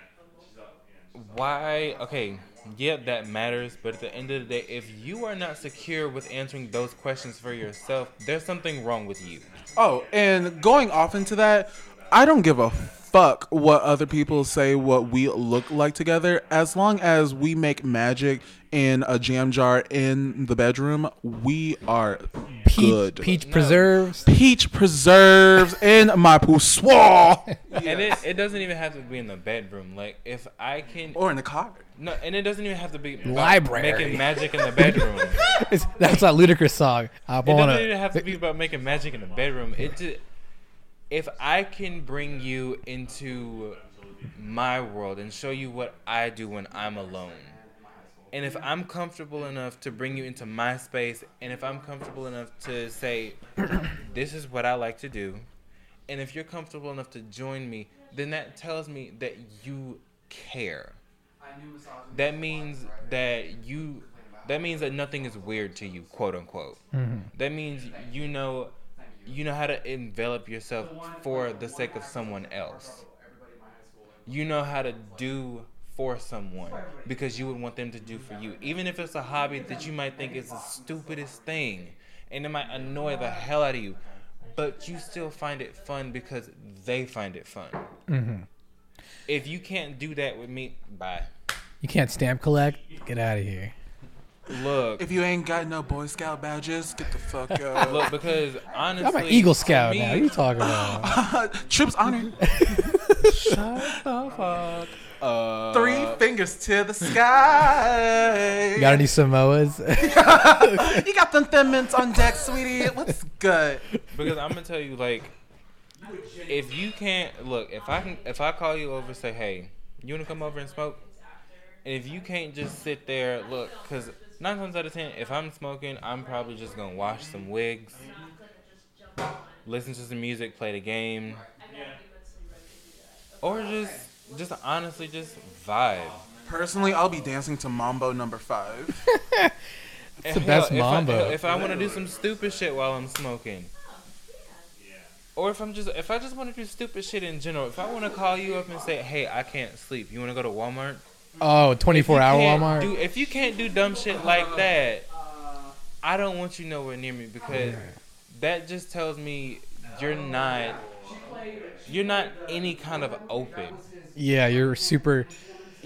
[SPEAKER 4] why okay yeah that matters but at the end of the day if you are not secure with answering those questions for yourself there's something wrong with you
[SPEAKER 2] Oh, and going off into that, I don't give a fuck what other people say what we look like together. As long as we make magic in a jam jar in the bedroom, we are
[SPEAKER 1] peach,
[SPEAKER 2] good.
[SPEAKER 1] peach preserves.
[SPEAKER 2] Peach preserves in my poussoir.
[SPEAKER 4] and it, it doesn't even have to be in the bedroom like if i can
[SPEAKER 2] or in the car.
[SPEAKER 4] No, and it doesn't even have to be about
[SPEAKER 1] Library.
[SPEAKER 4] making magic in the bedroom. it
[SPEAKER 1] It's, that's that ludicrous song. I wanna.
[SPEAKER 4] doesn't even have to be about making magic in the bedroom. It just, if I can bring you into my world and show you what I do when I'm alone. And if I'm comfortable enough to bring you into my space, and if I'm comfortable enough to say, this is what I like to do, and if you're comfortable enough to join me, then that tells me that you care. that means that you that means that nothing is weird to you, quote unquote. That means you know you know how to envelop yourself for the sake of someone else. You know how to do for someone because you would want them to do for you. Even if it's a hobby that you might think is the stupidest thing and it might annoy the hell out of you, but you still find it fun because they find it fun.
[SPEAKER 1] Mm-hmm.
[SPEAKER 4] If you can't do that with me, bye.
[SPEAKER 1] You can't stamp collect. Get out of here.
[SPEAKER 4] Look,
[SPEAKER 2] If you ain't got no Boy Scout badges, get the fuck out.
[SPEAKER 4] look, because honestly,
[SPEAKER 1] I'm an Eagle
[SPEAKER 4] for
[SPEAKER 1] Scout
[SPEAKER 4] me,
[SPEAKER 1] now. What are you talking about?
[SPEAKER 2] Trips honored.
[SPEAKER 4] Uh,
[SPEAKER 2] Three fingers to the sky.
[SPEAKER 1] You got any Samoas?
[SPEAKER 2] You got them thin mints on deck, sweetie. What's good?
[SPEAKER 4] because I'm gonna tell you, like, if you can't look, if I can, if I call you over, say, hey, you wanna come over and smoke? And if you can't just sit there, look, because nine times out of ten, if I'm smoking, I'm probably just gonna wash some wigs, listen to some music, play the game, or just, just honestly, just vibe.
[SPEAKER 2] Personally, I'll be dancing to Mambo number five.
[SPEAKER 4] It's
[SPEAKER 1] the best mambo.
[SPEAKER 4] If I, want to do some stupid shit while I'm smoking. Or if I'm just if I just want to do stupid shit in general, if I want to call you up and say, "Hey, I can't sleep. You want to go to Walmart?"
[SPEAKER 1] oh,
[SPEAKER 4] If you
[SPEAKER 1] 24 hour
[SPEAKER 4] can't
[SPEAKER 1] Walmart.
[SPEAKER 4] Do, if you can't do dumb shit like that, I don't want you nowhere near me because that just tells me you're not you're not any kind of open.
[SPEAKER 1] yeah, you're super.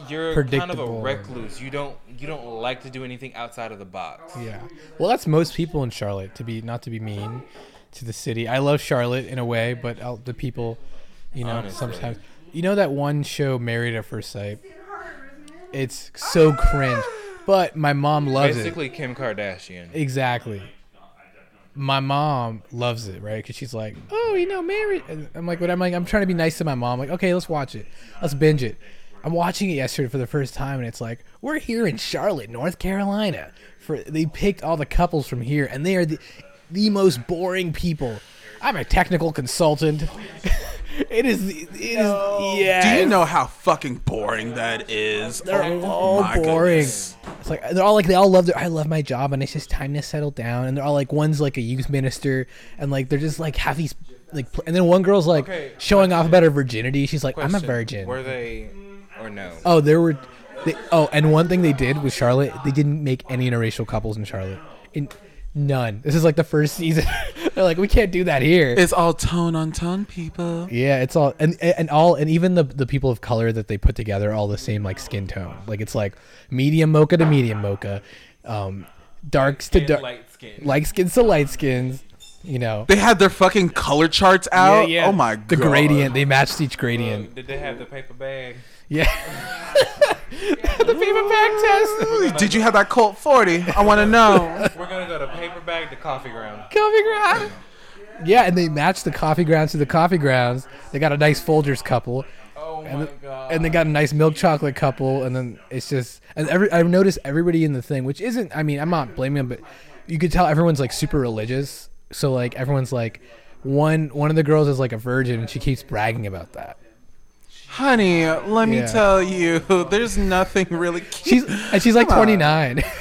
[SPEAKER 4] You're kind of
[SPEAKER 1] Predictable.
[SPEAKER 4] a recluse. You don't you don't like to do anything outside of the box.
[SPEAKER 1] Yeah. Well, that's most people in Charlotte. To be not to be mean to the city. I love Charlotte in a way, but I'll, the people, you know,
[SPEAKER 4] Honestly.
[SPEAKER 1] sometimes. You know that one show, Married at First Sight. It's so cringe, but my mom loves it.
[SPEAKER 4] Basically, Kim Kardashian.
[SPEAKER 1] Exactly. My mom loves it, right? Because she's like, "Oh, you know, Mary." And I'm like, "But I'm like, I'm trying to be nice to my mom. like, okay, let's watch it. Let's binge it." I'm watching it yesterday for the first time, and it's like, we're here in Charlotte, North Carolina. For they picked all the couples from here, and they are the, the most boring people. I'm a technical consultant. it is. the- It is. Yeah.
[SPEAKER 2] Do you
[SPEAKER 1] it's-
[SPEAKER 2] know how fucking boring that is? Oh
[SPEAKER 1] they're
[SPEAKER 4] Oh
[SPEAKER 1] all
[SPEAKER 2] my
[SPEAKER 1] boring.
[SPEAKER 2] goodness.
[SPEAKER 1] It's like they're all like they all love their I love my job and it's just time to settle down and they're all like one's like a youth minister and like they're just like have these like pl- and then one girl's like
[SPEAKER 4] Okay,
[SPEAKER 1] showing off about her virginity. She's like I'm a
[SPEAKER 4] Question.
[SPEAKER 1] virgin.
[SPEAKER 4] Were they or no?
[SPEAKER 1] oh, there were they, oh and one thing they did with Charlotte they didn't make any interracial couples in Charlotte. In none. This is like the first season. they're like we can't do that here.
[SPEAKER 2] It's all tone on tone, people.
[SPEAKER 1] Yeah, it's all and and all and even the the people of color that they put together are all the same like skin tone. Like it's like medium mocha to medium mocha, um, darks to dark,
[SPEAKER 4] light skin.
[SPEAKER 1] light skins to light skins. You know,
[SPEAKER 2] They had their fucking color charts out. Oh my god.
[SPEAKER 1] the gradient they matched each gradient.
[SPEAKER 4] Did they have the paper bag?
[SPEAKER 1] yeah, the paper bag test.
[SPEAKER 2] Ooh, Did you have that Colt 40? I want to know.
[SPEAKER 4] We're gonna go to paper bag to coffee ground.
[SPEAKER 1] Coffee ground. Yeah, and they matched the coffee grounds to the coffee grounds. They got a nice Folgers couple.
[SPEAKER 4] Oh
[SPEAKER 1] and,
[SPEAKER 4] my
[SPEAKER 1] the-
[SPEAKER 4] god.
[SPEAKER 1] and they got a nice milk chocolate couple and then it's just and every i've noticed everybody in the thing which isn't i mean i'm not blaming them but you could tell everyone's like super religious so like everyone's like one one of the girls is like a virgin and she keeps bragging about that
[SPEAKER 2] Honey, let me
[SPEAKER 1] Yeah.
[SPEAKER 2] tell you, there's nothing really cute.
[SPEAKER 1] she's and she's like
[SPEAKER 2] Come on.
[SPEAKER 1] 29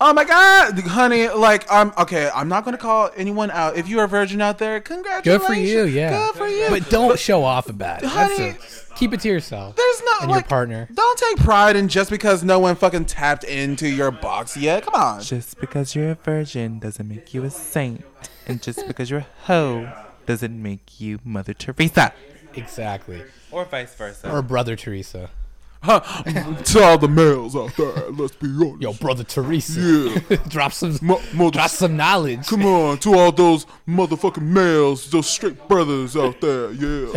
[SPEAKER 2] Oh my god, honey! Like, I'm okay. I'm not gonna call anyone out. If you're a virgin out there,
[SPEAKER 1] good
[SPEAKER 2] congratulations.
[SPEAKER 1] for you yeah
[SPEAKER 2] Good for you.
[SPEAKER 1] but don't show off about it That's
[SPEAKER 2] Honey,
[SPEAKER 1] a- keep it to yourself
[SPEAKER 2] there's no
[SPEAKER 1] and
[SPEAKER 2] like,
[SPEAKER 1] your partner
[SPEAKER 2] Don't take pride in just because no one fucking tapped into your box yet. Come on.
[SPEAKER 3] Just because you're a virgin doesn't make you a saint. And just because you're a hoe doesn't make you Mother Teresa.
[SPEAKER 1] exactly
[SPEAKER 4] or vice versa.
[SPEAKER 1] or brother teresa
[SPEAKER 2] Huh. to all the males out there, let's be honest.
[SPEAKER 1] yo brother teresa
[SPEAKER 2] Yeah.
[SPEAKER 1] drop some
[SPEAKER 2] Mo- mother-
[SPEAKER 1] drop some knowledge
[SPEAKER 2] Come on, to all those motherfucking males, those straight brothers out there, yeah.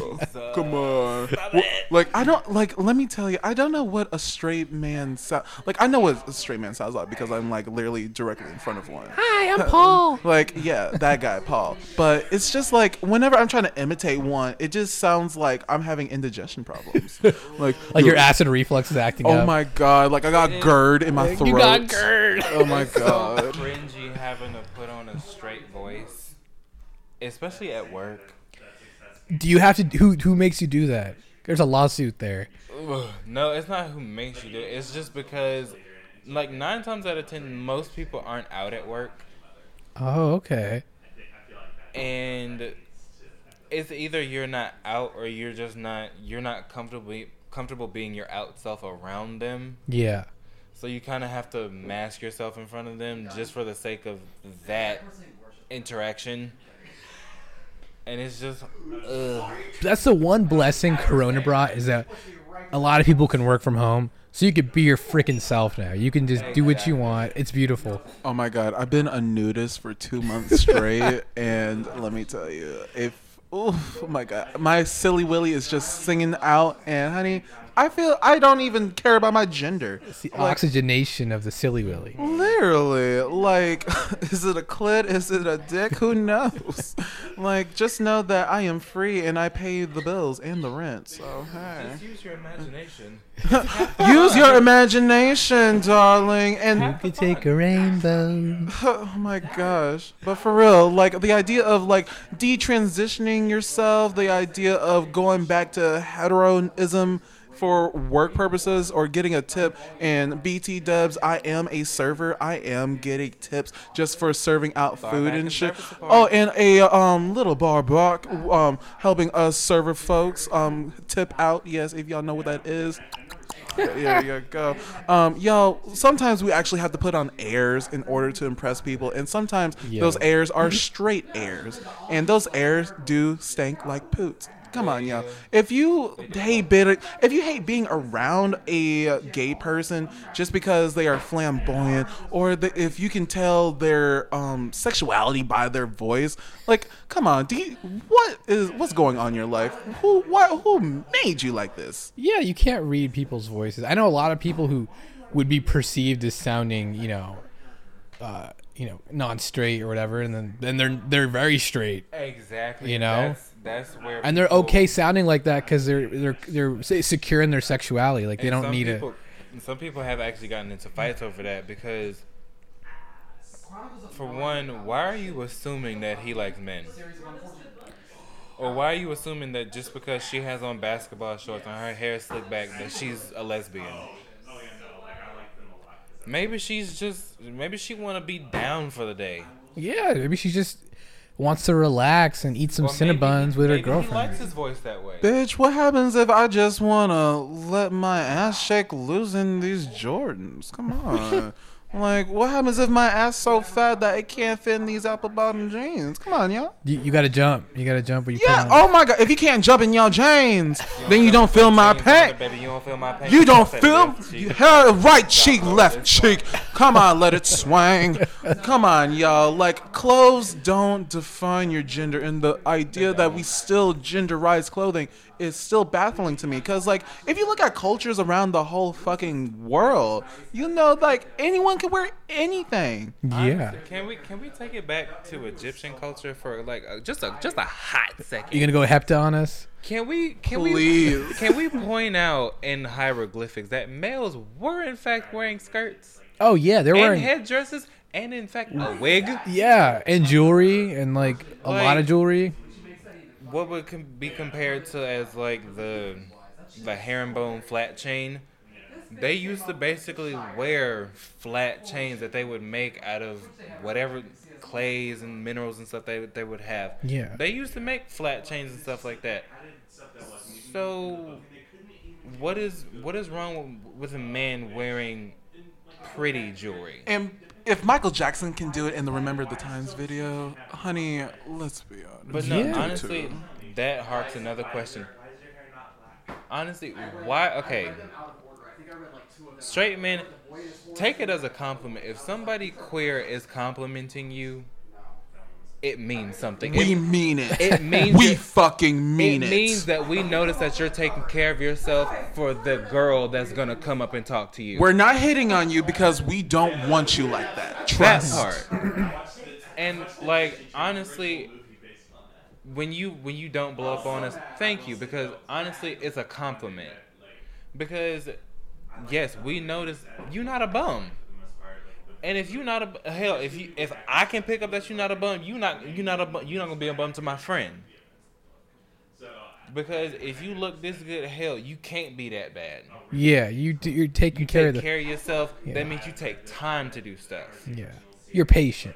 [SPEAKER 2] Come on. Wha- Like I don't like. Let me tell you, I don't know what a straight man sounds like. I know what a straight man sounds like because I'm like literally directly in front of one.
[SPEAKER 1] hi i'm paul
[SPEAKER 2] Like yeah, that guy Paul. But it's just like whenever I'm trying to imitate one, it just sounds like I'm having indigestion problems. Like
[SPEAKER 1] like your
[SPEAKER 2] yo,
[SPEAKER 1] acid reflux is acting
[SPEAKER 2] Oh
[SPEAKER 1] up.
[SPEAKER 2] my god! Like I got GERD in my throat.
[SPEAKER 1] GERD.
[SPEAKER 2] Oh my
[SPEAKER 4] so
[SPEAKER 2] god.
[SPEAKER 4] cringy having to put on a straight voice, especially at work.
[SPEAKER 1] Do you have to? Who who makes you do that? There's a lawsuit there.
[SPEAKER 4] Ugh, no, it's not who makes you do it. It's just because, like nine times out of ten, most people aren't out at work,
[SPEAKER 1] Oh, okay.
[SPEAKER 4] and it's either you're not out or you're just not you're not comfortable comfortable being your out self around them.
[SPEAKER 1] Yeah.
[SPEAKER 4] So you kind of have to mask yourself in front of them just for the sake of that interaction. And it's just, ugh.
[SPEAKER 1] That's the one blessing Corona brought is that a lot of people can work from home, so you could be your freaking self now. You can just do what you want. It's beautiful.
[SPEAKER 2] Oh my god, I've been a nudist for two months straight, and let me tell you, if oof, oh my god, my silly willy is just singing out, and honey, I feel I don't even care about my gender.
[SPEAKER 1] It's the oxygenation of the silly willy.
[SPEAKER 2] Literally, like, is it a clit? Is it a dick? Who knows? like, just know that I am free and I pay the bills and the rent. So hey,
[SPEAKER 4] Just use your imagination.
[SPEAKER 2] use your imagination, darling, and
[SPEAKER 1] You could take a rainbow.
[SPEAKER 2] Oh my gosh. But for real, like the idea of like detransitioning yourself, the idea of going back to heteroism for work purposes or getting a tip and BT dubs, I am a server. I am getting tips just for serving out food
[SPEAKER 4] back in
[SPEAKER 2] and shit.
[SPEAKER 4] service department.
[SPEAKER 2] Oh, and a um little bar block um helping us server folks um tip out. Yes, if y'all know what that is yeah, yeah, go. Um, yo, sometimes we actually have to put on airs in order to impress people, and sometimes
[SPEAKER 1] Yeah.
[SPEAKER 2] those airs are straight airs, and those airs do stink like poots. Come on, yo. If you hate bit, if you hate being around a gay person just because they are flamboyant, or the, if you can tell their um, sexuality by their voice, like, come on, do you, what is what's going on in your life? Who what who made you like this?
[SPEAKER 1] Yeah, you can't read people's voices. I know a lot of people who would be perceived as sounding, you know, uh, you know, non-straight or whatever, and then then they're they're very straight,
[SPEAKER 4] Exactly.
[SPEAKER 1] You know?
[SPEAKER 4] That's, that's where.
[SPEAKER 1] and they're
[SPEAKER 4] people-
[SPEAKER 1] okay sounding like that because they're they're they're se- secure in their sexuality. Like they
[SPEAKER 4] and
[SPEAKER 1] don't
[SPEAKER 4] some
[SPEAKER 1] need
[SPEAKER 4] people, Some people have actually gotten into fights over that because, for one, why are you assuming that he likes men? Or why are you assuming that just because she has on basketball shorts and her hair is slicked back that she's a lesbian? Maybe she's just maybe she want to be down for the day.
[SPEAKER 1] a yeah. Maybe she just wants to relax and eat some
[SPEAKER 4] Or maybe-
[SPEAKER 1] cinnabuns with her
[SPEAKER 4] maybe He likes
[SPEAKER 1] girlfriend.
[SPEAKER 4] his voice that way.
[SPEAKER 2] Bitch, what happens if I just wanna let my ass shake loose in these Jordans? Come on. like, what happens if my ass so fat that it can't fit in these apple bottom jeans? Come on, y'all.
[SPEAKER 1] You, you gotta jump. You gotta jump. When you
[SPEAKER 2] Yeah,
[SPEAKER 1] put on.
[SPEAKER 2] oh my god, if you can't jump in y'all jeans, then you don't feel my
[SPEAKER 4] James
[SPEAKER 2] pain.
[SPEAKER 4] Bond, Baby, you don't feel my pain.
[SPEAKER 2] You don't
[SPEAKER 4] Say
[SPEAKER 2] feel
[SPEAKER 4] left cheek.
[SPEAKER 2] you have right cheek,
[SPEAKER 4] Down low,
[SPEAKER 2] left
[SPEAKER 4] this
[SPEAKER 2] cheek. Come on, let it swing. Come on, y'all. Like clothes don't define your gender, and the idea that we still genderize clothing is still baffling to me. Cause like if you look at cultures around the whole fucking world, you know like anyone can wear anything.
[SPEAKER 4] oh,
[SPEAKER 1] yeah.
[SPEAKER 4] Can we can we take it back to Egyptian culture for like a, just a just a hot second?
[SPEAKER 1] You gonna go hepta on us?
[SPEAKER 4] Can we can we
[SPEAKER 2] Please.
[SPEAKER 4] can we point out in hieroglyphics that males were in fact wearing skirts
[SPEAKER 1] Oh yeah, they're
[SPEAKER 4] and
[SPEAKER 1] wearing
[SPEAKER 4] headdresses and in fact a wig?
[SPEAKER 1] yeah and jewelry and like a lot of
[SPEAKER 4] Like-
[SPEAKER 1] jewelry.
[SPEAKER 4] What would com- be compared to as like the the herringbone flat chain? They used to basically wear flat chains that they would make out of whatever clays and minerals and stuff they they would have.
[SPEAKER 1] Yeah.
[SPEAKER 4] They used to make flat chains and stuff like that. So, what is what is wrong with, with a man wearing pretty jewelry?
[SPEAKER 2] And if Michael Jackson can do it in the Remember the Times video, honey, let's be honest.
[SPEAKER 4] But no,
[SPEAKER 1] Yeah.
[SPEAKER 4] honestly, that harks another question. Honestly, why? Okay. Straight men, take it as a compliment. If somebody queer is complimenting you, it means something.
[SPEAKER 2] we
[SPEAKER 4] It,
[SPEAKER 2] mean it.
[SPEAKER 4] it means
[SPEAKER 2] we
[SPEAKER 4] that-
[SPEAKER 2] fucking mean it.
[SPEAKER 4] means that we notice that you're taking care of yourself for the girl that's gonna come up and talk to you.
[SPEAKER 2] We're not hitting on you because we don't want you like that.
[SPEAKER 4] that
[SPEAKER 2] Trust.
[SPEAKER 4] part. and like honestly, when you when you don't blow up on us, thank you because honestly, it's a compliment. Because yes, we notice you're not a bum. And if you're not a hell, if you if I can pick up that you're not a bum, you not you not a bum, you're not gonna be a bum to my friend. Because if you look this good, hell, you can't be that bad.
[SPEAKER 1] Yeah, you do, you're taking
[SPEAKER 4] You
[SPEAKER 1] care
[SPEAKER 4] take
[SPEAKER 1] of the.
[SPEAKER 4] care of yourself.
[SPEAKER 1] Yeah.
[SPEAKER 4] That means you take time to do stuff.
[SPEAKER 1] yeah, you're patient.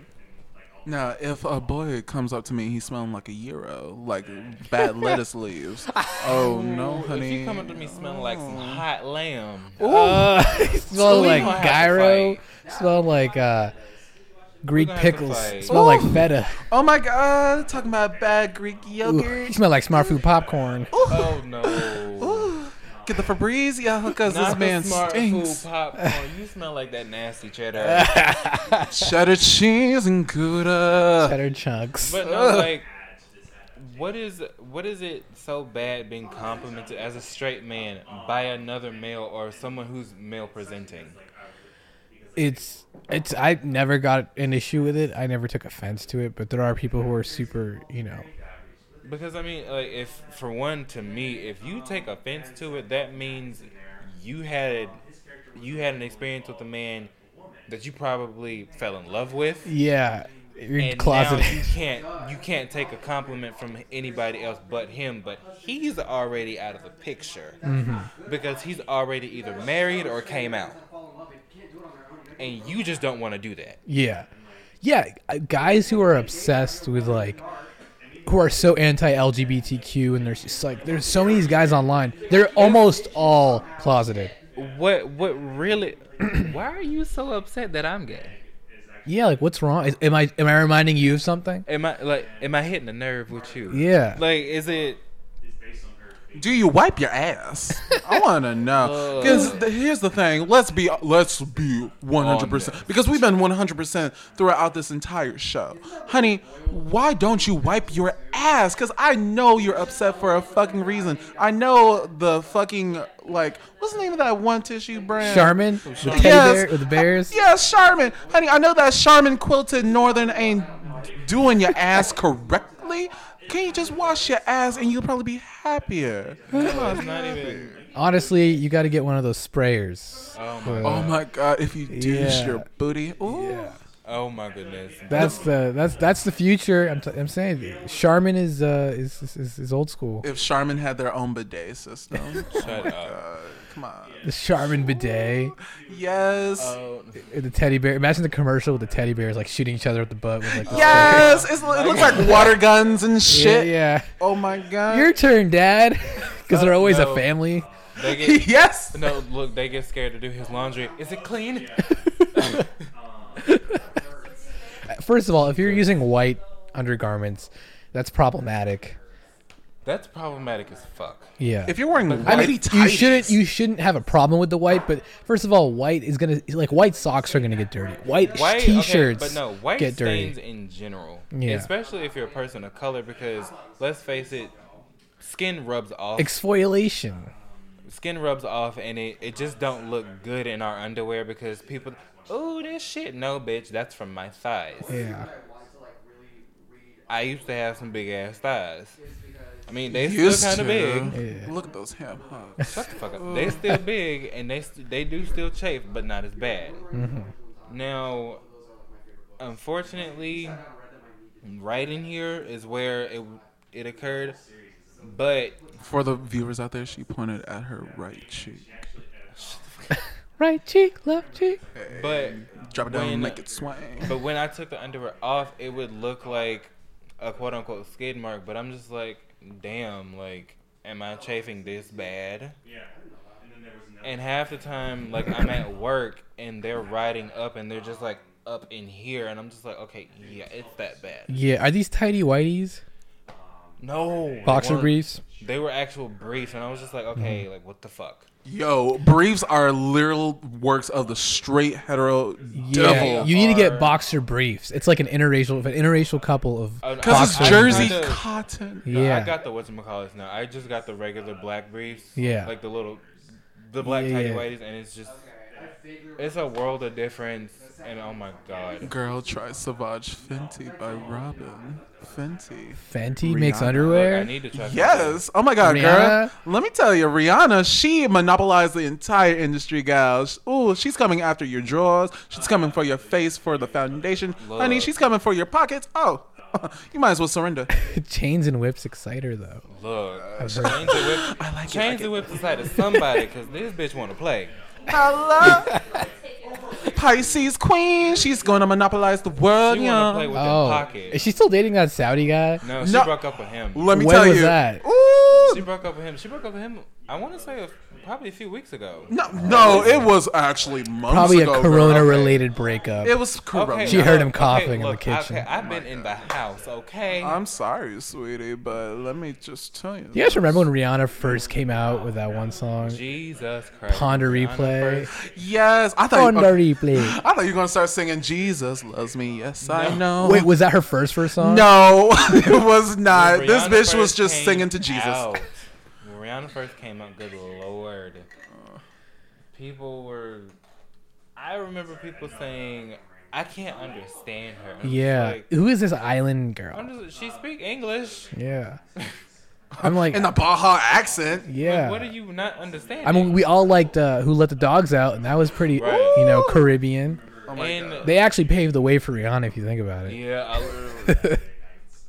[SPEAKER 2] Now, if a boy comes up to me, he's smelling like a euro, like bad lettuce leaves. Oh no,
[SPEAKER 4] If
[SPEAKER 2] honey.
[SPEAKER 4] you come up to me smelling like
[SPEAKER 2] Oh.
[SPEAKER 4] some hot lamb,
[SPEAKER 1] Uh, smelled
[SPEAKER 4] we
[SPEAKER 1] like
[SPEAKER 4] gonna have to
[SPEAKER 1] gyro. Smelled like uh, Greek
[SPEAKER 4] gonna have to
[SPEAKER 1] pickles.
[SPEAKER 4] fight.
[SPEAKER 1] Smelled like
[SPEAKER 2] Ooh.
[SPEAKER 1] feta.
[SPEAKER 2] Oh my god, talking about bad Greek
[SPEAKER 1] Ooh,
[SPEAKER 2] yogurt.
[SPEAKER 1] smelled like smart food popcorn.
[SPEAKER 4] oh no.
[SPEAKER 2] Get the Febreze, y'all, because
[SPEAKER 4] Not
[SPEAKER 2] this
[SPEAKER 4] the
[SPEAKER 2] man
[SPEAKER 4] smart
[SPEAKER 2] stinks.
[SPEAKER 4] food popcorn. You smell like that nasty cheddar.
[SPEAKER 2] Cheddar cheese and Gouda.
[SPEAKER 1] Cheddar chunks.
[SPEAKER 4] But no, like, what is what is it so bad being complimented as a straight man by another male or someone who's male presenting?
[SPEAKER 1] It's it's. I never got an issue with it. I never took offense to it. But there are people who are super. You know.
[SPEAKER 4] Because I mean, like, if for one, to me, if you take offense to it, that means you had you had an experience with a man that you probably fell in love with.
[SPEAKER 1] Yeah, you're
[SPEAKER 4] and now
[SPEAKER 1] closeted.
[SPEAKER 4] you can't you can't take a compliment from anybody else but him. But he's already out of the picture because he's already either married or came out, and you just don't want to do that.
[SPEAKER 1] Yeah. Yeah, uh, guys who are obsessed with like who are so anti-LGBTQ and there's just like there's so many of these guys online. They're almost all closeted.
[SPEAKER 4] What what really? why are you so upset that I'm gay?
[SPEAKER 1] Yeah, like what's wrong? Is, am I am I reminding you of something?
[SPEAKER 4] Am I like am I hitting a nerve with you?
[SPEAKER 1] Yeah.
[SPEAKER 4] Like is it?
[SPEAKER 2] Do you wipe your ass? I want to know. Because here's the thing. Let's be let's be 100 percent because we've been 100 percent throughout this entire show, honey. Why don't you wipe your ass? Because I know you're upset for a fucking reason. I know the fucking like what's the name of that one tissue brand?
[SPEAKER 1] Charmin, the teddy
[SPEAKER 2] Oh, Yes.
[SPEAKER 1] bear, or the bears.
[SPEAKER 2] Yeah, Charmin. Honey, I know that Charmin quilted northern ain't doing your ass correctly. Can you just wash your ass and you'll probably be happier?
[SPEAKER 4] It's not even.
[SPEAKER 1] Honestly, you got to get one of those sprayers. Uh,
[SPEAKER 2] Oh my god, if you douche
[SPEAKER 1] Yeah.
[SPEAKER 2] your booty. Ooh.
[SPEAKER 4] Oh my goodness.
[SPEAKER 1] That's the that's that's the future. I'm, t- I'm saying Charmin is uh is is, is, is old school.
[SPEAKER 2] If Charmin had their own bidet system.
[SPEAKER 4] Shut up.
[SPEAKER 2] Uh, come on.
[SPEAKER 1] The Charmin bidet,
[SPEAKER 2] Yes.
[SPEAKER 1] the teddy bear. Imagine the commercial with the teddy bears like shooting each other with the butt with like the
[SPEAKER 2] yes. It's, it looks like water guns and shit.
[SPEAKER 1] Yeah,
[SPEAKER 2] Oh my
[SPEAKER 1] yeah.
[SPEAKER 2] god.
[SPEAKER 1] Your turn, Dad. Because they're always a
[SPEAKER 4] Uh, no.
[SPEAKER 1] family.
[SPEAKER 4] They get,
[SPEAKER 2] yes.
[SPEAKER 4] no, look, they get scared to do his laundry. Is it clean?
[SPEAKER 1] First of all, if you're using white undergarments, that's problematic.
[SPEAKER 4] That's problematic as fuck.
[SPEAKER 1] Yeah.
[SPEAKER 2] If you're wearing
[SPEAKER 1] I
[SPEAKER 2] whitey
[SPEAKER 1] mean, you
[SPEAKER 2] tighties,
[SPEAKER 1] shouldn't you shouldn't have a problem with the white, but first of all, white is gonna like white socks are gonna get dirty. White,
[SPEAKER 4] White okay,
[SPEAKER 1] t-shirts
[SPEAKER 4] but no, white
[SPEAKER 1] get dirty.
[SPEAKER 4] stains in general.
[SPEAKER 1] Yeah.
[SPEAKER 4] Especially if you're a person of color, because let's face it, skin rubs off.
[SPEAKER 1] Exfoliation.
[SPEAKER 4] skin rubs off, and it, it just don't look good in our underwear because people. Oh, this shit. No, bitch, that's from my thighs.
[SPEAKER 1] Yeah.
[SPEAKER 4] I used to have some big ass thighs. I mean, they
[SPEAKER 2] used
[SPEAKER 4] still kind of
[SPEAKER 2] to.
[SPEAKER 4] big.
[SPEAKER 1] Yeah.
[SPEAKER 2] Look at those ham hocks.
[SPEAKER 4] Shut the fuck up. They still big and they st- they do still chafe, but not as bad. Now, unfortunately, right in here is where it it occurred. But
[SPEAKER 2] For the viewers out there, she pointed at her right cheek.
[SPEAKER 1] Right cheek, left cheek.
[SPEAKER 4] but
[SPEAKER 2] Drop it down,
[SPEAKER 4] When-
[SPEAKER 2] make it swing.
[SPEAKER 4] but when I took the underwear off, it would look like a quote unquote skid mark. But I'm just like, damn, like, am I chafing this bad? And half the time, like, I'm at work and they're riding up and they're just like up in here, and I'm just like, okay, yeah, it's that bad.
[SPEAKER 1] Yeah. Are these tidy whiteies?
[SPEAKER 4] No, they
[SPEAKER 1] Boxer
[SPEAKER 4] weren't.
[SPEAKER 1] briefs?
[SPEAKER 4] They were actual briefs, and I was just like, okay, like, what the fuck?
[SPEAKER 2] Yo, briefs are literal works of the straight hetero devil.
[SPEAKER 1] You need to
[SPEAKER 4] are-
[SPEAKER 1] get boxer briefs. It's like an interracial, if an interracial couple of
[SPEAKER 4] Oh, no,
[SPEAKER 2] Because
[SPEAKER 1] boxers.
[SPEAKER 2] it's Jersey
[SPEAKER 4] I- I-
[SPEAKER 2] cotton.
[SPEAKER 4] No,
[SPEAKER 1] Yeah.
[SPEAKER 4] I got the whatchamacallits now. I just got the regular black briefs.
[SPEAKER 1] Yeah.
[SPEAKER 4] Like the little, the black
[SPEAKER 1] Yeah,
[SPEAKER 4] tidy
[SPEAKER 1] yeah.
[SPEAKER 4] whities, and it's just, it's a world of difference. And oh my god.
[SPEAKER 2] Girl tries Savage Fenty by Robin Fenty.
[SPEAKER 1] Fenty makes
[SPEAKER 2] Rihanna.
[SPEAKER 4] I
[SPEAKER 1] underwear.
[SPEAKER 4] need to try. something.
[SPEAKER 2] Yes. Oh my God,
[SPEAKER 1] Rihanna?
[SPEAKER 2] girl. Let me tell you, Rihanna, she monopolized the entire industry, guys. Ooh, she's coming after your drawers. She's coming for your face for the foundation. Honey,
[SPEAKER 4] Look.
[SPEAKER 2] she's coming for your pockets. Oh, you might as well surrender.
[SPEAKER 1] Chains and whips exciter though.
[SPEAKER 4] Look, change the
[SPEAKER 1] heard-
[SPEAKER 4] whip. I like change the whip inside of somebody because this bitch want to play.
[SPEAKER 2] Hello, Pisces Queen. She's going to monopolize the world,
[SPEAKER 4] She want to
[SPEAKER 2] yeah.
[SPEAKER 4] play with
[SPEAKER 1] Oh,
[SPEAKER 4] that pocket.
[SPEAKER 1] is she still dating that Saudi guy?
[SPEAKER 4] no, she
[SPEAKER 2] No.
[SPEAKER 4] broke up with him.
[SPEAKER 2] Let me
[SPEAKER 1] when
[SPEAKER 2] tell
[SPEAKER 1] was
[SPEAKER 2] you.
[SPEAKER 1] that?
[SPEAKER 2] Ooh,
[SPEAKER 4] She broke up with him. She broke up with him. I want to say a, probably a few weeks ago.
[SPEAKER 2] no, no, it was actually months
[SPEAKER 1] Probably a
[SPEAKER 2] ago, girl.
[SPEAKER 1] corona-related breakup.
[SPEAKER 2] It was corona.
[SPEAKER 4] Okay,
[SPEAKER 1] She heard him
[SPEAKER 4] okay,
[SPEAKER 1] coughing in the
[SPEAKER 4] look,
[SPEAKER 1] kitchen.
[SPEAKER 4] Okay, I've been in the house. Okay,
[SPEAKER 2] I'm sorry, sweetie, but let me just tell you.
[SPEAKER 1] you guys remember when Rihanna first came out with that one song?
[SPEAKER 4] Jesus Christ.
[SPEAKER 1] Ponder
[SPEAKER 4] Rihanna
[SPEAKER 1] replay.
[SPEAKER 4] first.
[SPEAKER 2] Yes, I thought.
[SPEAKER 1] Ponder
[SPEAKER 2] You, okay,
[SPEAKER 1] replay.
[SPEAKER 2] I thought you were gonna start singing "Jesus Loves Me." Yes, I know.
[SPEAKER 1] Wait, was that her first first song?
[SPEAKER 2] no, it was not.
[SPEAKER 4] When
[SPEAKER 2] this
[SPEAKER 4] Rihanna
[SPEAKER 2] bitch was
[SPEAKER 4] first
[SPEAKER 2] just
[SPEAKER 4] came
[SPEAKER 2] singing to Jesus.
[SPEAKER 4] out- when Rihanna first came out, good lord. People were. I remember people saying, I can't understand her. I'm just
[SPEAKER 1] Yeah.
[SPEAKER 4] like-
[SPEAKER 1] Who is this island girl?
[SPEAKER 4] I'm just, she speak English.
[SPEAKER 1] Yeah. I'm like,
[SPEAKER 2] in a Baja accent.
[SPEAKER 1] yeah.
[SPEAKER 4] Like, what are you not understanding?
[SPEAKER 1] I mean, we all liked uh, "Who Let the Dogs Out," and that was pretty,
[SPEAKER 4] Right.
[SPEAKER 1] you know, Caribbean.
[SPEAKER 2] Oh my
[SPEAKER 4] And-
[SPEAKER 2] god.
[SPEAKER 1] They actually paved the way for Rihanna, if you think about it.
[SPEAKER 4] Yeah, a,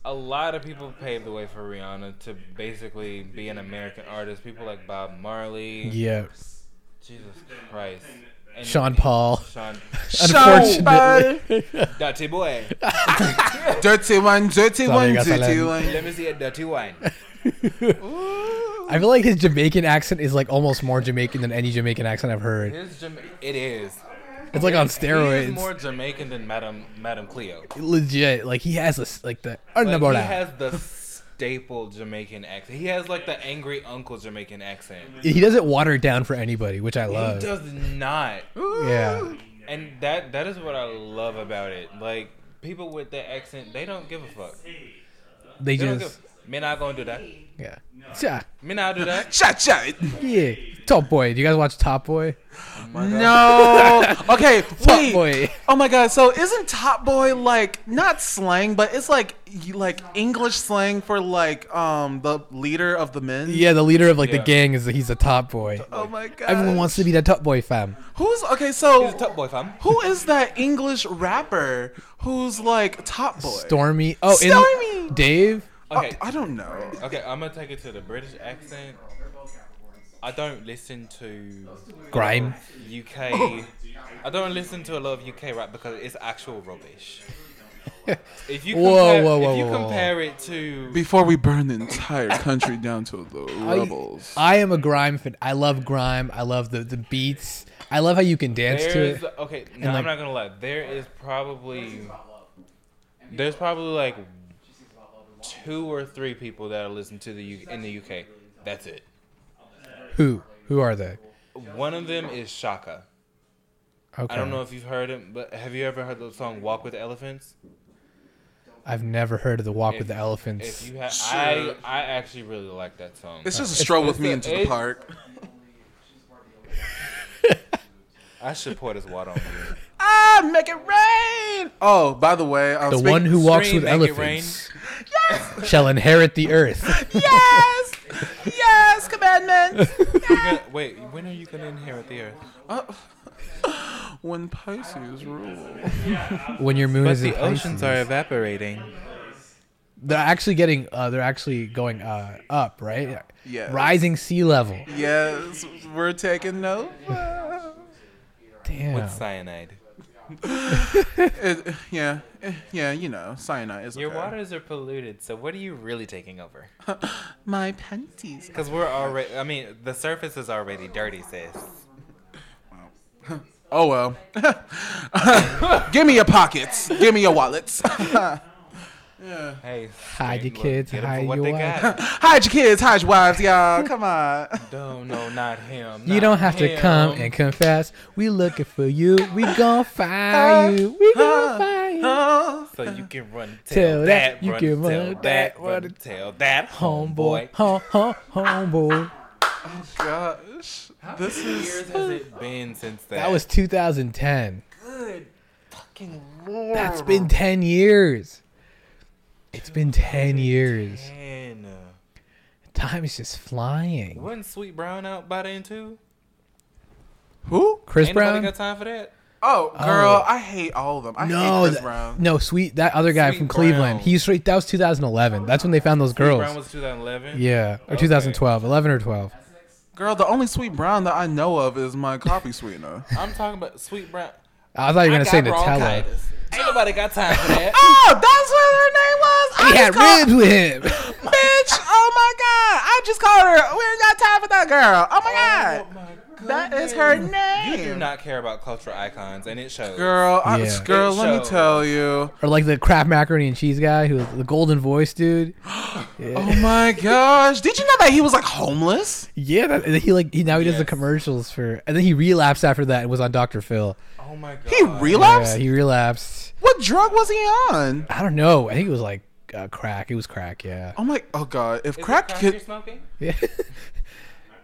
[SPEAKER 4] a lot of people paved the way for Rihanna to basically be an American artist. People like Bob Marley.
[SPEAKER 1] Yeah,
[SPEAKER 4] Jesus Christ. And
[SPEAKER 1] Sean Paul.
[SPEAKER 4] Sean.
[SPEAKER 1] Unfortunately,
[SPEAKER 4] Dirty boy.
[SPEAKER 2] Dirty one, dirty one,
[SPEAKER 1] Sorry, guys, I
[SPEAKER 2] dirty
[SPEAKER 1] let-
[SPEAKER 2] one.
[SPEAKER 4] Let me see a dirty wine.
[SPEAKER 1] I feel like his Jamaican accent is like almost more Jamaican than any Jamaican accent I've heard.
[SPEAKER 4] His Jama- it is.
[SPEAKER 1] It's like on
[SPEAKER 4] He is more
[SPEAKER 1] steroids.
[SPEAKER 4] Jamaican than Madam Madam Cleo.
[SPEAKER 1] Legit, like he has this, like the
[SPEAKER 4] Like, he
[SPEAKER 1] number
[SPEAKER 4] has the staple Jamaican accent. He has like the angry uncle Jamaican accent.
[SPEAKER 1] He doesn't water it down for anybody, which I
[SPEAKER 4] He
[SPEAKER 1] love.
[SPEAKER 4] does not.
[SPEAKER 1] Yeah,
[SPEAKER 4] And that that is what I love about it. Like people with that accent, they don't give a fuck.
[SPEAKER 1] they
[SPEAKER 4] They don't
[SPEAKER 1] just,
[SPEAKER 4] give. Me not gonna do that.
[SPEAKER 1] yeah, yeah,
[SPEAKER 4] Me not do that.
[SPEAKER 2] Cha cha.
[SPEAKER 1] yeah. Top Boy, do you guys watch Top Boy?
[SPEAKER 2] No. Okay,
[SPEAKER 1] Top
[SPEAKER 2] wait.
[SPEAKER 1] Boy.
[SPEAKER 2] Oh my god. So isn't Top Boy like not slang, but it's like you- like English slang for like um the leader of the men?
[SPEAKER 1] Yeah, the leader of like
[SPEAKER 4] Yeah.
[SPEAKER 1] the gang is he's a top boy.
[SPEAKER 2] Oh my god.
[SPEAKER 1] Everyone wants to be that top boy, fam.
[SPEAKER 2] Who's okay?
[SPEAKER 4] He's a
[SPEAKER 2] So
[SPEAKER 4] top boy, fam.
[SPEAKER 2] who is that English rapper who's like Top Boy?
[SPEAKER 1] Stormy. Oh, in-
[SPEAKER 2] Stormy!
[SPEAKER 1] Dave.
[SPEAKER 4] Okay,
[SPEAKER 2] Oh, I don't know.
[SPEAKER 4] okay. I'm gonna take it to the British accent. I don't listen to
[SPEAKER 1] Grime. Oh.
[SPEAKER 4] UK. I don't listen to a lot of UK rap because it's actual rubbish. If you compare,
[SPEAKER 1] Whoa, whoa, whoa,
[SPEAKER 4] if you
[SPEAKER 1] whoa, whoa.
[SPEAKER 4] compare it to
[SPEAKER 2] Before we burn the entire country down to the rebels.
[SPEAKER 1] I am a grime fan. I love grime. I love the the beats. I love how you can dance to
[SPEAKER 4] There's
[SPEAKER 1] it.
[SPEAKER 4] okay. No,
[SPEAKER 1] like-
[SPEAKER 4] I'm not gonna lie. There is probably there's probably like two or three people that I listen to the U- in the UK. That's it.
[SPEAKER 1] Who? Who are they?
[SPEAKER 4] One of them is Shaka.
[SPEAKER 1] Okay.
[SPEAKER 4] I don't know if you've heard him, but have you ever heard the song "Walk with Elephants"?
[SPEAKER 1] I've never heard of the Walk
[SPEAKER 4] If-
[SPEAKER 1] with the
[SPEAKER 4] If
[SPEAKER 1] Elephants.
[SPEAKER 4] you have, I I actually really like that song.
[SPEAKER 2] It's just a stroll with me
[SPEAKER 4] a-
[SPEAKER 2] into the
[SPEAKER 4] it's-
[SPEAKER 2] park.
[SPEAKER 4] I should pour this water on you.
[SPEAKER 2] Ah, make it rain. Oh, by the way, I'm
[SPEAKER 1] The
[SPEAKER 2] speak-
[SPEAKER 1] one who walks
[SPEAKER 4] Scream,
[SPEAKER 1] with
[SPEAKER 4] make it rain.
[SPEAKER 1] elephants shall inherit the earth.
[SPEAKER 2] Yes, yes, commandment.
[SPEAKER 4] You're gonna- Wait, when are you gonna inherit the earth?
[SPEAKER 2] when Pisces rule.
[SPEAKER 1] When your moon
[SPEAKER 3] But
[SPEAKER 1] is in
[SPEAKER 3] the oceans
[SPEAKER 1] Pisces.
[SPEAKER 3] are evaporating.
[SPEAKER 1] They're actually getting. Uh, they're actually going uh, up, right?
[SPEAKER 2] Yes.
[SPEAKER 1] Rising sea level.
[SPEAKER 2] Yes, we're taking note.
[SPEAKER 1] Damn.
[SPEAKER 4] With cyanide.
[SPEAKER 2] It, yeah, eh, yeah, you know, cyanide is
[SPEAKER 4] Your
[SPEAKER 2] okay.
[SPEAKER 4] waters are polluted, so what are you really taking over?
[SPEAKER 2] My panties.
[SPEAKER 4] Because we're already, I mean, the surface is already dirty, sis.
[SPEAKER 2] Oh well. Give me your pockets. Give me your wallets.
[SPEAKER 4] Hey.
[SPEAKER 1] Hide your
[SPEAKER 4] look,
[SPEAKER 1] kids,
[SPEAKER 4] get 'em for
[SPEAKER 1] hide
[SPEAKER 4] what
[SPEAKER 1] your
[SPEAKER 4] they
[SPEAKER 1] wife.
[SPEAKER 4] got.
[SPEAKER 2] hide your kids. Hide your wives, y'all. Come on.
[SPEAKER 4] No, no, not him.
[SPEAKER 1] You
[SPEAKER 4] not
[SPEAKER 1] don't have to come
[SPEAKER 4] him.
[SPEAKER 1] and confess. We looking for you. We gon' find you. We gon' find you.
[SPEAKER 2] Oh,
[SPEAKER 4] So you can run
[SPEAKER 1] Tell
[SPEAKER 4] tell
[SPEAKER 1] that,
[SPEAKER 4] that,
[SPEAKER 1] you
[SPEAKER 4] run
[SPEAKER 1] can
[SPEAKER 4] tell
[SPEAKER 1] run that,
[SPEAKER 4] that,
[SPEAKER 1] run
[SPEAKER 4] run tell that, homeboy.
[SPEAKER 1] Homeboy, home, home, homeboy.
[SPEAKER 2] gosh, this
[SPEAKER 4] How
[SPEAKER 2] is
[SPEAKER 4] years has it been since that?
[SPEAKER 1] That was 2010.
[SPEAKER 4] good. Fucking lord.
[SPEAKER 1] That's been 10 years. It's been 10 years.
[SPEAKER 4] Man, uh,
[SPEAKER 1] Time is just flying.
[SPEAKER 4] wasn't Sweet Brown out by then too?
[SPEAKER 2] who?
[SPEAKER 1] Chris
[SPEAKER 4] Anybody
[SPEAKER 1] Brown?
[SPEAKER 4] got time for that?
[SPEAKER 2] Oh, girl, I hate all of them. I hate
[SPEAKER 1] No,
[SPEAKER 2] Chris
[SPEAKER 1] th-
[SPEAKER 2] Brown.
[SPEAKER 1] no, sweet that other guy
[SPEAKER 4] Sweet
[SPEAKER 1] from Cleveland.
[SPEAKER 4] Brown.
[SPEAKER 1] He's straight. That was 2011. That's when they found those girls.
[SPEAKER 4] Brown was 2011.
[SPEAKER 1] yeah, or 2012, 11 or 12.
[SPEAKER 2] Girl, the only Sweet Brown that I know of is my coffee sweetener.
[SPEAKER 4] I'm talking about Sweet Brown.
[SPEAKER 1] I thought you were gonna
[SPEAKER 4] I
[SPEAKER 1] say
[SPEAKER 4] got
[SPEAKER 1] Nutella.
[SPEAKER 4] bronchitis. Ain't nobody got time for that.
[SPEAKER 2] oh, that's what her name was. I
[SPEAKER 1] He had
[SPEAKER 2] just called-
[SPEAKER 1] ribs with him.
[SPEAKER 2] bitch. Oh my god, I just called her. We ain't got time for that girl. Oh my god, that is her name.
[SPEAKER 4] You do not care about cultural icons, and it shows.
[SPEAKER 2] Girl, I,
[SPEAKER 1] Yeah.
[SPEAKER 2] girl,
[SPEAKER 4] It
[SPEAKER 2] let me
[SPEAKER 4] shows.
[SPEAKER 2] tell you.
[SPEAKER 1] Or like the Kraft macaroni and cheese guy who was the golden voice dude.
[SPEAKER 2] Oh my gosh, did you know that he was like homeless?
[SPEAKER 1] Yeah, that, and he like he now he does the
[SPEAKER 4] Yes.
[SPEAKER 1] commercials for, and then he relapsed after that and was on Dr. Phil.
[SPEAKER 4] Oh my god.
[SPEAKER 2] He relapsed.
[SPEAKER 1] Yeah, he relapsed.
[SPEAKER 2] what drug was he on?
[SPEAKER 1] I don't know. I think it was like uh, crack. It was crack. Yeah.
[SPEAKER 2] Oh my, oh god, if
[SPEAKER 4] Is it
[SPEAKER 2] crack
[SPEAKER 4] crack
[SPEAKER 2] could,
[SPEAKER 4] you're smoking?
[SPEAKER 1] Yeah.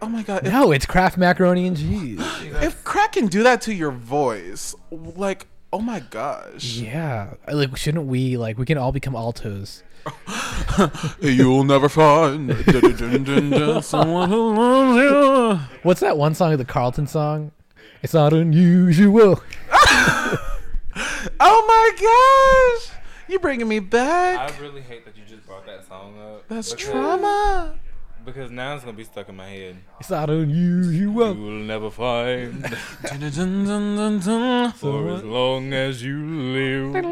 [SPEAKER 2] oh my god, if,
[SPEAKER 1] no, it's Kraft macaroni and cheese.
[SPEAKER 2] if crack can do that to your voice, like, oh my gosh,
[SPEAKER 1] Yeah, like shouldn't we like we can all become altos?
[SPEAKER 2] you'll never find someone who loves you.
[SPEAKER 1] What's that one song? The Carlton song. It's not unusual.
[SPEAKER 2] Oh my gosh, you bringing me back.
[SPEAKER 4] I really hate that you just brought that song up.
[SPEAKER 2] That's
[SPEAKER 4] because-
[SPEAKER 2] trauma.
[SPEAKER 4] Because now it's gonna be stuck in my head.
[SPEAKER 1] It's not
[SPEAKER 4] You
[SPEAKER 1] unusual.
[SPEAKER 4] will never find
[SPEAKER 2] Dun, dun, dun, dun, dun, dun.
[SPEAKER 4] for as long as you live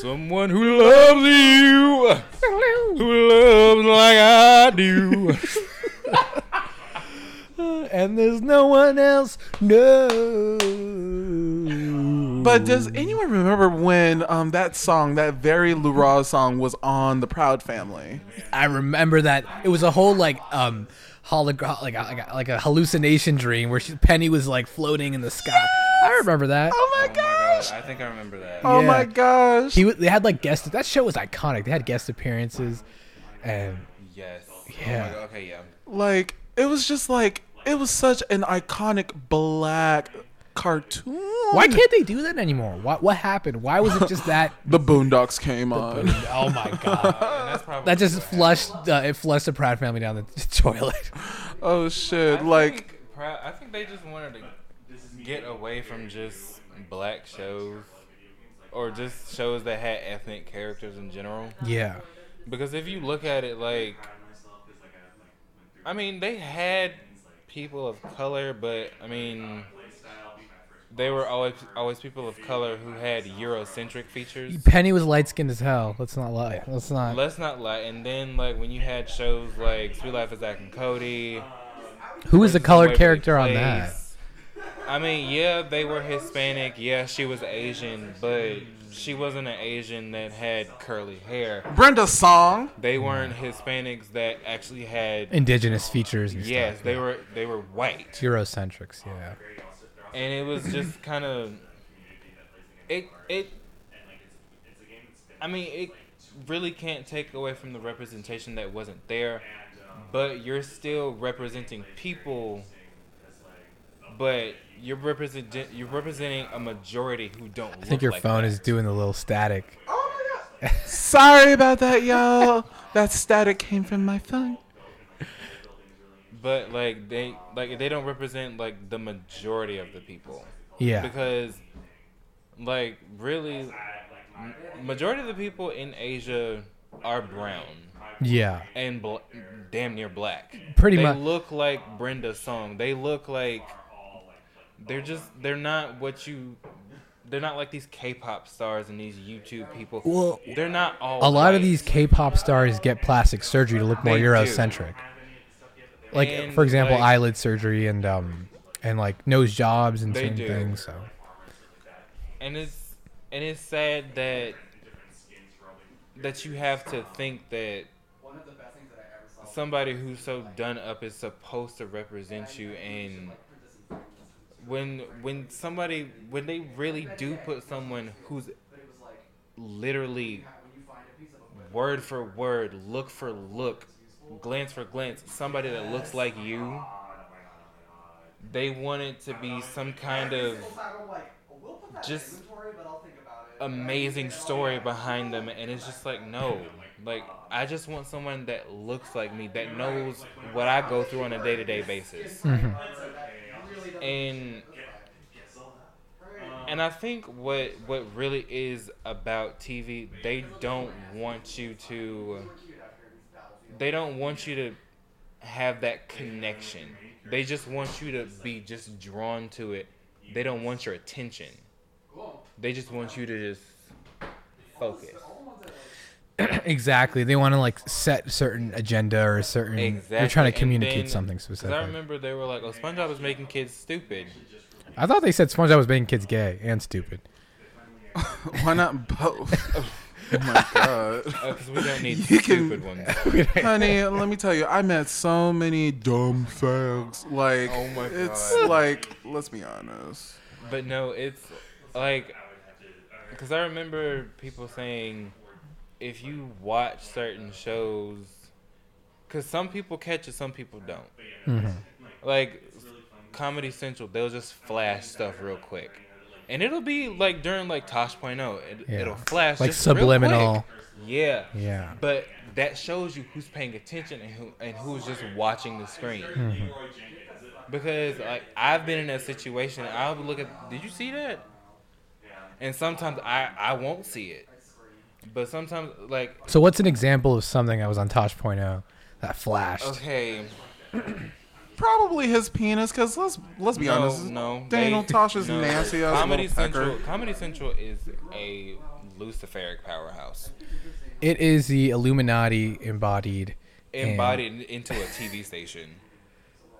[SPEAKER 4] someone who loves you, who loves like I do. Oh
[SPEAKER 1] and there's no one else. No.
[SPEAKER 2] But does anyone remember when um, that song, that very Lou Rawls song, was on The Proud Family?
[SPEAKER 1] I remember that it was a whole like um hologram like a, like a, like a hallucination dream where she, Penny was like floating in the sky. I remember that.
[SPEAKER 2] Oh my gosh!
[SPEAKER 4] I think I remember that.
[SPEAKER 2] Oh
[SPEAKER 1] Yeah.
[SPEAKER 2] my gosh!
[SPEAKER 1] He wa- they had like guest that show was iconic. They had guest appearances and
[SPEAKER 4] Yes.
[SPEAKER 1] Yeah.
[SPEAKER 4] Oh my God. Okay. Yeah.
[SPEAKER 2] Like it was just like it was such an iconic black cartoon.
[SPEAKER 1] Why can't they do that anymore? What what happened? Why was it just that?
[SPEAKER 2] the Boondocks came on?
[SPEAKER 1] oh my god!
[SPEAKER 4] And that's probably
[SPEAKER 1] That just flushed uh, it flushed the Proud Family down the toilet.
[SPEAKER 2] Oh shit! Like
[SPEAKER 4] think, pro- I think they just wanted to get away from just black shows or just shows that had ethnic characters in general.
[SPEAKER 1] Yeah,
[SPEAKER 4] Because if you look at it, like, I mean, they had people of color, but I mean, they were always always people of color who had Eurocentric features.
[SPEAKER 1] Penny was light skinned as hell. Let's not lie. Let's not.
[SPEAKER 4] Let's not lie. And then, like, when you had shows like Sweet Life of Zack and Cody,
[SPEAKER 1] Who is the
[SPEAKER 4] versus
[SPEAKER 1] colored
[SPEAKER 4] Waverly
[SPEAKER 1] character on that?
[SPEAKER 4] Place. I mean, yeah, they were Hispanic. Yeah, she was Asian, but she wasn't an Asian that had curly hair.
[SPEAKER 2] Brenda song.
[SPEAKER 4] They weren't Hispanics that actually had.
[SPEAKER 1] Indigenous features. And
[SPEAKER 4] Yes,
[SPEAKER 1] stuff.
[SPEAKER 4] they were. They were white,
[SPEAKER 1] Eurocentrics. Yeah.
[SPEAKER 4] and it was just kind of. It it. I mean, it really can't take away from the representation that wasn't there, but you're still representing people but you're represent you're representing a majority who don't.
[SPEAKER 1] I think your phone is
[SPEAKER 4] is
[SPEAKER 1] doing a little static.
[SPEAKER 2] Sorry about that, y'all. that static came from my phone.
[SPEAKER 4] But like they like they don't represent like the majority of the people
[SPEAKER 1] Yeah.
[SPEAKER 4] because like really m- majority of the people in Asia are brown
[SPEAKER 1] Yeah.
[SPEAKER 4] and bl- damn near black.
[SPEAKER 1] Pretty
[SPEAKER 4] they
[SPEAKER 1] much.
[SPEAKER 4] look like Brenda's song. They look like they're just they're not what you. They're not like these K-pop stars and these YouTube people.
[SPEAKER 1] Well,
[SPEAKER 4] they're not all.
[SPEAKER 1] A lot of
[SPEAKER 4] white.
[SPEAKER 1] these K-pop stars get plastic surgery to look more
[SPEAKER 4] They do.
[SPEAKER 1] Eurocentric. Like
[SPEAKER 4] And,
[SPEAKER 1] for example,
[SPEAKER 4] like-
[SPEAKER 1] eyelid surgery and um and like nose jobs and
[SPEAKER 4] They
[SPEAKER 1] certain
[SPEAKER 4] do.
[SPEAKER 1] things. So
[SPEAKER 4] and it's and it's sad that that you have to think that somebody who's so done up is supposed to represent you and when when somebody when they really do put someone who's literally word for word look for look glance for glance somebody that looks like you they want it to be some kind of just amazing story behind them and it's just like no like i just want someone that looks like me that knows what i go through on a day-to-day basis and and I think what what really is about TV, they don't want you to. They don't want you to have that connection. They just want you to be just drawn to it. They don't want your attention. They just want you to just focus.
[SPEAKER 1] exactly. They want to like set certain agenda or a certain. They're trying
[SPEAKER 4] And
[SPEAKER 1] to communicate
[SPEAKER 4] then-
[SPEAKER 1] something
[SPEAKER 4] 'cause
[SPEAKER 1] specific.
[SPEAKER 4] I
[SPEAKER 1] I,
[SPEAKER 4] remember they were like, "Oh, SpongeBob is making kids stupid."
[SPEAKER 1] thought they said SpongeBob was making kids gay and stupid.
[SPEAKER 2] Why not both? oh my god.
[SPEAKER 4] Because Oh, we don't need
[SPEAKER 2] You can-
[SPEAKER 4] stupid ones.
[SPEAKER 2] Honey, let me tell you, I met so many dumb fags. Like,
[SPEAKER 4] Oh my
[SPEAKER 2] it's
[SPEAKER 4] God.
[SPEAKER 2] like, let's be honest.
[SPEAKER 4] But no, it's like because I remember people saying if you watch certain shows, because some people catch it, some people don't.
[SPEAKER 1] Mm-hmm.
[SPEAKER 4] Like Comedy Central, they'll just flash stuff real quick. And it'll be like during like Tosh.0, it,
[SPEAKER 1] Yeah.
[SPEAKER 4] it'll flash
[SPEAKER 1] Like
[SPEAKER 4] just real quick.
[SPEAKER 1] subliminal.
[SPEAKER 4] Yeah.
[SPEAKER 1] Yeah.
[SPEAKER 4] But that shows you who's paying attention and who and who's just watching the screen. Because like I've been in that situation, and I'll look at. Did you see that? And sometimes I I won't see it, but sometimes like
[SPEAKER 1] So what's an example of something that was on Tosh.0 that flashed?
[SPEAKER 4] okay,
[SPEAKER 2] Probably his penis, because let's let's be
[SPEAKER 4] no,
[SPEAKER 2] honest.
[SPEAKER 4] no,
[SPEAKER 2] Daniel
[SPEAKER 4] they-
[SPEAKER 2] Tosh is
[SPEAKER 4] no.
[SPEAKER 2] nasty as
[SPEAKER 4] Comedy Central.
[SPEAKER 2] Central.
[SPEAKER 4] Comedy Central is a luciferic powerhouse
[SPEAKER 1] It is the Illuminati embodied. and-
[SPEAKER 4] embodied into a TV station.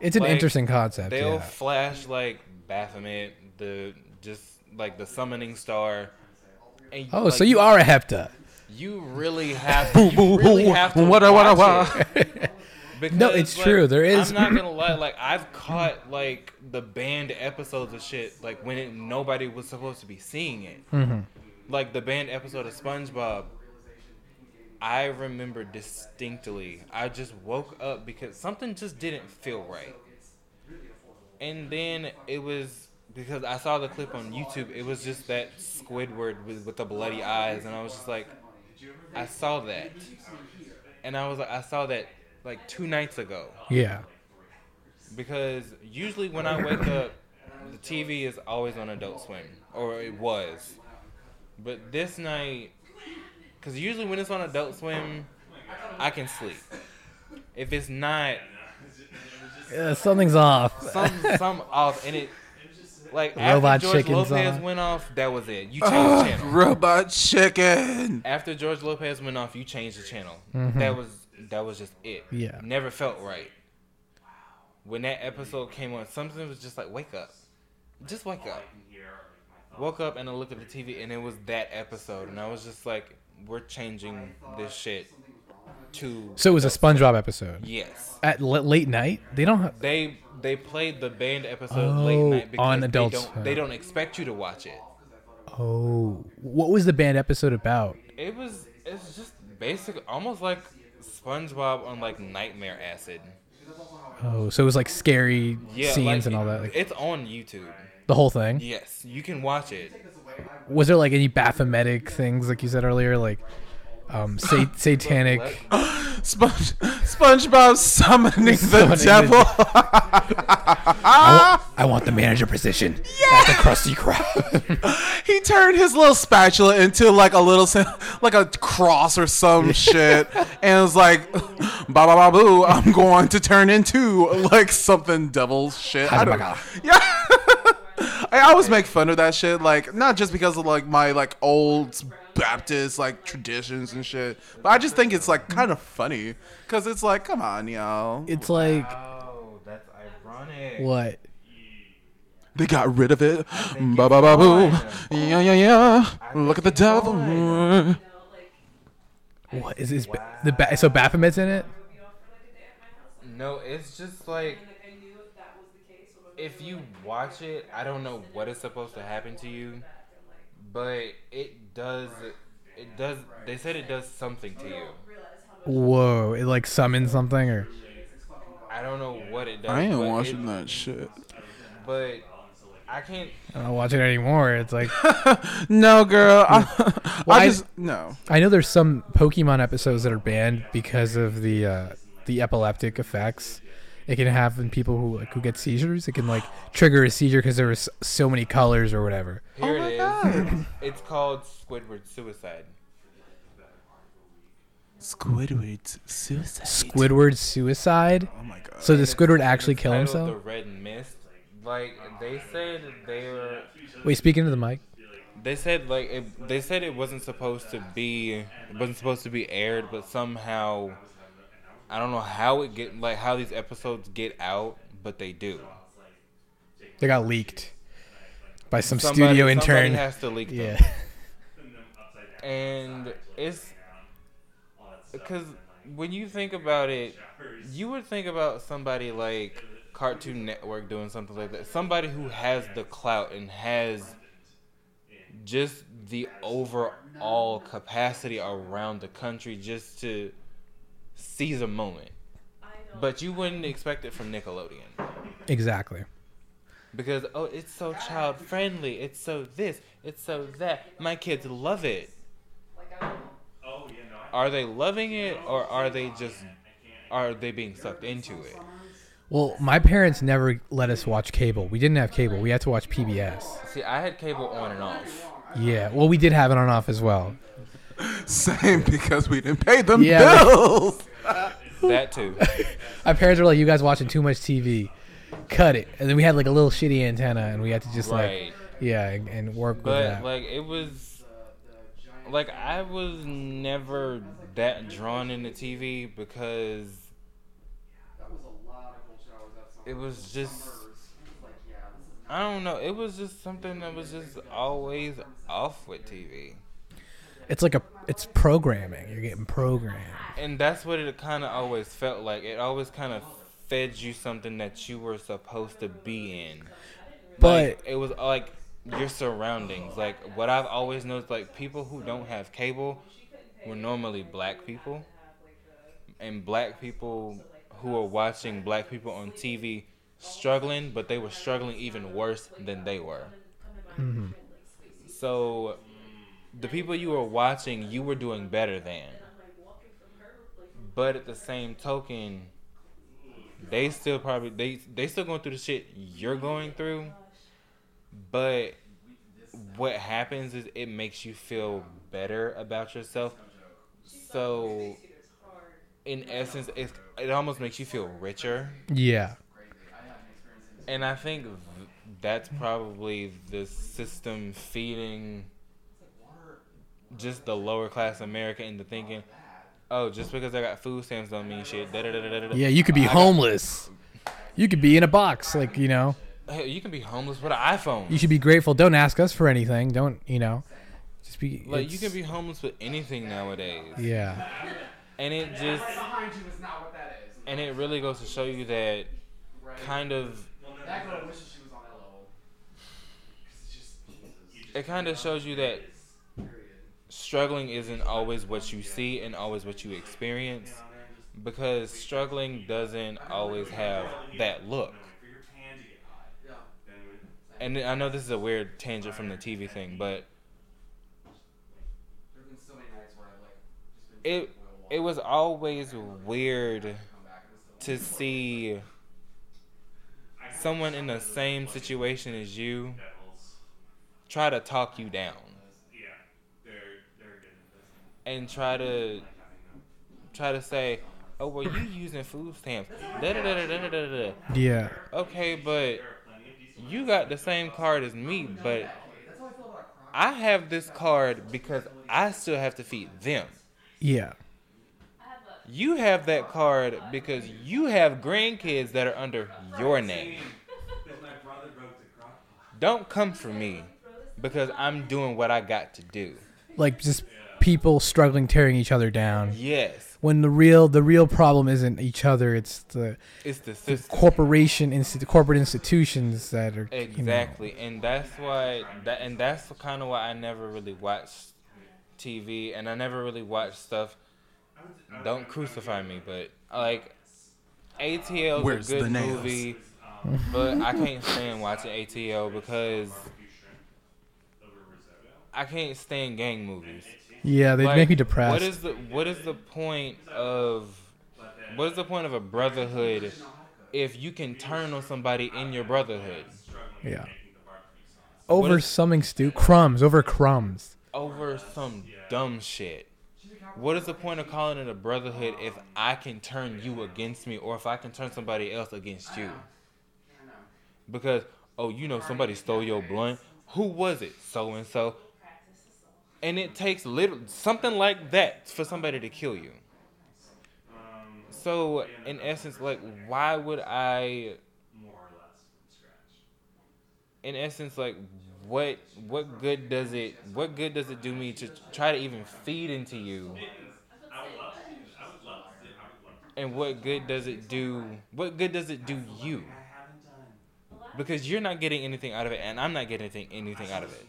[SPEAKER 1] It's an
[SPEAKER 4] Like,
[SPEAKER 1] interesting concept.
[SPEAKER 4] They'll
[SPEAKER 1] Yeah.
[SPEAKER 4] flash like Baphomet, the just like the summoning star. And,
[SPEAKER 1] Oh,
[SPEAKER 4] like,
[SPEAKER 1] so you are a Hepta.
[SPEAKER 4] You really have. you really have to
[SPEAKER 2] Wada, wada,
[SPEAKER 4] watch it. Because,
[SPEAKER 1] No, it's true. There is-
[SPEAKER 4] I'm not gonna lie. Like I've caught like the banned episodes of shit. Like when it, nobody was supposed to be seeing it.
[SPEAKER 1] Mm-hmm.
[SPEAKER 4] Like the banned episode of SpongeBob. I remember distinctly. I just woke up because something just didn't feel right. And then it was because I saw the clip on YouTube. It was just that Squidward with, with the bloody eyes, and I was just like, I saw that, and I was like, I saw that like two nights ago.
[SPEAKER 1] Yeah.
[SPEAKER 4] Because usually when I wake up, the TV is always on Adult Swim, or it was. But this night, because usually when it's on Adult Swim, I can sleep. If it's not,
[SPEAKER 1] Uh, something's off.
[SPEAKER 4] some some off and it like
[SPEAKER 1] Robot
[SPEAKER 4] after George
[SPEAKER 1] chicken's uh-huh.
[SPEAKER 4] Lopez
[SPEAKER 1] on.
[SPEAKER 4] went off, that was it. You changed the channel.
[SPEAKER 2] Robot chicken.
[SPEAKER 4] After George Lopez went off, you changed the channel. That was that was just it.
[SPEAKER 1] Mm-hmm. Yeah.
[SPEAKER 4] Never felt right. When that episode came on, something was just like, wake up. Just wake up. Woke up and I looked at the TV and it was that episode and I was just like, We're changing this shit to
[SPEAKER 1] So it was a SpongeBob episode.
[SPEAKER 4] Yes.
[SPEAKER 1] At l- late night, they don't. Have,
[SPEAKER 4] They they played the band episode
[SPEAKER 1] Oh,
[SPEAKER 4] late night because
[SPEAKER 1] on
[SPEAKER 4] they
[SPEAKER 1] Adult
[SPEAKER 4] don't
[SPEAKER 1] Swim.
[SPEAKER 4] they don't expect you to watch it.
[SPEAKER 1] oh, what was the band episode about?
[SPEAKER 4] It was it's just basic almost like SpongeBob on like nightmare acid.
[SPEAKER 1] Oh, so it was like scary
[SPEAKER 4] Yeah,
[SPEAKER 1] scenes
[SPEAKER 4] like,
[SPEAKER 1] and all that, like
[SPEAKER 4] it's on YouTube.
[SPEAKER 1] the whole thing.
[SPEAKER 4] Yes, you can watch it.
[SPEAKER 1] Was there like any Baphometic things, like you said earlier, like um, sa- satanic?
[SPEAKER 2] Sponge, SpongeBob summoning the
[SPEAKER 1] Summoning the-
[SPEAKER 2] devil.
[SPEAKER 1] I, want, I want the manager position. Ah! Yeah, the crusty crowd.
[SPEAKER 2] he turned his little spatula into like a little, sa- like a cross or some shit, and was like, "Ba ba ba boo, I'm going to turn into like something devil shit." I don't,
[SPEAKER 1] Hadabaga.
[SPEAKER 2] yeah. I always make fun of that shit, like not just because of like my like old Baptist like traditions and shit, but I just think it's like kind of funny because it's like, come on, y'all.
[SPEAKER 1] it's like
[SPEAKER 4] Oh, that's ironic.
[SPEAKER 1] what?
[SPEAKER 2] They got rid of it. Ba ba ba boo. Yeah yeah yeah. Look at the devil.
[SPEAKER 1] What is this? ba- The ba- so Baphomet's in it.
[SPEAKER 4] No, it's just like if you watch it, I don't know what is supposed to happen to you, but it does. It does. They said it does something to you.
[SPEAKER 1] Whoa! It like summons something or.
[SPEAKER 4] I don't know what it does.
[SPEAKER 2] I ain't
[SPEAKER 4] but
[SPEAKER 2] watching
[SPEAKER 4] it,
[SPEAKER 2] that shit.
[SPEAKER 4] But I can't.
[SPEAKER 1] I don't watch it anymore. It's like
[SPEAKER 2] No, girl. I,
[SPEAKER 1] Well,
[SPEAKER 2] I
[SPEAKER 1] I-
[SPEAKER 2] just no.
[SPEAKER 1] I know there's some Pokemon episodes that are banned because of the uh, the epileptic effects it can have in people who like who get seizures. It can like trigger a seizure because there was so many colors or whatever.
[SPEAKER 4] Here it
[SPEAKER 2] that?
[SPEAKER 4] It's called Squidward Suicide.
[SPEAKER 3] Squidward's suicide.
[SPEAKER 1] Squidward suicide.
[SPEAKER 2] Oh my god.
[SPEAKER 1] So did Squidward actually
[SPEAKER 4] It's
[SPEAKER 1] kill
[SPEAKER 4] titled
[SPEAKER 1] himself?
[SPEAKER 4] The Red Mist. Like they said, they were.
[SPEAKER 1] Wait, speaking to the mic.
[SPEAKER 4] They said like it, they said it wasn't supposed to be it wasn't supposed to be aired, but somehow I don't know how it get like how these episodes get out, but they do.
[SPEAKER 1] They got leaked by some
[SPEAKER 4] Somebody-
[SPEAKER 1] studio
[SPEAKER 4] somebody
[SPEAKER 1] intern.
[SPEAKER 4] has to leak them.
[SPEAKER 1] Yeah.
[SPEAKER 4] and it's because when you think about it, you would think about somebody like Cartoon Network doing something like that. Somebody who has the clout and has just the overall capacity around the country just to seize a moment. But you wouldn't expect it from Nickelodeon
[SPEAKER 1] Exactly.
[SPEAKER 4] because oh it's so child friendly it's so this it's so that my kids love it are they loving it or are they just are they being sucked into it
[SPEAKER 1] Well, my parents never let us watch cable. We didn't have cable. We had to watch PBS.
[SPEAKER 4] see i had cable on and off
[SPEAKER 1] Yeah. Well, we did have it on off as well.
[SPEAKER 2] Same because we didn't pay them
[SPEAKER 1] Yeah.
[SPEAKER 2] bills.
[SPEAKER 4] that too
[SPEAKER 1] My parents were like, "You guys watching too much TV. Cut it." And then we had like a little shitty antenna, and we had to just
[SPEAKER 4] Right.
[SPEAKER 1] like, yeah, and, and work with
[SPEAKER 4] but
[SPEAKER 1] that.
[SPEAKER 4] like it was like i was never that drawn into tv because it was just i don't know it was just something that was just always off with tv
[SPEAKER 1] it's like a, it's programming. You're getting programmed.
[SPEAKER 4] and that's what it kind of always felt like. It always kind of fed you something that you were supposed to be in.
[SPEAKER 1] But
[SPEAKER 4] Like, it was like your surroundings. Like what I've always noticed, like people who don't have cable were normally black people, and black people who are watching black people on TV struggling, but they were struggling even worse than they were. So the people you were watching, you were doing better than. But at the same token, they still probably they they still going through the shit you're going through. But what happens is it makes you feel better about yourself. So in essence, it it almost makes you feel richer.
[SPEAKER 1] yeah,
[SPEAKER 4] And I think th- that's probably the system feeding just the lower class America into thinking, oh, just because I got food stamps don't mean shit. da, da, da, da, da, da."
[SPEAKER 1] yeah, you could be
[SPEAKER 4] I got-
[SPEAKER 1] homeless. You could be in a box, like you know.
[SPEAKER 4] Hey, you can be homeless with an iPhone.
[SPEAKER 1] You should be grateful. Don't ask us for anything. Don't you know? Just be.
[SPEAKER 4] like you
[SPEAKER 1] it's-
[SPEAKER 4] can be homeless with anything nowadays.
[SPEAKER 1] Yeah.
[SPEAKER 4] And it just
[SPEAKER 5] Behind you is not what that is.
[SPEAKER 4] and it really goes to show you that kind of
[SPEAKER 5] That girl wishes she was on that level.
[SPEAKER 4] it kind of shows you that struggling isn't always what you see and always what you experience because struggling doesn't always have that look. And I know this is a weird tangent from the TV thing, but
[SPEAKER 5] There've been so many nights where I've like just been
[SPEAKER 4] it it was always weird to see someone in the same situation as you try to talk you down and try to try to say oh well you using food stamps da, da, da, da, da, da, da, da.
[SPEAKER 1] Yeah.
[SPEAKER 4] okay but you got the same card as me but i have this card because i still have to feed them
[SPEAKER 1] Yeah.
[SPEAKER 4] you have that card because you have grandkids that are under your name. Don't come for me because I'm doing what I got to do.
[SPEAKER 1] Like just people struggling, tearing each other down.
[SPEAKER 4] Yes,
[SPEAKER 1] When the real the real problem isn't each other, it's the
[SPEAKER 4] it's the system.
[SPEAKER 1] corporation insti- corporate institutions that are you know.
[SPEAKER 4] Exactly, and that's why that and that's kind of why I never really watched TV, and I never really watched stuff. Don't crucify me, but like ATL
[SPEAKER 2] Where's
[SPEAKER 4] is a
[SPEAKER 2] the
[SPEAKER 4] good
[SPEAKER 2] nails?
[SPEAKER 4] movie, but I can't stand watching ATL because I can't stand gang movies.
[SPEAKER 1] Yeah, they
[SPEAKER 4] Like,
[SPEAKER 1] make me depressed.
[SPEAKER 4] What is the what is the point of what is the point of a brotherhood if you can turn on somebody in your brotherhood?
[SPEAKER 1] yeah. over something stupid. Crumbs over crumbs.
[SPEAKER 4] over some dumb shit. What is the point of calling it a brotherhood if I can turn you against me or if I can turn somebody else against you? Because, oh, you know, somebody stole your blunt. Who was it? So and so. And it takes little something like that for somebody to kill you. So, in essence, like, why would I in essence like what what good does it what good does it do me to try to even feed into you and what good does it do what good does it do you because you're not getting anything out of it and i'm not getting anything, anything out of it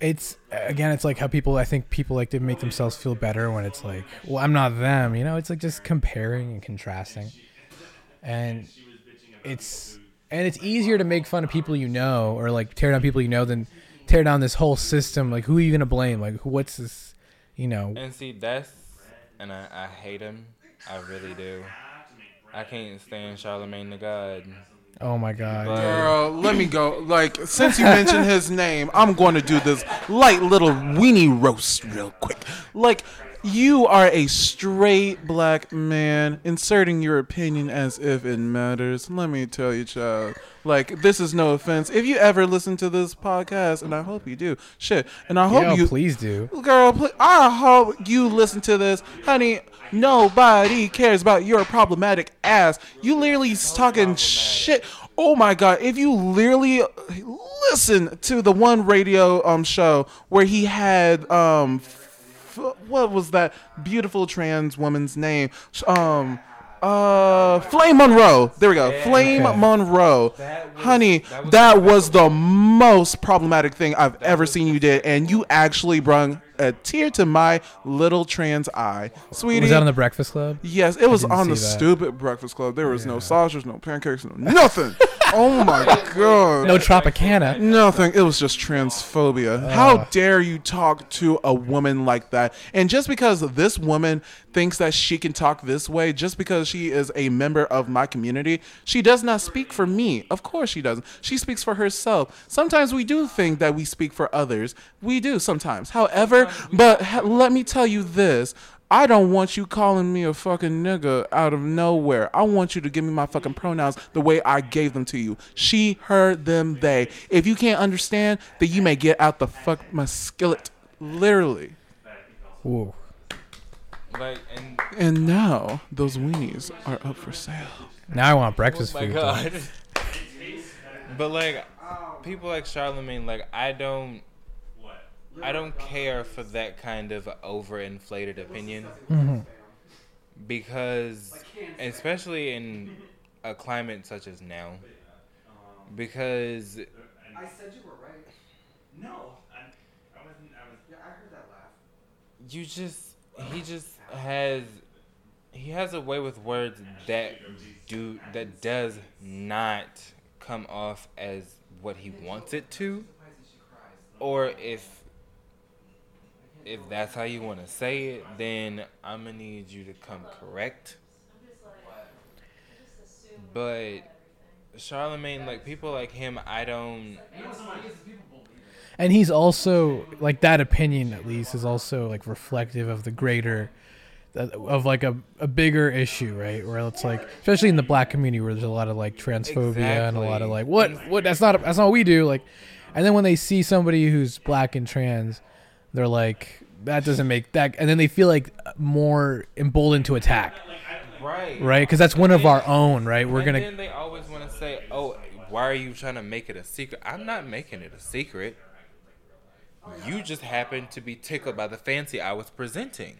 [SPEAKER 1] It's again, it's like how people. I think people like to make themselves feel better when it's like, well, I'm not them. You know, it's like just comparing and contrasting, and it's and it's easier to make fun of people you know or like tear down people you know than tear down this whole system. Like, who are you gonna blame? Like, who- what's this? You know,
[SPEAKER 4] and see that's and i, I hate him i really do i can't stand charlemagne the god
[SPEAKER 1] oh my god.
[SPEAKER 2] Girl, let me go. Like, since you mentioned his name, I'm going to do this light little weenie roast real quick. Like, you are a straight black man inserting your opinion as if it matters. Let me tell you, child. Like, this is no offense. If you ever listen to this podcast, and I hope you do, shit, and I hope
[SPEAKER 1] Yo,
[SPEAKER 2] you
[SPEAKER 1] please do.
[SPEAKER 2] Girl, please, I hope you listen to this. Honey, nobody cares about your problematic ass. You literally talking shit. Oh my god, if you literally listen to the one radio um show where he had um f- what was that beautiful trans woman's name? Um uh Flame Monroe. There we go. Flame
[SPEAKER 1] Okay.
[SPEAKER 2] Monroe.
[SPEAKER 4] That was-
[SPEAKER 2] Honey,
[SPEAKER 4] that was
[SPEAKER 2] that was the most problematic thing I've ever seen you did, and you actually brung a tear to my little trans eye, sweetie.
[SPEAKER 1] Was that on the Breakfast Club?
[SPEAKER 2] yes, it was
[SPEAKER 1] didn't
[SPEAKER 2] on the
[SPEAKER 1] see that.
[SPEAKER 2] stupid Breakfast Club. There was no sausage, no pancakes, no nothing. oh my god.
[SPEAKER 1] No Tropicana.
[SPEAKER 2] Nothing. It was just transphobia. How dare you talk to a woman like that? And just because this woman thinks that she can talk this way, just because she is a member of my community, she does not speak for me. Of course she doesn't. She speaks for herself. Sometimes we do think that we speak for others. We do sometimes. However, but ha- let me tell you this. I don't want you calling me a fucking nigga out of nowhere. I want you to give me my fucking pronouns the way I gave them to you. She, her, them, they. If you can't understand, then you may get out the fuck my skillet. Literally.
[SPEAKER 1] Ooh.
[SPEAKER 4] like and
[SPEAKER 2] And now those weenies are up for sale.
[SPEAKER 1] Now I want breakfast
[SPEAKER 4] Oh my
[SPEAKER 1] food.
[SPEAKER 4] god. but like people like Charlemagne, like I don't I don't care for that kind of overinflated opinion. Because especially in a climate such as now. Because
[SPEAKER 6] I said you were right. No. I, I wasn't. I was. Yeah, I heard that laugh.
[SPEAKER 4] you just he just has he has a way with words that do that does not come off as what he wants it to or if if that's how you want to say it then i'm gonna need you to come correct but charlemagne like people like him i don't
[SPEAKER 1] And he's also like that opinion at least is also like reflective of the greater of like a, a bigger issue, right? Where it's like especially in the black community where there's a lot of like transphobia and a lot of like what what that's not that's not what we do like and then when they see somebody who's black and trans, they're like that doesn't make that and then they feel like more emboldened to attack,
[SPEAKER 4] right
[SPEAKER 1] right? Cuz that's one of our own, right? We're
[SPEAKER 4] and
[SPEAKER 1] going to
[SPEAKER 4] then they always want to say, "Oh, why are you trying to make it a secret?" I'm not making it a secret. You just happened to be tickled by the fancy I was presenting.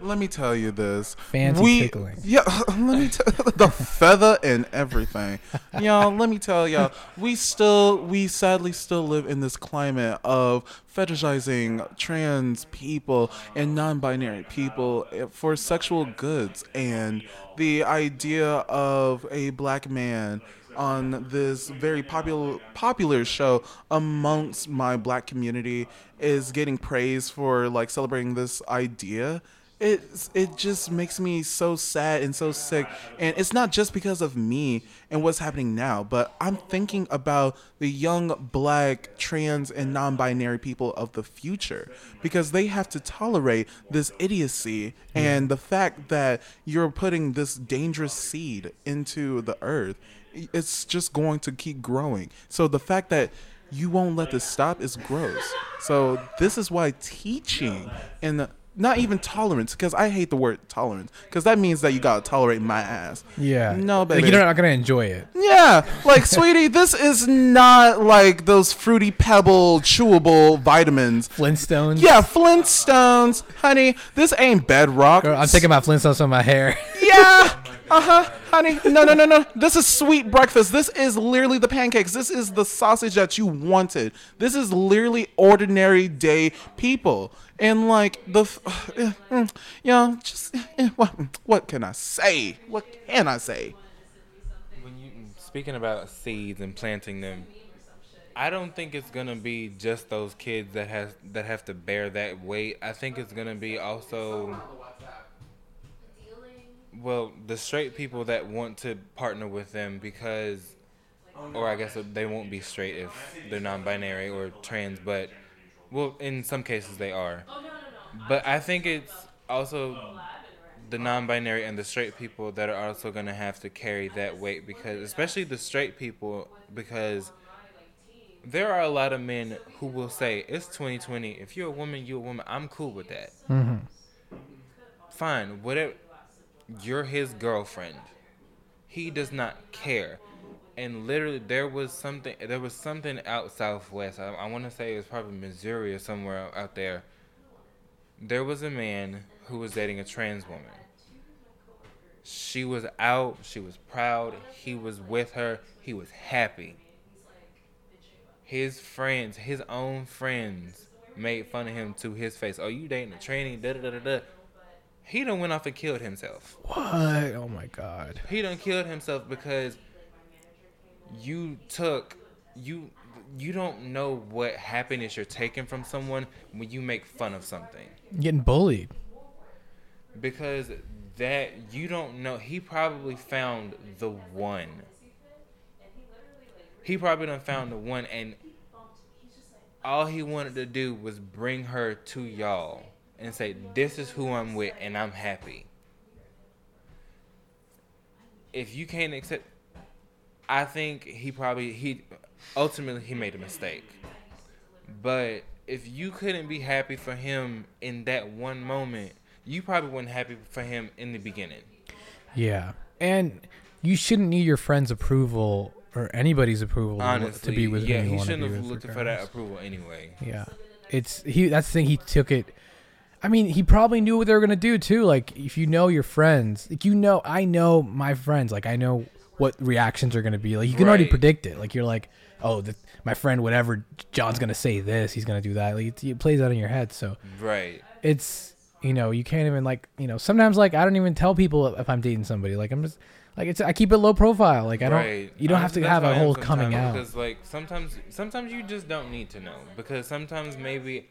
[SPEAKER 2] Let me tell you this.
[SPEAKER 1] Fancy
[SPEAKER 2] we,
[SPEAKER 1] tickling.
[SPEAKER 2] Yeah, let me tell the feather and everything. Y'all, let me tell y'all, we still we sadly still live in this climate of fetishizing trans people and non-binary people eh, for sexual goods and the idea of a black man on this very popular popular show amongst my black community is getting praise for like celebrating this idea it's it just makes me so sad and so sick and it's not just because of me and what's happening now but i'm thinking about the young black trans and non-binary people of the future because they have to tolerate this idiocy and the fact that you're putting this dangerous seed into the earth it's just going to keep growing so the fact that you won't let this stop is gross. So this is why teaching and not even tolerance, because I hate the word tolerance, because that means that you gotta tolerate my ass.
[SPEAKER 1] Yeah.
[SPEAKER 2] No,
[SPEAKER 1] Like,
[SPEAKER 2] baby.
[SPEAKER 1] you're not gonna enjoy it.
[SPEAKER 2] Yeah, like sweetie, this is not like those fruity pebble chewable vitamins.
[SPEAKER 1] Flintstones.
[SPEAKER 2] Yeah, Flintstones, honey, this ain't bedrock.
[SPEAKER 1] Girl, I'm taking my Flintstones on my hair.
[SPEAKER 2] Yeah. Uh huh, honey. No, no, no, no. This is sweet breakfast. This is literally the pancakes. This is the sausage that you wanted. This is literally ordinary day people. And like the, f- you know, just eh, what, what can I say? What can I say?
[SPEAKER 4] when you speaking about seeds and planting them i don't think it's gonna be just those kids that has that have to bear that weight i think it's gonna be also well the straight people that want to partner with them because or i guess they won't be straight if they're non-binary or trans but well in some cases they are but i think it's also the non-binary and the straight people that are also going to have to carry that weight because especially the straight people because there are a lot of men who will say it's 2020 if you're a woman you're a woman i'm cool with that fine whatever you're his girlfriend he does not care and literally there was something there was something out southwest i, I want to say it was probably missouri or somewhere out there there was a man who was dating a trans woman. She was out, she was proud, he was with her, he was happy. His friends, his own friends, made fun of him to his face. Oh, you dating a tranny? Da da da da da. He done went off and killed himself.
[SPEAKER 1] What? Oh my god.
[SPEAKER 4] He done killed himself because you took you you don't know what happiness you're taking from someone when you make fun of something.
[SPEAKER 1] I'm getting bullied.
[SPEAKER 4] because that you don't know he probably found the one he probably done found the one and all he wanted to do was bring her to y'all and say this is who i'm with and i'm happy if you can't accept i think he probably he ultimately he made a mistake but if you couldn't be happy for him in that one moment, you probably weren't happy for him in the beginning.
[SPEAKER 1] Yeah. And you shouldn't need your friend's approval or anybody's approval to-
[SPEAKER 4] Honestly,
[SPEAKER 1] to be with
[SPEAKER 4] yeah,
[SPEAKER 1] who you
[SPEAKER 4] he
[SPEAKER 1] want to
[SPEAKER 4] shouldn't
[SPEAKER 1] be
[SPEAKER 4] have
[SPEAKER 1] with,
[SPEAKER 4] looked for that
[SPEAKER 1] regardless.
[SPEAKER 4] approval anyway.
[SPEAKER 1] Yeah. It's he that's the thing he took it I mean, he probably knew what they were going to do too. Like if you know your friends, like you know I know my friends, like I know what reactions are going to be. Like you can already
[SPEAKER 4] Right.
[SPEAKER 1] predict it. Like you're like, "Oh, th- my friend whatever John's going to say this, he's going to do that." Like it, it plays out in your head, so
[SPEAKER 4] Right.
[SPEAKER 1] it's you know you can't even like you know sometimes like I don't even tell people if I'm dating somebody like I'm just like it's I keep it low profile like I don't
[SPEAKER 4] right.
[SPEAKER 1] you don't have to
[SPEAKER 4] Honestly,
[SPEAKER 1] have
[SPEAKER 4] that's
[SPEAKER 1] a
[SPEAKER 4] how I am
[SPEAKER 1] whole coming
[SPEAKER 4] sometimes,
[SPEAKER 1] out
[SPEAKER 4] Because like sometimes sometimes you just don't need to know. Because sometimes maybe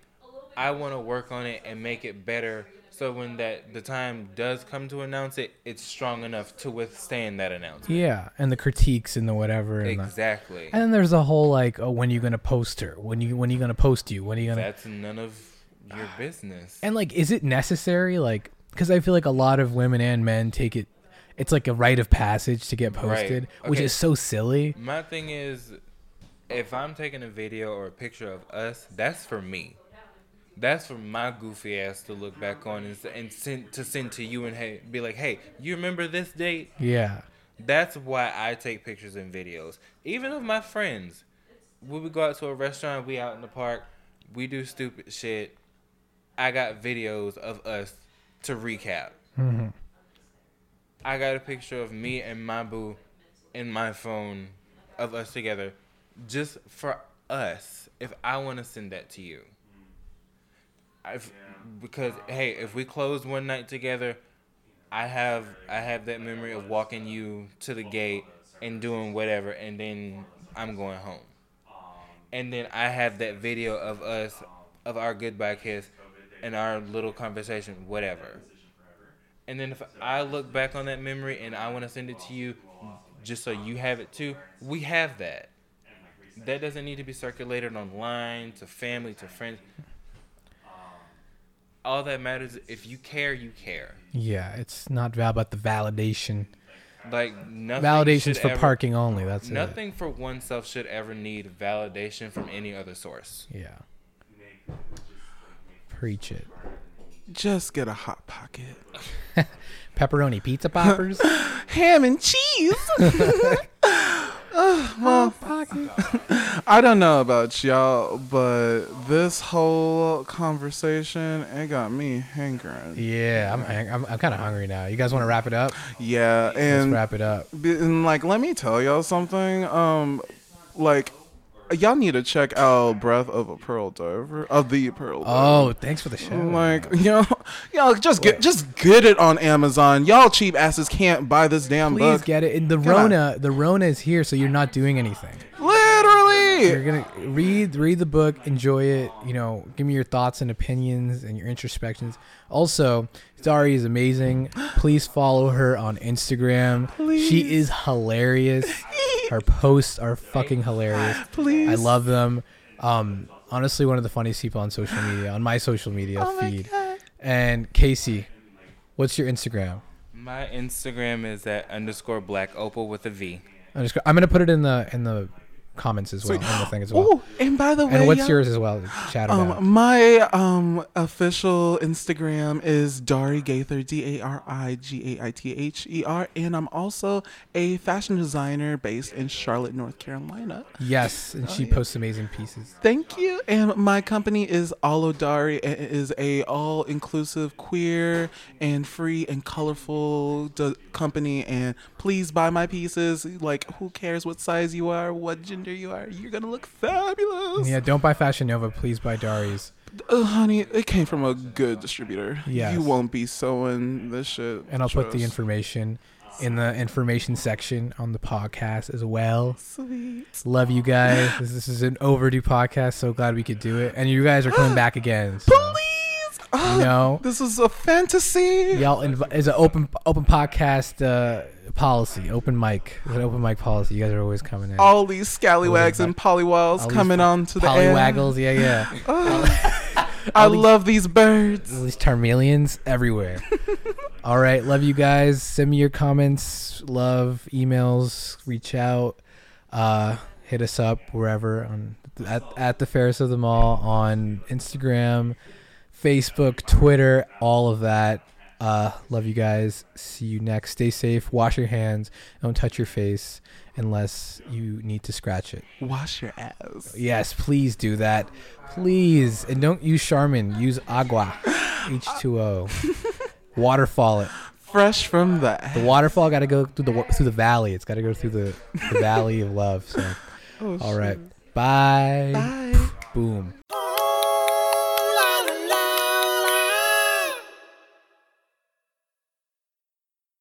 [SPEAKER 4] I wanna work on it and make it better so when that the time does come to announce it, it's strong enough to withstand that announcement.
[SPEAKER 1] yeah and the critiques and the whatever and the,
[SPEAKER 4] Exactly.
[SPEAKER 1] and then there's a whole like oh when are you gonna post her when you when are you gonna post you when are you gonna
[SPEAKER 4] That's none of your business.
[SPEAKER 1] and like is it necessary like because I feel like a lot of women and men take it it's like a rite of passage to get posted which
[SPEAKER 4] Okay.
[SPEAKER 1] is so silly
[SPEAKER 4] My thing is, if I'm taking a video or a picture of us, that's for me. That's for my goofy ass to look back on and, s- and send to send to you and hey, be like, hey, you remember this date?
[SPEAKER 1] yeah
[SPEAKER 4] That's why I take pictures and videos, even of my friends. When we go out to a restaurant, we out in the park, we do stupid shit. I got videos of us to recap. I got a picture of me and my boo in my phone of us together, just for us. If I want to send that to you, I've, because hey, if we close one night together, I have I have that memory of walking you to the gate and doing whatever, and then I'm going home. And then I have that video of us of our goodbye kiss, in our little conversation, whatever. And then if I look back on that memory and I want to send it to you, just so you have it too, we have that. That doesn't need to be circulated online to family to friends. All that matters if you care, you care.
[SPEAKER 1] Yeah, it's not val- about the validation.
[SPEAKER 4] Like nothing.
[SPEAKER 1] Validation's
[SPEAKER 4] should
[SPEAKER 1] for
[SPEAKER 4] ever-
[SPEAKER 1] parking only. That's
[SPEAKER 4] Nothing for oneself should ever need validation from any other source.
[SPEAKER 1] It. Yeah. Preach it.
[SPEAKER 2] Just get a hot pocket.
[SPEAKER 1] Pepperoni pizza poppers.
[SPEAKER 2] Ham and cheese. Ugh, well, I don't know about y'all, but this whole conversation it got me hankering.
[SPEAKER 1] yeah, I'm hang- I'm, I'm kind of hungry now. You guys want to wrap it up?
[SPEAKER 2] Yeah,
[SPEAKER 1] Let's
[SPEAKER 2] and
[SPEAKER 1] wrap it up.
[SPEAKER 2] B- and like let me tell y'all something um like y'all need to check out breath of a pearl diver of the pearl diver.
[SPEAKER 1] Oh, thanks for the show.
[SPEAKER 2] like y'all y'all just get just get it on amazon y'all cheap asses can't buy this damn
[SPEAKER 1] Please
[SPEAKER 2] book
[SPEAKER 1] get it. And the
[SPEAKER 2] on.
[SPEAKER 1] Rona, the Rona is here, so you're not doing anything. You're
[SPEAKER 2] literally
[SPEAKER 1] gonna read read the book, enjoy it. You know, give me your thoughts and opinions and your introspections. Also, Dari is amazing. Please follow her on Instagram. She is hilarious. Her posts are fucking hilarious.
[SPEAKER 2] Please.
[SPEAKER 1] I love them. Um, honestly, one of the funniest people on social media, on my social media
[SPEAKER 2] Oh
[SPEAKER 1] feed. And Casey, what's your Instagram?
[SPEAKER 4] My Instagram is at underscore black opal with a V.
[SPEAKER 1] I'm just I'm gonna put it in the in the comments as well, in the thing as well.
[SPEAKER 2] oh and by the way
[SPEAKER 1] and what's
[SPEAKER 2] y'all-
[SPEAKER 1] yours as well? Chat it out.
[SPEAKER 2] um, my um official Instagram is Dari Gaither, D A R I G A I T H E R, and I'm also a fashion designer based in Charlotte, North Carolina.
[SPEAKER 1] Yes, and
[SPEAKER 2] uh,
[SPEAKER 1] she posts amazing pieces.
[SPEAKER 2] Thank you. And my company is Olodari and it is a all inclusive, queer, and free and colorful d- company. And please buy my pieces. Like, who cares what size you are, what gender you are? You're gonna look fabulous.
[SPEAKER 1] Yeah, don't buy Fashion Nova, please buy Dari's.
[SPEAKER 2] Uh, honey, it came from a good distributor.
[SPEAKER 1] Yes.
[SPEAKER 2] You won't be sewing this shit.
[SPEAKER 1] And I'll put the
[SPEAKER 2] trust.
[SPEAKER 1] information in the information section on the podcast as well.
[SPEAKER 2] Sweet.
[SPEAKER 1] Love you guys. This, this is an overdue podcast. So glad we could do it. And you guys are coming back again. So
[SPEAKER 2] Please. Oh,
[SPEAKER 1] know.
[SPEAKER 2] This is a fantasy.
[SPEAKER 1] y'all inv- is an open open podcast uh, policy, open mic, It's an open mic policy. You guys are always coming in.
[SPEAKER 2] All these scallywags
[SPEAKER 1] All
[SPEAKER 2] and polywalls
[SPEAKER 1] All these
[SPEAKER 2] coming on to the air. Ah.
[SPEAKER 1] Pollywaggles, yeah, yeah.
[SPEAKER 2] I love these birds.
[SPEAKER 1] All these Tarmelians everywhere. All right, love you guys. Send me your comments, love, emails, reach out, uh, hit us up wherever on at, at the Ferris of the Mall on Instagram, Facebook, Twitter, all of that. Uh, love you guys. See you next. Stay safe. Wash your hands. Don't touch your face unless you need to scratch it.
[SPEAKER 2] Wash your ass.
[SPEAKER 1] Yes, please do that. Please. And don't use Charmin. Use agua. H2O. Waterfall it.
[SPEAKER 2] Fresh from the
[SPEAKER 1] The waterfall got to go through the wa- through the valley. It's got to go through the, the valley of love. So, all right. Bye.
[SPEAKER 2] Bye.
[SPEAKER 1] Boom.